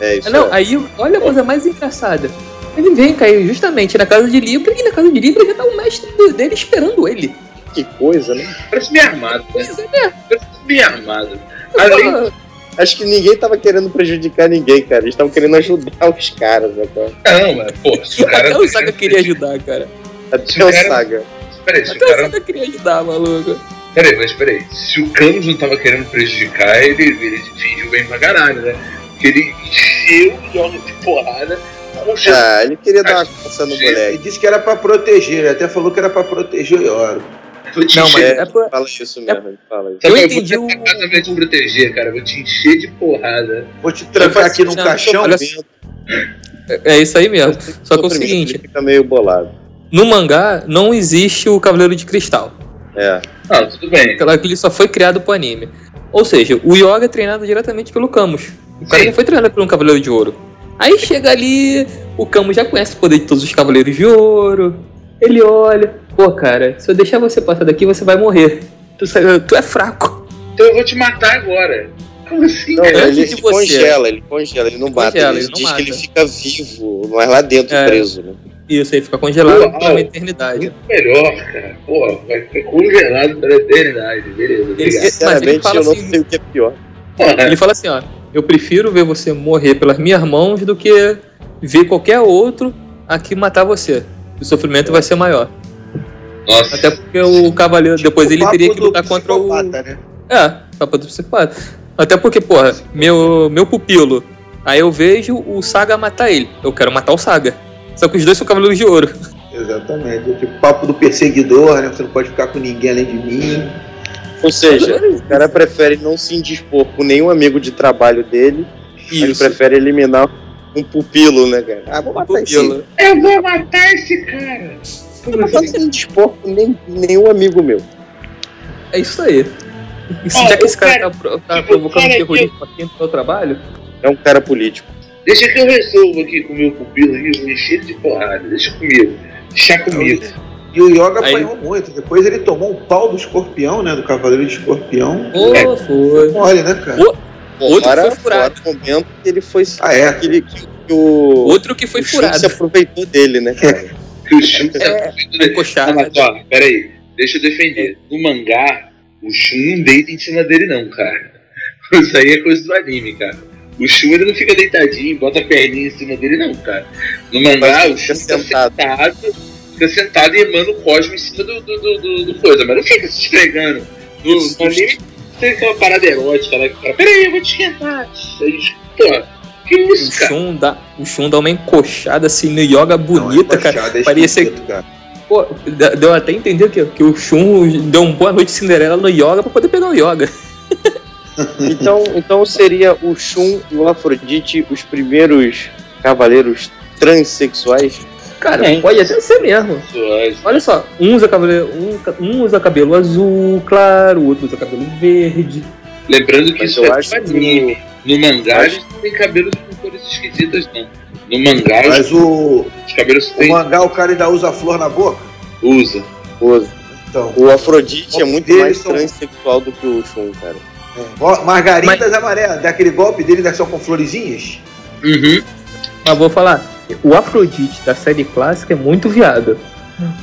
F: É isso.
C: não,
F: é.
C: aí olha a coisa mais engraçada. Ele vem cair justamente na casa de Libra e na casa de Libra já tá o mestre de- dele esperando ele.
F: Que coisa, né?
A: Parece bem armado, né?
C: Isso é
A: Parece bem armado. Além
F: Acho que ninguém tava querendo prejudicar ninguém, cara. Eles estavam querendo ajudar os caras, né, cara?
A: Não, mas, pô, se o cara.
C: Até o Saga queria Então, ajudar, cara.
F: Até o
A: Cara-
F: É Saga.
A: Peraí, se o
C: Até o
A: cara.
C: Saga queria ajudar, maluco.
A: Peraí, mas peraí. Se o Camus não tava querendo prejudicar, ele, ele fingiu bem pra caralho, né? Porque ele encheu o Yoga de porrada um com o Jesus.
F: Ah, ele queria dar uma caça no
A: Jesus.
F: moleque.
D: Ele disse que era pra proteger, ele até falou que era pra proteger o Ioro.
A: Vou te
C: Não, mas
A: encher.
C: é por-
F: Fala isso mesmo, fala isso.
C: eu
A: Sabe,
C: entendi
A: vou
C: o-
A: tentar casa vai te proteger, cara. Vou te encher de porrada.
D: Vou te trancar aqui num
C: Não,
F: um
D: caixão.
C: assim, olha só. é isso aí mesmo. Só que é o
F: Comprimido,
C: seguinte,
A: né?
F: ele Fica meio bolado.
C: no mangá não existe o Cavaleiro de Cristal.
F: É.
A: Ah, tudo bem.
C: Aquela que ele só foi criado pro anime. Ou seja, o Yoga é treinado diretamente pelo Camus. O cara
A: Sim.
C: não foi treinado por um Cavaleiro de Ouro. Aí chega ali, o Camus já conhece o poder de todos os Cavaleiros de Ouro. Ele olha, pô, cara, se eu deixar você passar daqui, você vai morrer. Tu, sa- tu é fraco.
A: Então eu vou te matar agora. Como assim,
F: Não,
A: cara?
C: Antes
F: ele
C: de
F: se
C: você-
F: congela, ele congela, ele não
C: Ele
F: mata.
C: congela,
F: ele,
C: ele não
F: diz
C: mata.
F: que ele fica vivo, mas lá dentro
C: É.
F: preso, né?
C: Isso aí fica congelado
A: Uau.
C: por uma eternidade.
A: Muito É melhor, cara. Pô, vai ficar congelado pela eternidade. Beleza, obrigado.
F: Sinceramente,
C: fala
F: eu não
C: assim-
F: sei o que é pior.
A: Porra,
C: Ele fala assim, ó, eu prefiro ver você morrer pelas minhas mãos do que ver qualquer outro aqui matar você. O sofrimento vai ser maior.
A: Nossa,
C: Até porque o cavaleiro, depois ele
D: O
C: teria que
D: Tipo papo do
C: lutar contra o.
D: psicopata, né?
C: É, papo do psicopata. Até porque, porra, meu, meu pupilo. Aí eu vejo o Saga matar ele. Eu quero matar o Saga. Só que os dois são cavaleiros de ouro.
D: Exatamente. É tipo papo do perseguidor, né? Você não pode ficar com ninguém além de mim.
F: Ou seja, o cara prefere não se indispor com nenhum amigo de trabalho dele, ele
C: *laughs* Isso.
F: prefere eliminar um pupilo, né, cara?
C: É.
F: Ah, vou matar esse.
C: Pupilo.
A: eu vou matar esse cara.
F: Eu não
A: assim?
F: posso me indispor com nem- nenhum amigo meu.
C: É isso aí. E se
A: Ó,
C: já que
A: eu
C: esse cara tipo-
A: quero-
C: tá, pro- tá
A: eu
C: provocando
A: quero
C: terrorismo aqui no seu trabalho,
F: É um cara político.
A: Deixa que eu resolvo aqui com o meu pupilo aqui, me encher de porrada. Deixa comigo. Deixa comigo.
D: E o Yoga
C: Aí-
D: apanhou muito. Depois ele tomou um pau do escorpião, né? Do Cavaleiro de Escorpião.
C: pô,
A: É.
C: foi.
D: Olha, né, cara?
C: O- Outro
F: Fora-
C: foi furado.
F: fora é o momento que ele foi.
D: Ah, é.
F: Que, ele- que o.
C: Outro que foi
F: o Shun se
C: furado.
F: aproveitou dele,
C: *laughs*
F: né?
D: É.
F: cara?
A: Que o Shun
F: É,
A: se aproveitou é, Não,
C: Coxada.
A: mas ó, peraí, deixa eu defender.
F: É.
A: No mangá, o Shun não deita em cima dele, não, cara. *laughs* Isso aí é coisa do anime, cara. O Shun ele não fica deitadinho, bota a perninha em cima dele, não, cara. No mangá,
F: Mas
A: o Shun
F: fica
A: fica
F: sentado.
A: sentado. fica sentado e emana o cosmo em cima do, do, do, do- do coisa, mas não fica se esfregando. No, no anime tem aquela parada erótica lá que fala, peraí, eu vou te esquentar. Aí, Pô, que
C: O
A: isso, cara?
C: Shun, dá, o Shun dá uma encoxada assim no yoga
D: Não, é
C: bonita, cara.
D: baixada, é
C: Parecia-
D: esquisito, cara.
C: Pô, dá- deu até a entender que, que o Shun deu um boa noite Cinderela no yoga pra poder pegar o yoga.
F: Então, então seria o Shun e o Afrodite os primeiros cavaleiros transexuais?
C: Cara, pode até ser mesmo.
A: Suave.
C: Olha só, um usa cabelo, um, ca- um usa cabelo azul claro, o outro usa cabelo verde.
A: Lembrando que
F: Mas
A: isso
F: eu
A: é
F: acho
A: do
F: que
A: anime.
F: o-
A: No mangá,
F: Acho-
A: eles não têm cabelos com cores esquisitas, não. No mangá, os-
D: Mas o,
A: os cabelos
D: o
A: têm.
D: mangá, o cara ainda usa flor na boca.
A: Usa.
F: o,
D: Então,
F: o Afrodite é muito
D: Eles
F: mais
D: são-
F: transexual do que o Shun, cara.
D: ó, margaridas amarelas, daquele golpe dele, né, só com florezinhas.
A: Uhum.
C: Mas vou falar, o Afrodite da série clássica é muito viado.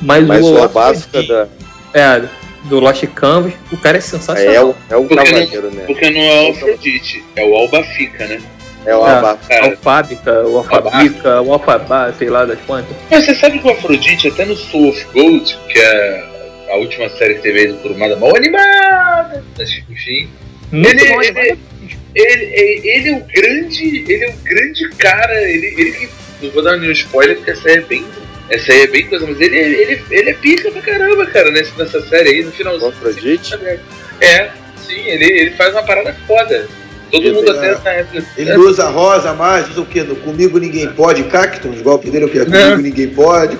C: Mas,
F: Mas
C: o,
F: o
C: Afrodite-
F: Abasca da,
C: é, do Lost Canvas, o cara
F: é,
C: é
F: é,
C: sensacional.
F: o, é o
A: Porque não-
F: cavaleiro, né?
A: Porque não é o Afrodite, é o Albafica, né?
F: É o
C: É.
F: Abasca.
A: Cara,
C: Alfábica,
F: É
C: o Alfabica, o Alfabá, sei lá das quantas.
A: mas você sabe que o Afrodite, até no Soul of Gold, que é a última série que teve aí do Kurumada mal animada, mas enfim.
C: Muito
A: Ele,
C: bom,
A: ele, ele, ele, ele é o grande. Ele é o grande cara. Ele, ele que. Não vou dar nenhum spoiler, porque essa aí é bem. Essa aí é bem coisa, mas ele, ele, ele é pica pra caramba, cara, nessa, nessa série aí, no
F: O
A: finalzinho.
F: Afrodite?
A: É, sim, ele, ele faz uma parada foda. Todo
F: Ele
A: mundo
D: fez
A: até
D: a-
A: essa época. É
D: Ele usa rosa, mais, usa o quê? No Comigo ninguém pode, cacto, os golpes dele é o quê? Comigo
A: Não.
D: ninguém pode,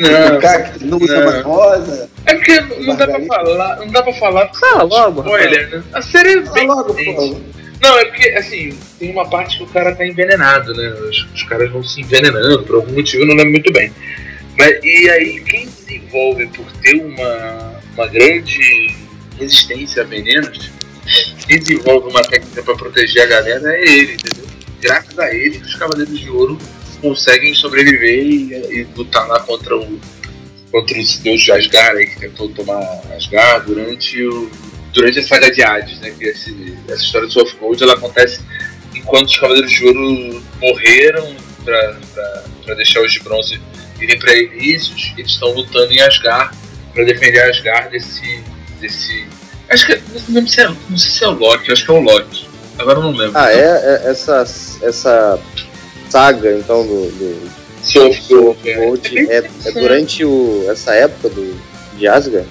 A: Não,
D: cacto, não usa
A: Não.
D: mais rosa.
A: é porque não dá pra
D: Margarida.
A: falar, não dá pra falar
C: Fala logo, rapaz.
A: spoiler, né? A série é
D: Fala
A: bem
D: Ah, logo,
A: recente.
D: pô.
A: Não, é porque, assim, tem uma parte que o cara tá envenenado, né? Os, os caras vão se envenenando por algum motivo, eu não lembro muito bem. Mas, e aí, quem desenvolve por ter uma, uma grande resistência a venenos, quem desenvolve uma técnica pra proteger a galera é ele, entendeu? Graças a ele que os Cavaleiros de Ouro conseguem sobreviver e, e lutar lá contra o contra os deuses de Asgard aí, que tentou tomar Asgard durante o durante a saga de Hades, né? Que esse- essa história do Soft Gold ela acontece enquanto os Cavaleiros de Ouro morreram pra, pra, pra deixar os de bronze irem pra Elísios, eles estão lutando em Asgard pra defender Asgard desse. desse. Acho que. Não, lembro se é, não sei se é o Loki, acho que é o Loki. Agora eu não lembro.
F: Ah, é, é essa, essa saga, então, do, do é,
A: Soft Gold.
F: Gold é, é durante o, essa época do, de Asgard?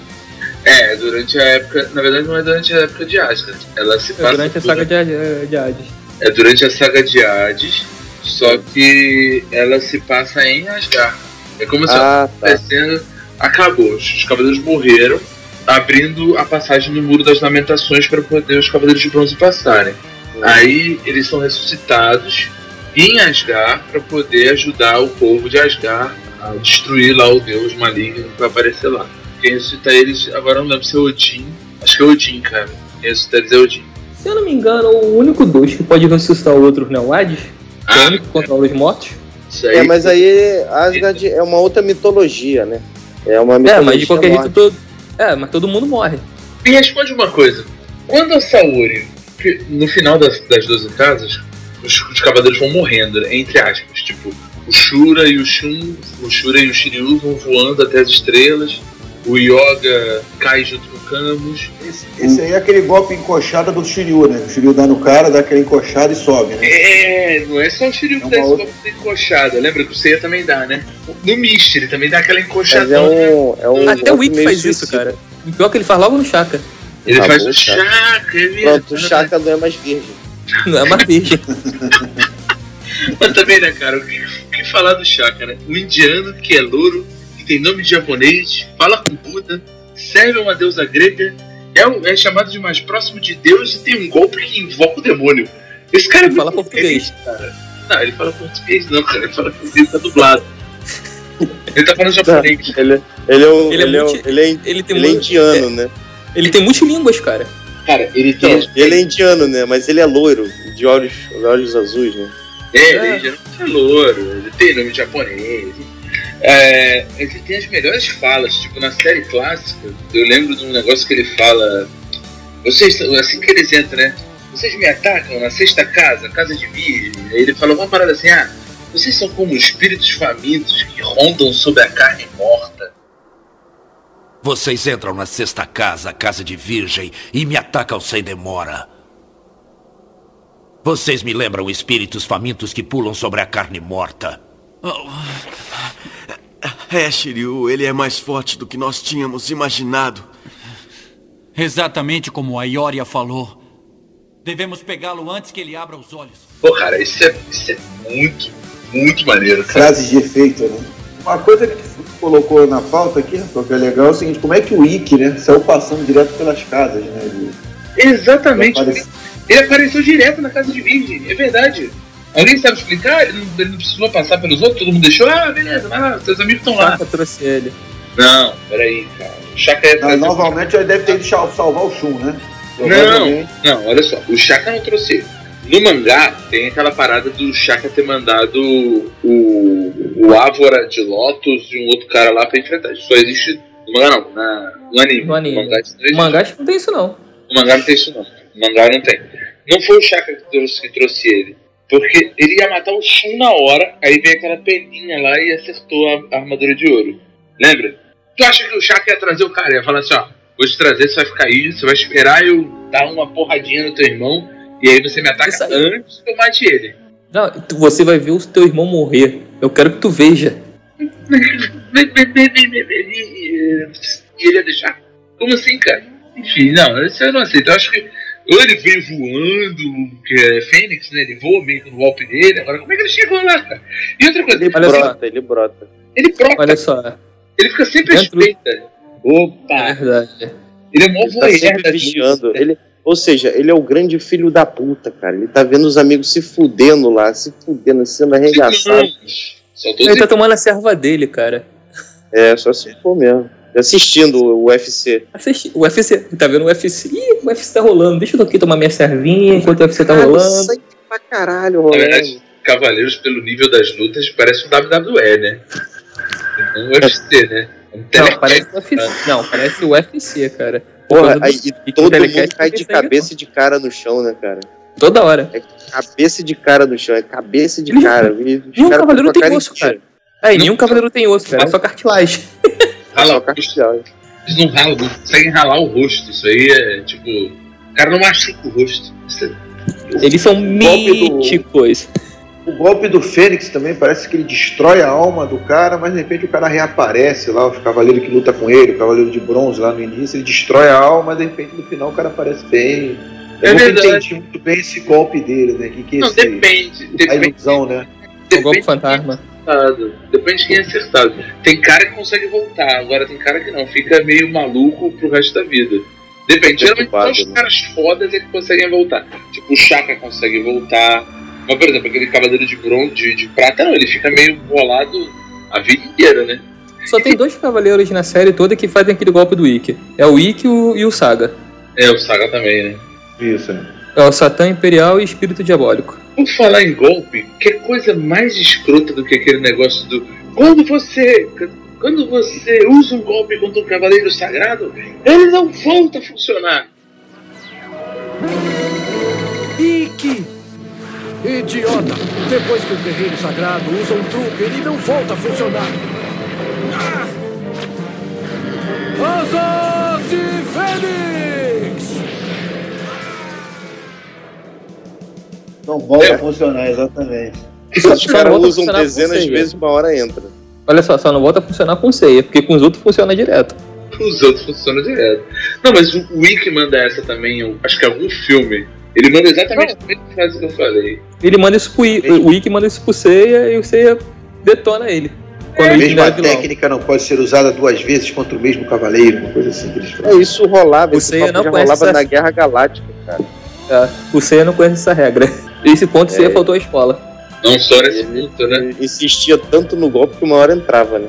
A: É, É, durante a época. Na verdade, não é durante a época de Asgard. Ela se passa.
C: É durante a
F: né?
C: saga de, A- de Hades.
A: É durante a saga de Hades, só que ela se passa em Asgard. É como se ela
B: Ah, tá.
A: acontecendo. Acabou. Os os Cavaleiros morreram, abrindo a passagem no Muro das Lamentações para poder os Cavaleiros de Bronze passarem.
F: Uhum.
A: Aí eles são ressuscitados em Asgard para poder ajudar o povo de Asgard a destruir lá o deus maligno que vai aparecer lá. Quem ressuscita eles, agora eu não lembro se é Odin. Acho que é Odin, cara. Quem ressuscita eles é Odin.
C: Se eu não me engano, o único dois que pode ressuscitar o outro, né? O Hades, que
F: Ah,
C: é o único que controla os mortos.
A: Ah, isso aí.
F: É, mas aí Asgard é uma outra mitologia, né? É uma
C: É,
F: mitologia.
C: mas de qualquer jeito
F: nórdica.
C: todo. É, mas todo mundo morre.
A: Me responde uma coisa. Quando a Saori, que no final das, das 12 casas, os, os cavaleiros vão morrendo, né? entre aspas. Tipo, o Shura e o Shun, o Shura e o Shiryu vão voando até as estrelas, o Yoga cai junto com o Camus.
D: Esse, esse aí é aquele golpe encoxada do Shiryu, né? O Shiryu dá no cara, dá aquela encoxada e sobe, né?
A: É, não é só o Shiryu
D: É
A: que
D: uma
A: dá esse
D: outra-
A: golpe de encoxada. Lembra que o Seiya também dá, né? No Mist, ele também dá aquela
F: Mas é
A: encoxadão.
F: um, é um
C: Até o
F: golpe
C: Wick
F: meio
C: faz isso,
F: suicida.
C: cara. E pior que ele faz logo
F: *laughs*
C: no Chaka.
A: Ele
F: Tá
A: faz
F: bom,
A: o
F: cara.
A: Chaka, é verdade.
F: Pronto, o Chaka não é mais
A: *laughs*
F: virgem.
C: Não é mais virgem.
A: Mas também, né, cara? O que, o que falar do Chaka, né? Um indiano que é louro, que tem nome de japonês, fala com Buda, serve a uma deusa grega, é, o- é chamado de mais próximo de Deus e tem um golpe que invoca o demônio. Esse cara é
C: Ele fala
A: muito
C: português.
A: feliz, cara. Não, ele fala português, não, cara. Ele fala português, tá dublado. Ele tá falando japonês.
F: Ele, ele é um,
C: Ele
F: ele,
C: é
F: é um-
C: multi-
F: ele é in-
C: Ele tem,
F: ele é
C: mu-
F: indiano, né?
C: ele tem muitas línguas, cara.
A: Cara, ele
F: Então,
A: tem.
F: ele é indiano, né? Mas ele é loiro, de olhos, olhos azuis, né?
A: É,
C: É.
A: ele já não é louro, ele tem nome japonês. É, ele tem as melhores falas, tipo na série clássica, eu lembro de um negócio que ele fala. Vocês, assim que eles entram, né? Vocês me atacam na sexta casa, casa de virgem. Aí ele fala uma parada assim, ah, vocês são como espíritos famintos que rondam sobre a carne morta.
K: Vocês entram na sexta casa, a casa de virgem, e me atacam sem demora. Vocês me lembram espíritos famintos que pulam sobre a carne morta.
E: É, Shiryu, ele é mais forte do que nós tínhamos imaginado.
K: Exatamente como a Ioria falou. Devemos pegá-lo antes que ele abra os olhos.
A: Pô, cara, isso é, isso é muito, muito maneiro, cara.
D: Frases de efeito, né? Uma coisa que tu colocou na pauta aqui, Rafael, que é legal, é o seguinte, como é que o Ikki, né, saiu passando direto pelas casas, né? Ele,
A: Exatamente.
D: Aparece-
A: Ele apareceu direto na casa de virgem, é verdade. Alguém sabe explicar? Ele não, ele não precisou passar pelos outros, todo mundo deixou, ah, beleza, vai lá, seus amigos estão lá.
C: Chaka trouxe ele.
A: Não, peraí, cara. O Chaka é
D: Ah, novamente, ele deve ter ido sal- salvar o Shun, né?
A: Não, não, olha só, o Chaka não trouxe ele. No mangá tem aquela parada do Chaka ter mandado o, o Ávora de Lotus e um outro cara lá pra enfrentar. Isso só existe no mangá não, na, no anime.
C: No anime.
A: mangá isso não
C: O
A: existe.
C: mangá acho que não tem isso, não.
A: O mangá não tem isso não. O mangá não tem. Não foi o Chaka que trouxe, que trouxe ele. Porque ele ia matar o Shun na hora, aí veio aquela peninha lá e acertou a, a armadura de ouro. Lembra? Tu acha que o Chaka ia trazer o cara? Ia falar assim, ó, vou te trazer, você vai ficar aí, você vai esperar eu dar uma porradinha no teu irmão, e aí você me ataca
C: Isso aí.
A: antes que eu mate ele.
C: Não, tu- você vai ver o teu irmão morrer. Eu quero que tu veja.
A: *laughs* E ele ia deixar? Como assim, cara? Enfim, não, isso eu não aceito. Eu acho que ou ele veio voando, que é Fênix, né? Ele voa meio que no golpe dele. Agora, como é que ele chegou lá, cara? E outra coisa,
F: Ele
C: Olha só.
F: brota, ele brota.
A: ele brota,
F: *laughs*
C: Olha só, é
A: ele fica sempre à
C: Dentro-
A: espreita. Opa!
C: verdade.
A: Ele é mó
F: Ah. Ele tá
A: voyeur
F: sempre
A: das
F: vigiando.
A: coisas.
F: Ele, ou seja, ele é o grande filho da puta, cara. Ele tá vendo os amigos se fudendo lá, se fudendo, sendo arregaçado.
A: Só tô
C: Ele tá
A: dizendo.
C: tomando a serva dele, cara.
F: É, só se for mesmo. Assistindo o UFC.
C: Assiste o UFC. Tá vendo o UFC? Ih, o UFC tá rolando. Deixa eu aqui tomar minha servinha enquanto o UFC tá
B: Ah,
F: Cara,
C: rolando.
F: sangue pra caralho,
A: Na
F: rolando.
A: verdade, Cavaleiros, pelo nível das lutas, parece um WWE, né? Não um UFC, né? Um
C: Não,
A: telecast.
C: parece o UFC. Não, parece o UFC, cara.
F: Ah. Porra,
C: Por causa do-
F: aí
C: e
F: todo
C: telecast
F: mundo cai
C: tem
F: de
C: sangue
F: cabeça e de cara no chão, né, cara?
C: Toda hora.
F: Cabeça e de cara no chão, é cabeça e de
C: Nenhum-
F: cara. E os
C: nenhum
F: caras
C: cavaleiro
F: com a
C: tem
F: cara
C: osso,
F: inteira.
C: Aí, nenhum cavaleiro tem osso, cara. É só cartilagem.
A: Rala
F: Só
A: o rosto.
F: cartilhagem.
A: Eles não ralam, não conseguem ralar o rosto. Isso aí é tipo. O cara não machuca o rosto. Isso é-
C: Eles são
F: golpe do-
C: míticos.
D: O golpe do Fênix também parece que ele destrói a alma do cara, mas de repente o cara reaparece lá, o cavaleiro que luta com ele, o cavaleiro de bronze lá no início, ele destrói a alma, de repente no final o cara aparece bem. Eu
A: É
D: nunca
A: verdade.
D: entendi muito bem esse golpe dele, né? Que, que é
A: Não,
D: esse-
A: depende.
D: a
A: Depende,
D: ilusão, né?
C: O É um golpe fantasma.
A: é acertado. Depende de quem é acertado. Tem cara que consegue voltar, agora tem cara que não. Fica meio maluco pro resto da vida. Depende. Geralmente são os caras fodas é que conseguem voltar. Tipo, o Chaka consegue voltar. Mas, por exemplo, aquele cavaleiro de bronze, de, de prata, não. Ele fica meio bolado a vida inteira, né?
C: Só tem dois cavaleiros na série toda que fazem aquele golpe do Ikki. É o Ikki e o- e o Saga.
A: É, o Saga também, né?
D: Isso,
C: É o Satã Imperial e Espírito Diabólico.
A: Por falar em golpe, que coisa mais escrota do que aquele negócio do. Quando você. Quando você usa um golpe contra um cavaleiro sagrado, ele não volta a funcionar.
K: Ike! Idiota! Depois que o guerreiro sagrado usa um truque, ele não volta a funcionar. Ah! Asas e Fênix!
D: Não volta a funcionar, exatamente.
B: Os
C: Só não
B: caras
C: volta a
B: usam
C: funcionar com
B: dezenas de
C: ceia.
B: vezes uma hora entra.
C: Olha só, só não volta a funcionar com ceia, porque com os outros funciona direto.
A: Os outros funcionam direto. Não, mas o Wick manda essa também, eu acho que é algum filme. Ele manda exatamente a mesma frase que eu falei.
C: Ele manda isso pro Ikki, o Ikki manda isso pro Seiya e o Seiya detona ele. Quando
D: A
C: ele
D: mesma
C: engana o vilão.
D: técnica não pode ser usada duas vezes contra o mesmo cavaleiro, uma coisa assim que eles falam.
B: É, isso rolava,
C: O
B: isso
C: Seiya não
B: já
C: conhece
B: rolava
C: essa-
B: na Guerra Galáctica, cara.
C: É, o Seiya não conhece essa regra. *laughs* Esse ponto o Seiya faltou a escola.
A: Não só nesse ponto, né?
B: Insistia tanto no golpe que uma hora entrava, né?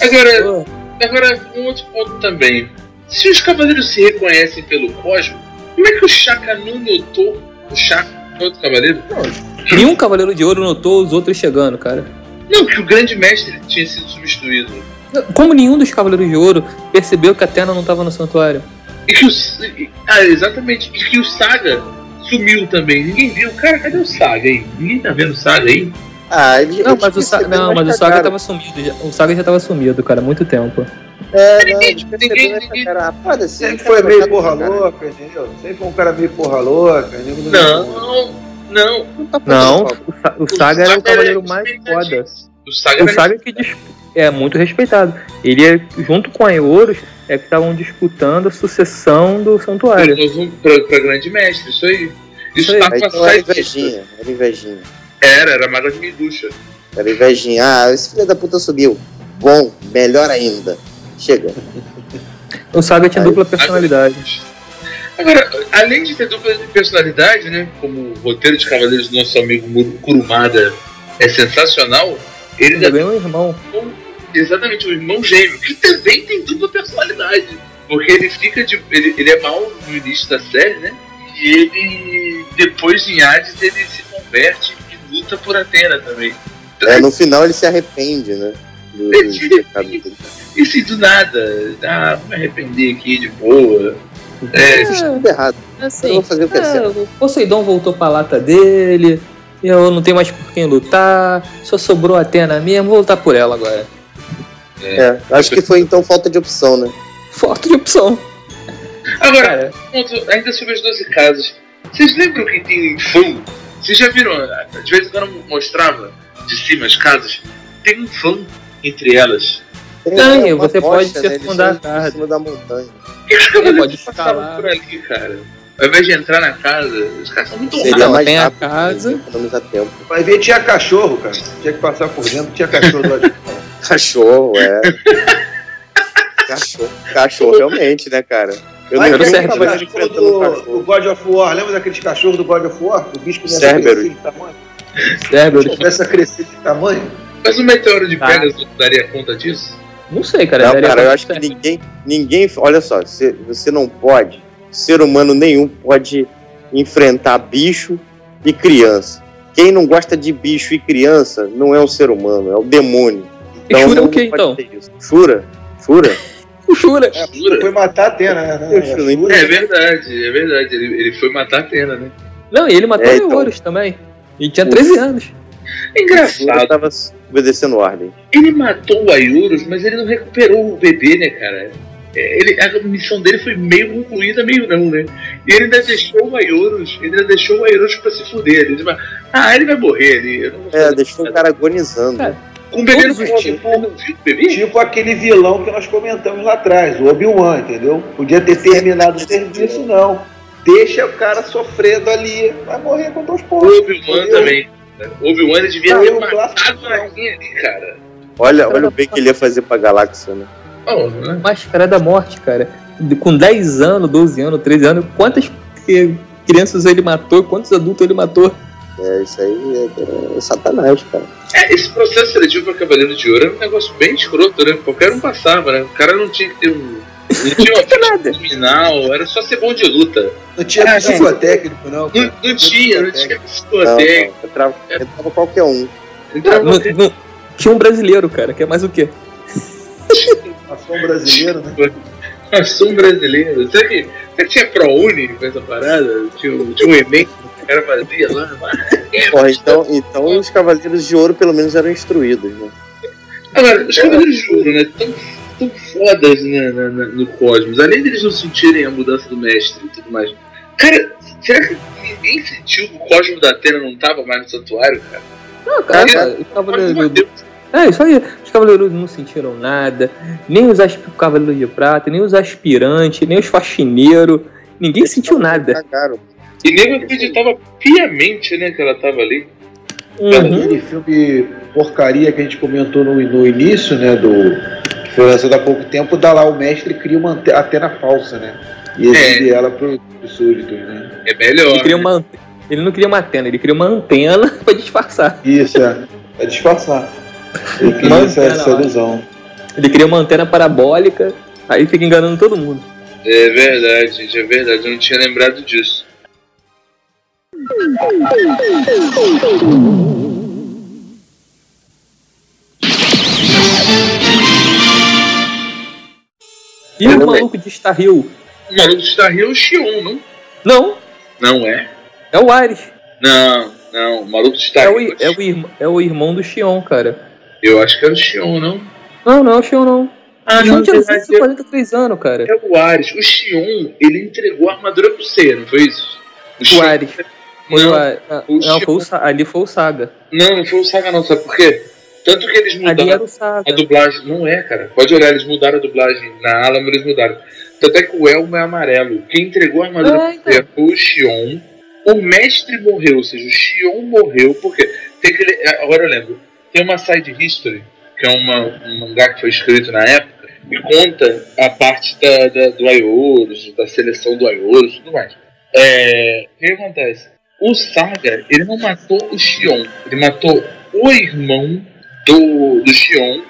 A: Agora, agora, um outro ponto também. Se os cavaleiros se reconhecem pelo cosmo, como é que o Chaka não notou o Chaka, outro cavaleiro?
C: Nenhum Cavaleiro de Ouro notou os outros chegando, cara.
A: Não, que o grande mestre tinha sido substituído.
C: Como nenhum dos Cavaleiros de Ouro percebeu que a Terna não tava no santuário.
A: E que o. e- Ah, exatamente. E que o Saga sumiu também. Ninguém viu. Cara, cadê o Saga aí? Ninguém tá vendo o Saga aí?
B: Ah, ele.
C: Não,
B: eles
C: mas o, Sa-
B: perceberam,
C: não, mas o Saga
B: cagaram.
C: tava sumido. já- O Saga já tava sumido, cara, há muito tempo.
B: É, não, eles perceberam essa cara. Ah, foda-se,
D: Sempre
B: cara
D: foi
B: vai
D: meio
B: dar
D: porra
B: cara.
D: louca, entendeu? Sempre foi um cara meio porra louca. né?
A: Não, não.
B: Não tá fazendo
C: Não,
B: falta.
C: o, Sa- o Saga era o cavaleiro mais foda.
A: O Saga
C: O
A: era
C: Saga que dis- é muito respeitado. Ele é, junto com a Euros, é que estavam disputando a sucessão do santuário.
A: Nós vamos pra, pra grande mestre, isso aí. Isso
C: é Isso aí.
A: tá
B: Aí,
A: com a
B: então era
A: side
B: invejinha, era invejinha.
A: Era, era maga de Miducha.
B: Era invejinha. Ah, esse filho da puta subiu. Bom, melhor ainda. Chega.
C: O Saga tinha
B: Aí-
C: dupla personalidade.
A: Agora, além de ter dupla de personalidade, né? Como o roteiro de Cavaleiros do nosso amigo Muro Kurumada é sensacional, ele ainda
C: Ainda é bem o irmão.
A: Exatamente, o irmão gêmeo, que também tem dupla personalidade. Porque ele fica de. Ele, ele é mal no início da série, né? E ele. Depois em Hades ele se converte e luta por Atena também.
B: É, no final ele se arrepende, né? Do, do pecado dele.
A: E se do nada, ah, vou me arrepender aqui de boa. É,
B: Fiz Tá *laughs* tudo errado. Eu
C: Assim,
B: vou fazer o que é certo.
C: o Poseidon voltou pra lata dele. Eu não tenho mais por quem lutar. Só sobrou a Atena mesmo. Vou lutar por ela agora.
B: É, acho que foi então falta de opção, né?
C: Falta de opção.
A: Agora,
C: Cara,
A: ponto, ainda sobre os 12 casos. Vocês lembram que tem um fã? Vocês já viram? De vez em quando mostrava de cima as casas. Tem um fã entre elas.
B: Tem,
C: Tem,
B: é, uma
C: você pode se
B: Eles
C: afundar
B: são
C: à tarde. Ah,
B: em cima da montanha.
A: Os cavaleiros
C: pode ficar
A: passavam
C: lá.
A: por ali, cara. Ao invés de entrar na casa, os caras são muito
B: Seria
A: rápidos.
C: não,
B: mais
C: tem a
B: rápido, né?
C: casa.
B: economizar tempo.
D: Vai ver, tinha cachorro, cara. Tinha que passar por dentro, tinha cachorro lá de fora.
B: Cachorro, é. cachorro, cachorro, realmente, né, cara? Eu
D: Mas
B: não
C: lembro
B: vi
D: tem
B: um
C: Cerberus.
B: cavaleiro
D: aquele cachorro
B: enfrentando um
D: do, do
B: cachorro.
D: God of War. Lembra daqueles cachorros do God of War? O bicho começa a
B: Cerberus.
D: crescer de tamanho.
C: Cerberus.
D: Começa a crescer de tamanho.
A: Mas o meteoro de
C: Tá.
A: Pegasus daria conta disso?
C: Não sei, cara.
B: Não,
C: daria
B: cara, eu
C: pra-
B: acho que ninguém, ninguém. Olha só, você, você não pode, ser humano nenhum pode enfrentar bicho e criança. Quem não gosta de bicho e criança não é um ser humano, é o demônio.
C: E Shura é o
B: não
C: quê,
B: pode
C: então?
B: ter isso. Shura? Shura?
C: assim. O Shura.
A: Jura?
D: É, Foi matar a Atena, né?
B: Eu juro,
D: Jura?
A: É verdade, é verdade. Ele, ele foi matar a Atena, né?
C: Não, e ele matou
B: É,
C: a
B: então.
C: Euros também. E tinha 13 anos.
B: Shura
A: É Engraçado.
B: tava obedecendo ordem.
A: Ele matou o Ayurus, mas ele não recuperou o bebê, né, cara? É, Ele, a missão dele foi meio concluída, meio não, né? E ele ainda deixou o Ayurus, ele ainda deixou o Ayurus pra se fuder. Ele disse, "Mas Ah, ele vai morrer ali. Eu não vou
F: É, deixou o cara
C: É.
F: agonizando.
A: Com bebendo
D: Todos, tipo, tipo aquele vilão que nós comentamos lá atrás, o Obi-Wan, entendeu? Podia ter terminado o serviço, não. Deixa o cara sofrendo ali, vai morrer com dois pontos.
A: O Obi-Wan também. né? O Obi-Wan ele devia
D: Não,
A: ter
D: eu
A: matado o Anakin ali, cara.
F: Olha, olha o bem que ele ia fazer pra galáxia, né?
A: Bom, né?
C: Máscara da Morte, cara. De- Com 10 anos, 12 anos, 13 anos, quantas eh, crianças ele matou, quantos adultos ele matou?
F: É, isso aí é, é satanás, cara.
A: É, esse processo seletivo pra Cavaleiro de Ouro era um negócio bem escroto, né? Qualquer um passava, né? O cara não tinha que ter um. Não tinha uma ficha criminal, era só ser bom de luta.
D: Não tinha psicotécnico, não.
A: Não,
D: cara.
A: não tinha, não tinha
F: Não, não,
A: psicotécnico.
F: entrava, entrava qualquer um.
A: Então,
C: No- no- tinha um brasileiro, cara, que é mais o quê?
D: Ação brasileira, né?
A: *laughs* Ação tipo, brasileira. Será que, será que tinha ProUni com essa parada? Tinha, um- tinha um e-mail que o cara fazia lá?
F: Porra, então, então os Cavaleiros de Ouro pelo menos eram instruídos, né?
A: Agora, os Cavaleiros de Ouro, né? Tão, tão fodas né, na- na- no cosmos. Além deles não sentirem a mudança do mestre e tudo mais. Cara, será que ninguém sentiu que o cosmo da Atena não tava mais no santuário, cara?
C: Não,
A: cara,
C: cara, os
A: Mas,
C: cavaleiros
A: meu
C: do-
A: Deus,
C: É, isso aí. Os cavaleiros não sentiram nada. Nem os asp- cavaleiros de prata, nem os aspirantes, nem os faxineiros. Ninguém sentiu nada.
F: Cagaram.
A: E nego acreditava piamente, né, que ela tava ali.
C: Uhum.
D: Aquele filme porcaria que a gente comentou no, no início, né? Do, que foi lançado há pouco tempo, dá lá o mestre e cria uma ante- Atena falsa, né?
C: É.
D: E exibe ela pros pros súditos, né?
A: É melhor.
C: Ele, queria uma ante- ele não queria uma antena, ele queria uma antena *laughs* pra disfarçar.
D: Isso, é. É disfarçar. Ele cria
C: Mano,
D: essa,
C: pera
D: essa
C: lá.
D: ilusão.
C: Ele queria uma antena parabólica, aí fica enganando todo mundo.
A: É verdade, gente, é verdade. Eu não tinha lembrado disso.
C: E o maluco de Star Hill?
A: O maluco de Star Hill é o Xion, não?
C: Não,
A: Não é?
C: é o Ares.
A: Não, não. Tá, O maluco de Star
C: É o,
A: Hill.
C: i- é o, irmão, é o irmão do Xion, cara.
A: Eu acho que era o Xion, não?
C: Não, não é o Xion, não.
A: Ah,
C: O Xion tinha
A: verdade,
C: 143 anos, cara.
A: É o Ares. O Xion, ele entregou a armadura pro Seiya, não foi isso?
C: O
A: Xion-
C: Ares. Foi o
A: Não,
C: Ares. Ah,
A: o
C: não,
A: Xion-
C: foi o Sa- ali foi o Saga.
A: não, não foi o Saga não, sabe por quê? Tanto que eles
C: Ali
A: mudaram
C: era o Saga.
A: a dublagem. Não Então, é, cara. Pode olhar, eles mudaram a dublagem. Na Alamo eles mudaram. Tanto é que o Elmo é amarelo. Quem entregou a armadura
C: Ah,
A: pro Seiya foi o Xion. O mestre morreu, ou seja, o Xion morreu, porque tem que le- agora eu lembro, tem uma side history, que é uma, um mangá que foi escrito na época, e conta a parte da, da- do Aioros, da seleção do Aioros e tudo mais. É, o que acontece? O Saga, ele não matou o Xion, ele matou o irmão do, do Xion,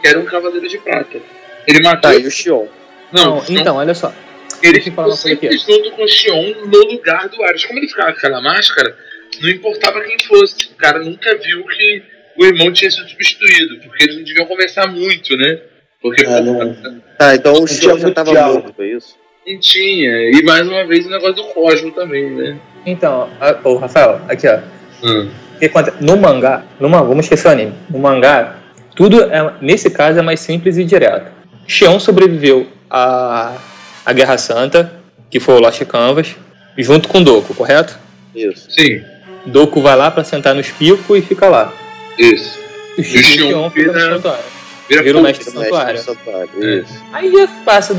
A: que era um cavaleiro de prata. Ele matou.
F: Tá, e o Xion?
A: não,
C: Não,
A: o Ah, Xion-
C: então, olha só.
A: ele
C: Deixa eu falar
A: ficou
C: uma coisa
A: sempre
C: aqui.
A: junto com o Xion no lugar do Ares. Como ele ficava com aquela máscara, não importava quem fosse. O cara nunca viu que o irmão tinha sido substituído, porque eles não deviam conversar muito, né? Porque
D: Ah,
A: pô,
D: não.
A: não.
F: Tá, então o
D: Não tinha
F: Xion já
D: muito
F: tava
D: diálogo.
F: morto, é isso?
A: tinha. E mais uma vez o negócio do Cosmo também, né?
C: Então, a- ô Rafael, aqui ó.
A: Hum.
C: O que acontece? No mangá, no mangá, vamos esquecer o anime. No mangá, tudo é, nesse caso é mais simples e direto. Xion sobreviveu à, à Guerra Santa, que foi o Lost Canvas, junto com Doku, correto?
F: Isso.
A: Sim,
C: Doku vai lá pra sentar nos picos e fica lá.
A: isso.
C: E
A: Xion
C: fica no
A: vira-
C: santuário.
A: Vira
C: Vira um o
A: fogo.
C: mestre do
F: O mestre do
C: santuário.
F: santuário. Isso.
C: Aí passa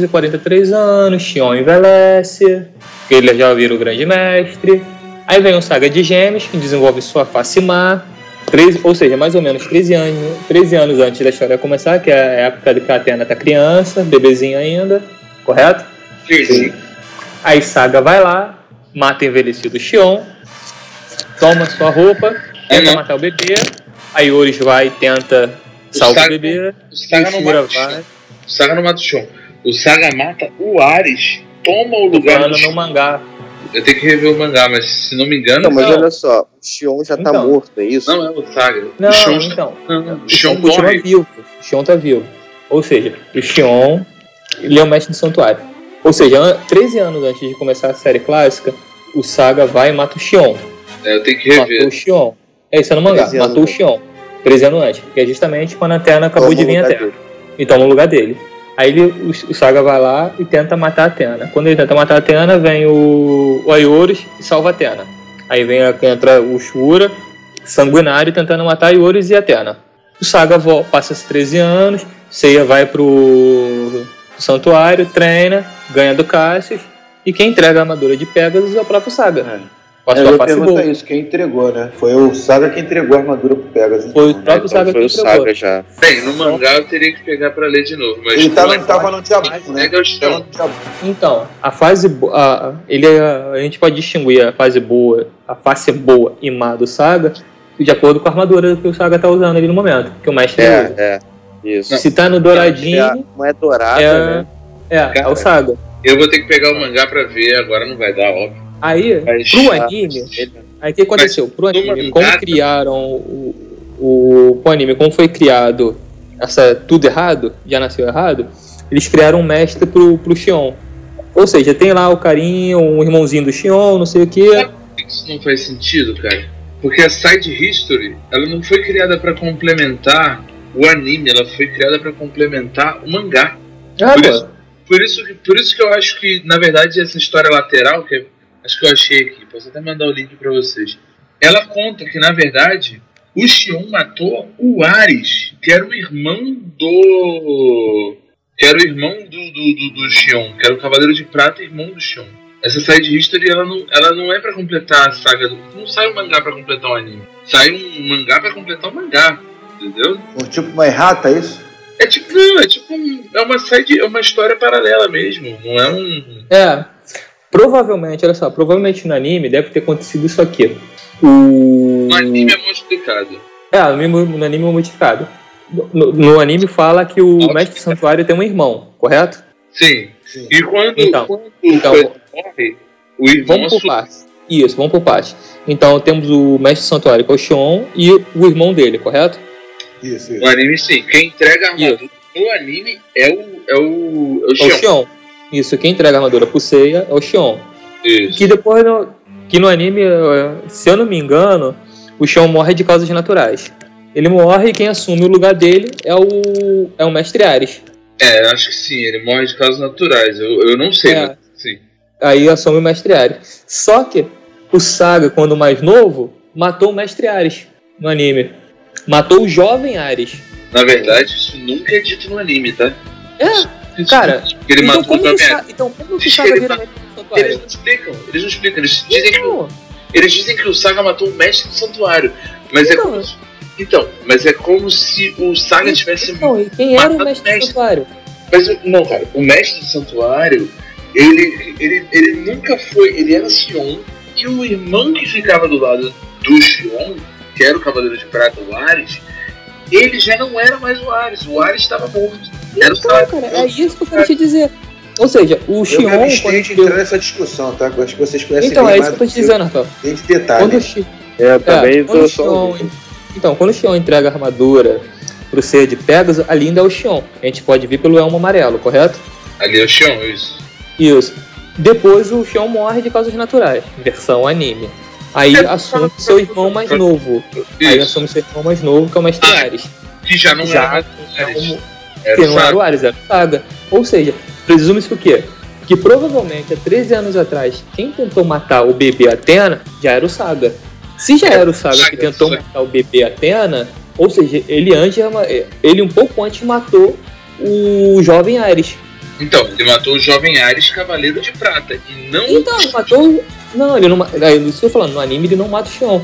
C: 243 anos, Xion envelhece, ele já vira o grande mestre. Aí vem o Saga de Gêmeos, que desenvolve sua face má, 13, ou seja, mais ou menos 13 anos, 13 anos antes da história começar, que é a época de que a Atena tá criança, bebezinha ainda, correto?
A: Sim, sim.
C: Aí Saga vai lá, mata o envelhecido Xion, toma sua roupa, tenta
A: Uhum.
C: matar o bebê. Aí Oris vai e tenta salvar o
A: Saga-
C: bebê.
A: O Saga não
C: Shura
A: mata o Xion.
C: vai,
A: O Saga não mata o Xion. O Saga mata o Ares, toma o lugar do
C: falando no
A: Xion.
C: mangá.
A: Eu tenho que rever o mangá, mas se não me engano.
F: Não, mas
C: Não.
F: olha só, o Xion já tá
C: Então.
F: morto, é isso?
A: Não é o Saga.
C: Não,
A: o Xion está-
C: então.
A: não, o
C: O Xion
A: Xion
C: continua
A: morre.
C: vivo. O Xion tá vivo. Ou seja, o Xion, ele é o mestre do santuário. Ou seja, an- 13 anos antes de começar a série clássica, o Saga vai e mata o Xion.
A: É, eu tenho que
C: Matou
A: rever.
C: o Xion. É isso, é no mangá.
F: 13 anos
C: Matou o
F: antes.
C: Xion. 13 anos antes. Que é justamente quando a Atena acabou
F: Toma
C: de
F: o
C: vir à
B: tá
F: lugar
C: Terra.
F: dele.
C: E toma o lugar dele. Aí ele, o o Saga vai lá e tenta matar a Atena. Quando ele tenta matar a Atena, vem o, o Aioros e salva a Atena. Aí vem a, entra o Shura, sanguinário, tentando matar a Ioris e a Terna. O Saga vol- passa esses 13 anos, Seiya vai pro santuário, treina, ganha do Cassius, e quem entrega a armadura de Pegasus é o próprio Saga.
D: A
C: Passou a passe
D: pergunta
C: gol.
D: é isso, quem entregou, né? Foi o Saga que entregou a armadura pro Pegasus. então, né?
C: Foi o próprio Saga que entregou.
D: já.
A: Bem, no mangá eu teria que pegar pra ler de novo, mas.
D: Ele
A: não
D: tava,
A: é-
D: tava no diabo, né?
A: Pega o chão.
C: Então, a fase bo- a, ele é- a gente pode distinguir a fase boa, a face boa e má do Saga de acordo com a armadura que o Saga tá usando ali no momento, que o mestre usa.
F: É, é. Isso.
C: Se tá no douradinho,
F: É, não é dourada,
C: é,
F: né?
C: é, é o Saga.
A: Eu vou ter que pegar o mangá pra ver, agora não vai dar, óbvio.
C: Aí,
A: Mas-
C: pro anime, aí o que aconteceu? Pro
A: numa
C: anime, né? como
A: data-
C: criaram o, o, o anime, como foi criado essa tudo errado, já nasceu errado, eles criaram um mestre pro, pro Xion. Ou seja, tem lá o carinho, um irmãozinho do Xion, não sei o que.
A: Isso não faz sentido, cara. Porque a side history, ela não foi criada pra complementar o anime, ela foi criada pra complementar o mangá.
C: Ah,
A: Por
C: pô.
A: isso, por, isso que, por isso que eu acho que, na verdade, essa história lateral, que eu- acho que eu achei aqui, posso até mandar o link pra vocês. Ela conta que, na verdade, o Xion matou o Ares, que era o irmão do. que era o irmão do, do, do, do Xion, que era o Cavaleiro de Prata e irmão do Xion. Essa side history ela não, ela não é pra completar a saga do. Não sai um mangá pra completar um anime. Sai um mangá pra completar um mangá. Entendeu?
D: Tipo uma errata, é isso?
A: É tipo, não, é tipo um, é uma side, é uma história paralela mesmo. Não é um.
C: É. Provavelmente, olha só, provavelmente no anime deve ter acontecido isso aqui. O.
A: No anime é modificado.
C: É, no anime, no anime é modificado. No, no anime fala que o mestre do santuário tem um irmão, correto?
A: Sim. E quando,
C: Então,
A: quando
C: então-
A: o Fred morre, o irmão
C: Vamos por
A: assume-
C: partes. Isso, vamos por partes. Então temos o mestre do santuário, que é o Xion, e o irmão dele, correto?
D: Isso,
A: No anime, sim. Quem entrega a armadura no anime é o. É o. É o
C: É o
A: Xion.
C: Xion. Isso, quem entrega a armadura pro Seiya é o Xion.
A: Isso.
C: Que depois, no, que no anime, eh, se eu não me engano, o Xion morre de causas naturais. Ele morre e quem assume o lugar dele é o, é o Mestre Ares.
A: É, acho que sim. Ele morre de causas naturais. Eu, eu não sei,
C: É.
A: mas sim.
C: Aí assume o Mestre Ares. Só que o Saga, quando mais novo, matou o Mestre Ares no anime. Matou o jovem Ares.
A: Na verdade, isso nunca é dito no anime, tá?
C: É, cara.
A: Que ele
C: então,
A: matou
C: como
A: o
C: que o
A: Gameto.
C: Sa- então como que o
A: Diz que
C: Saga
A: ele
C: vira
A: ma-
C: Mestre do
A: Eles
C: Santuário?
A: não explicam, eles não explicam, eles dizem que
C: Então,
A: Eles dizem que o Saga matou o mestre do santuário. Mas é
C: Então.
A: como se, Então, mas é como se o Saga tivesse.
C: então, e quem era o
A: matado
C: Mestre do Santuário?
A: Mas o- não, cara, o mestre do santuário, ele, ele, ele nunca foi. Ele era Sion, e o irmão que ficava do lado do Sion, que era o Cavaleiro de Prata, o Ares, ele já não era mais o Ares. O Ares estava morto. Era o
C: Então,
A: Saga.
C: cara, é isso que eu quero te dizer. Ou seja, o
D: Eu
C: Xion...
D: me abstei de
C: um quando-
D: entrar nessa discussão, tá? Eu Acho que vocês conhecem
C: Então,
D: bem
C: é
D: mais
C: isso que eu tô te
D: do
C: dizendo, Rafael.
D: eu. Tem de detalhe.
C: Quando o Xi-
F: É,
A: Tá
F: também
C: quando
F: tô
C: o Xion-
A: um
F: só.
C: Então, quando o Xion entrega a armadura pro ser de Pegasus, ali ainda é o Xion. A gente pode vir pelo elmo amarelo, correto?
A: Ali é o Sion, isso.
C: Isso. Depois o Xion morre de causas naturais, versão anime. Aí assume seu irmão mais novo. Aí
A: Isso.
C: assume seu irmão mais novo, que é o Mestre Ares.
A: Que já não
C: Já
A: era mais o
C: é
A: Ares.
C: um-
A: Era
C: que
A: o
C: não era
A: Saga.
C: o Ares, era o Saga. Ou seja, presume-se o quê? Que provavelmente há 13 anos atrás, quem tentou matar o bebê Atena já era o Saga. Se já era o Saga que
A: Saga,
C: tentou
A: Saga.
C: matar o bebê Atena, ou seja, ele antes, ele um pouco antes matou o jovem Ares.
A: Então, ele matou o jovem Ares Cavaleiro de Prata. E não.
C: Então, ele matou. o- Não, ele não. ma- Aí, isso que eu tô falando, no anime ele não mata o Xion.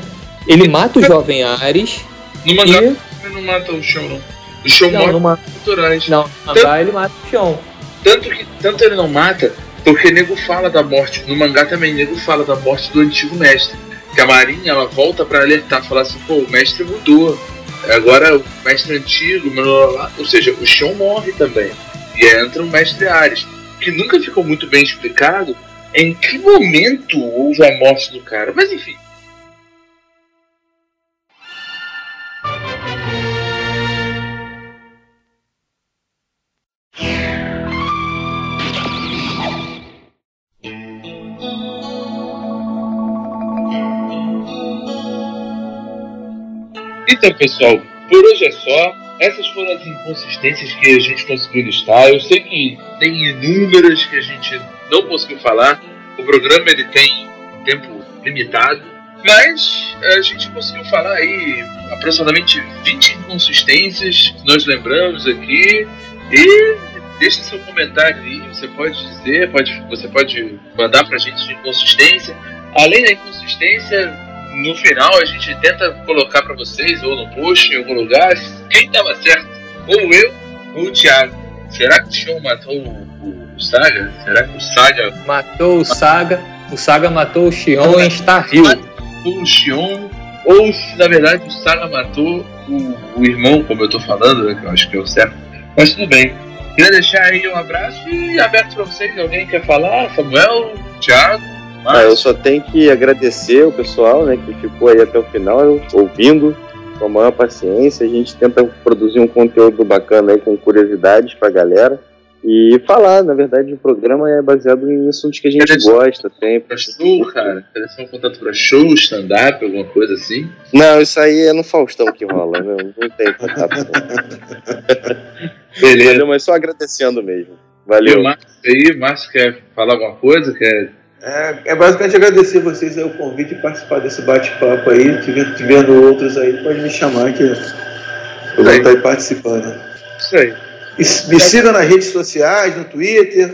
C: Ele mata o jovem Ares
A: No
C: e.
A: mangá ele não mata o Xion, não. O Xion
C: Não,
A: morre
C: no ma-
A: por naturais.
C: não, no mangá ele mata o Xion.
A: Tanto que tanto ele não mata, porque nego fala da morte. No mangá também, nego fala da morte do antigo mestre. Que a Marinha ela volta pra alertar, falar assim, pô, o mestre mudou. Agora o mestre antigo, blá, blá, blá. ou seja, o Xion morre também. E aí entra o mestre Ares. Que nunca ficou muito bem explicado em que momento houve a morte do cara. Mas enfim. Então, pessoal, por hoje é só. Essas foram as inconsistências que a gente conseguiu listar. Eu sei que tem inúmeras que a gente não conseguiu falar. O programa ele tem tempo limitado, Mas a gente conseguiu falar aí aproximadamente 20 inconsistências que nós lembramos aqui. E deixe seu comentário aí, você pode dizer, pode, você pode mandar pra gente sua inconsistência. Além da inconsistência, no final a gente tenta colocar pra vocês, ou no post, em algum lugar, quem tava certo, ou eu, ou o Thiago. Será que o Sean matou o, o Saga? Será que o Saga
C: Matou o Saga, o Saga matou o Xion em Star Hill.
A: matou o Xion? Ou se na verdade o Saga matou o, o irmão, como eu tô falando, né, que eu acho que é o certo. Mas tudo bem. Queria deixar aí um abraço e aberto pra vocês. Alguém quer falar? Samuel? Thiago?
F: Ah, eu só tenho que agradecer o pessoal né, que ficou aí até o final, ouvindo, com a maior paciência. A gente tenta produzir um conteúdo bacana aí com curiosidades pra galera. E falar, na verdade, o programa é baseado em assuntos que a gente
A: Interessante.
F: gosta sempre.
A: Pra show, cara? Queria um contato pra show, stand-up, alguma coisa assim?
F: Não, isso aí é no Faustão que rola, né? Não tem contato.
A: *laughs* Beleza.
F: Valeu, mas só agradecendo mesmo.
A: E o
F: Valeu.
A: Márcio aí, Márcio quer falar alguma coisa? Quer...
D: É, é basicamente agradecer vocês aí o convite e participar desse bate-papo aí. Tivendo, tivendo outros aí, pode me chamar que eu vou
A: Aí.
D: estar aí participando.
A: Isso aí.
D: E s- me sigam nas redes sociais, no Twitter,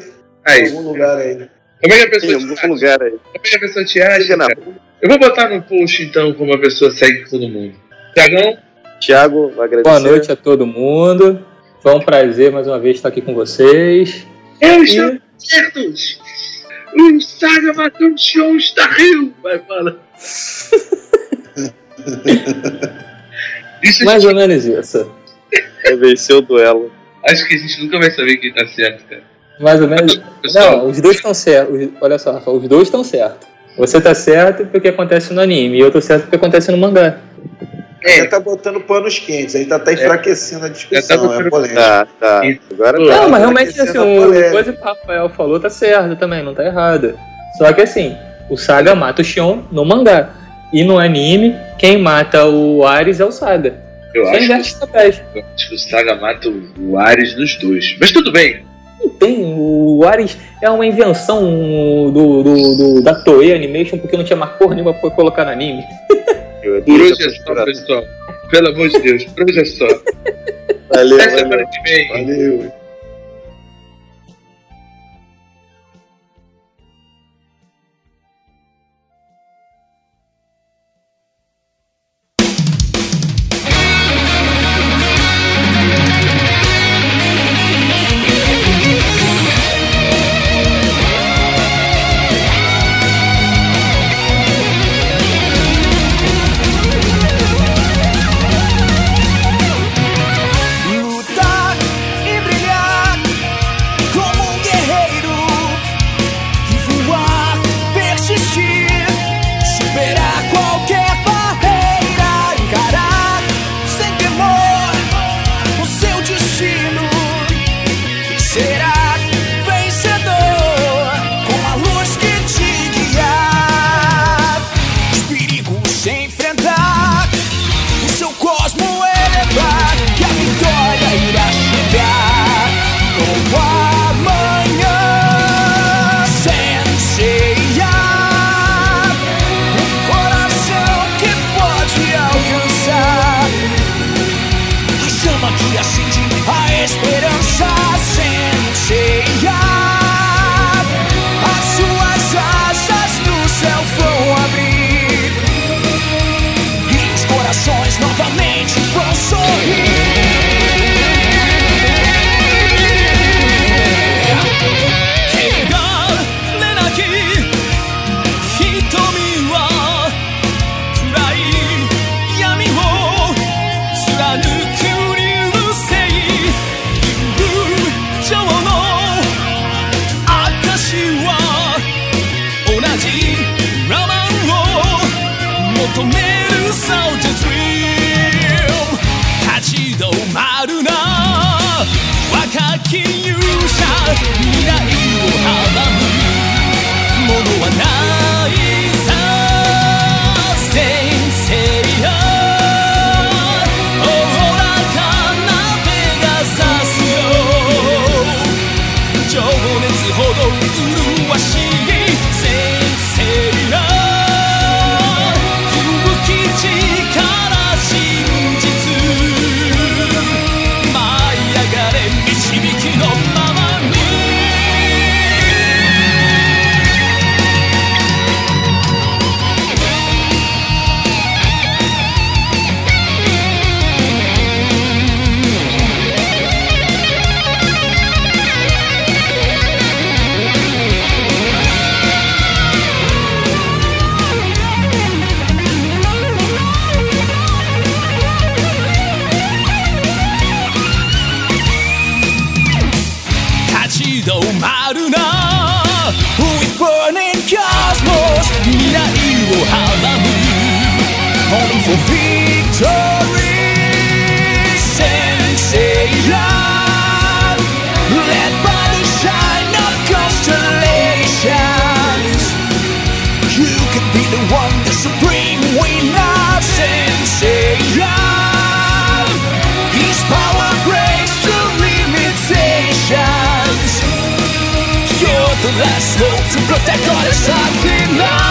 D: em
A: Aí.
D: algum lugar aí.
A: Como é que a pessoa
F: Em
A: te acha?
F: algum lugar aí.
A: Como é que a pessoa te acha?
F: Chega na
A: cara? Eu vou botar no post então como a pessoa segue todo mundo. Tiagão?
F: Tiago,
C: Boa
F: agradecer.
C: noite a todo mundo. Foi um prazer mais uma vez estar aqui com vocês.
A: Eu
C: estou
A: certos! O Saga matou um show, está rio! Vai falar. Isso
C: Mais ou menos isso.
F: É vencer o duelo.
A: Acho que a gente nunca vai saber quem tá certo, cara.
C: Mais ou menos.
A: Pessoal,
C: Não, os dois estão certos. Olha só, Rafa, os dois estão certos. Você tá certo porque acontece no anime, e eu tô certo porque acontece no mangá.
A: É.
D: Já tá botando panos quentes, aí tá até enfraquecendo a discussão,
A: botando-
D: é polêmica.
F: Tá, tá. Agora
A: Não,
F: tá.
C: Não, mas
A: é
C: realmente, assim,
D: aquecendo a
C: o
D: polêmica.
C: coisa que o Rafael falou tá certo também, não tá errado. Só que assim, o Saga mata o Shion no mangá. E no anime, quem mata o Ares é o Saga.
A: eu
C: Só
A: acho,
C: inverte os papéis.
A: eu acho que tipo, o Saga mata o Ares nos dois. Mas tudo bem.
C: Não tem. O Ares é uma invenção do, do- do- da Toei Animation, porque não tinha mais porra nenhuma pra colocar no anime.
F: Eu-
A: Por
F: eu-
A: hoje é só, pessoal. Pelo amor de Deus, por hoje é só.
F: Valeu,
A: Até
F: valeu.
A: semana que vem.
D: Valeu.
G: Lutar e brilhar como um guerreiro. E voar, persistir, superar qualquer barreira. Encarar sem temor o seu destino. E será vencedor com a luz que te guiar. Os perigos enfrentar. O seu cosmo elevar Que a vitória irá chegar No amanhã Senseia Um coração que pode alcançar A chama que acende a esperança Senseia As suas asas no céu vão abrir e os corações novamente vão sorrir. Quem lê naqui, hitomi wa kurai yami wo tsuranuku ryusei. Yuru shou no atashi wa 同じラマンを求める Soldier's Dream 立ち止まるな若き勇者未来を阻むものはないさ先生やおおらかな目がさすよ情熱ほど麗しい先生な home for victory. Sensation, led by the shine of constellations. You can be the one, the supreme winner. Sensation, his power breaks through limitations. You're the last hope to protect all the sardines.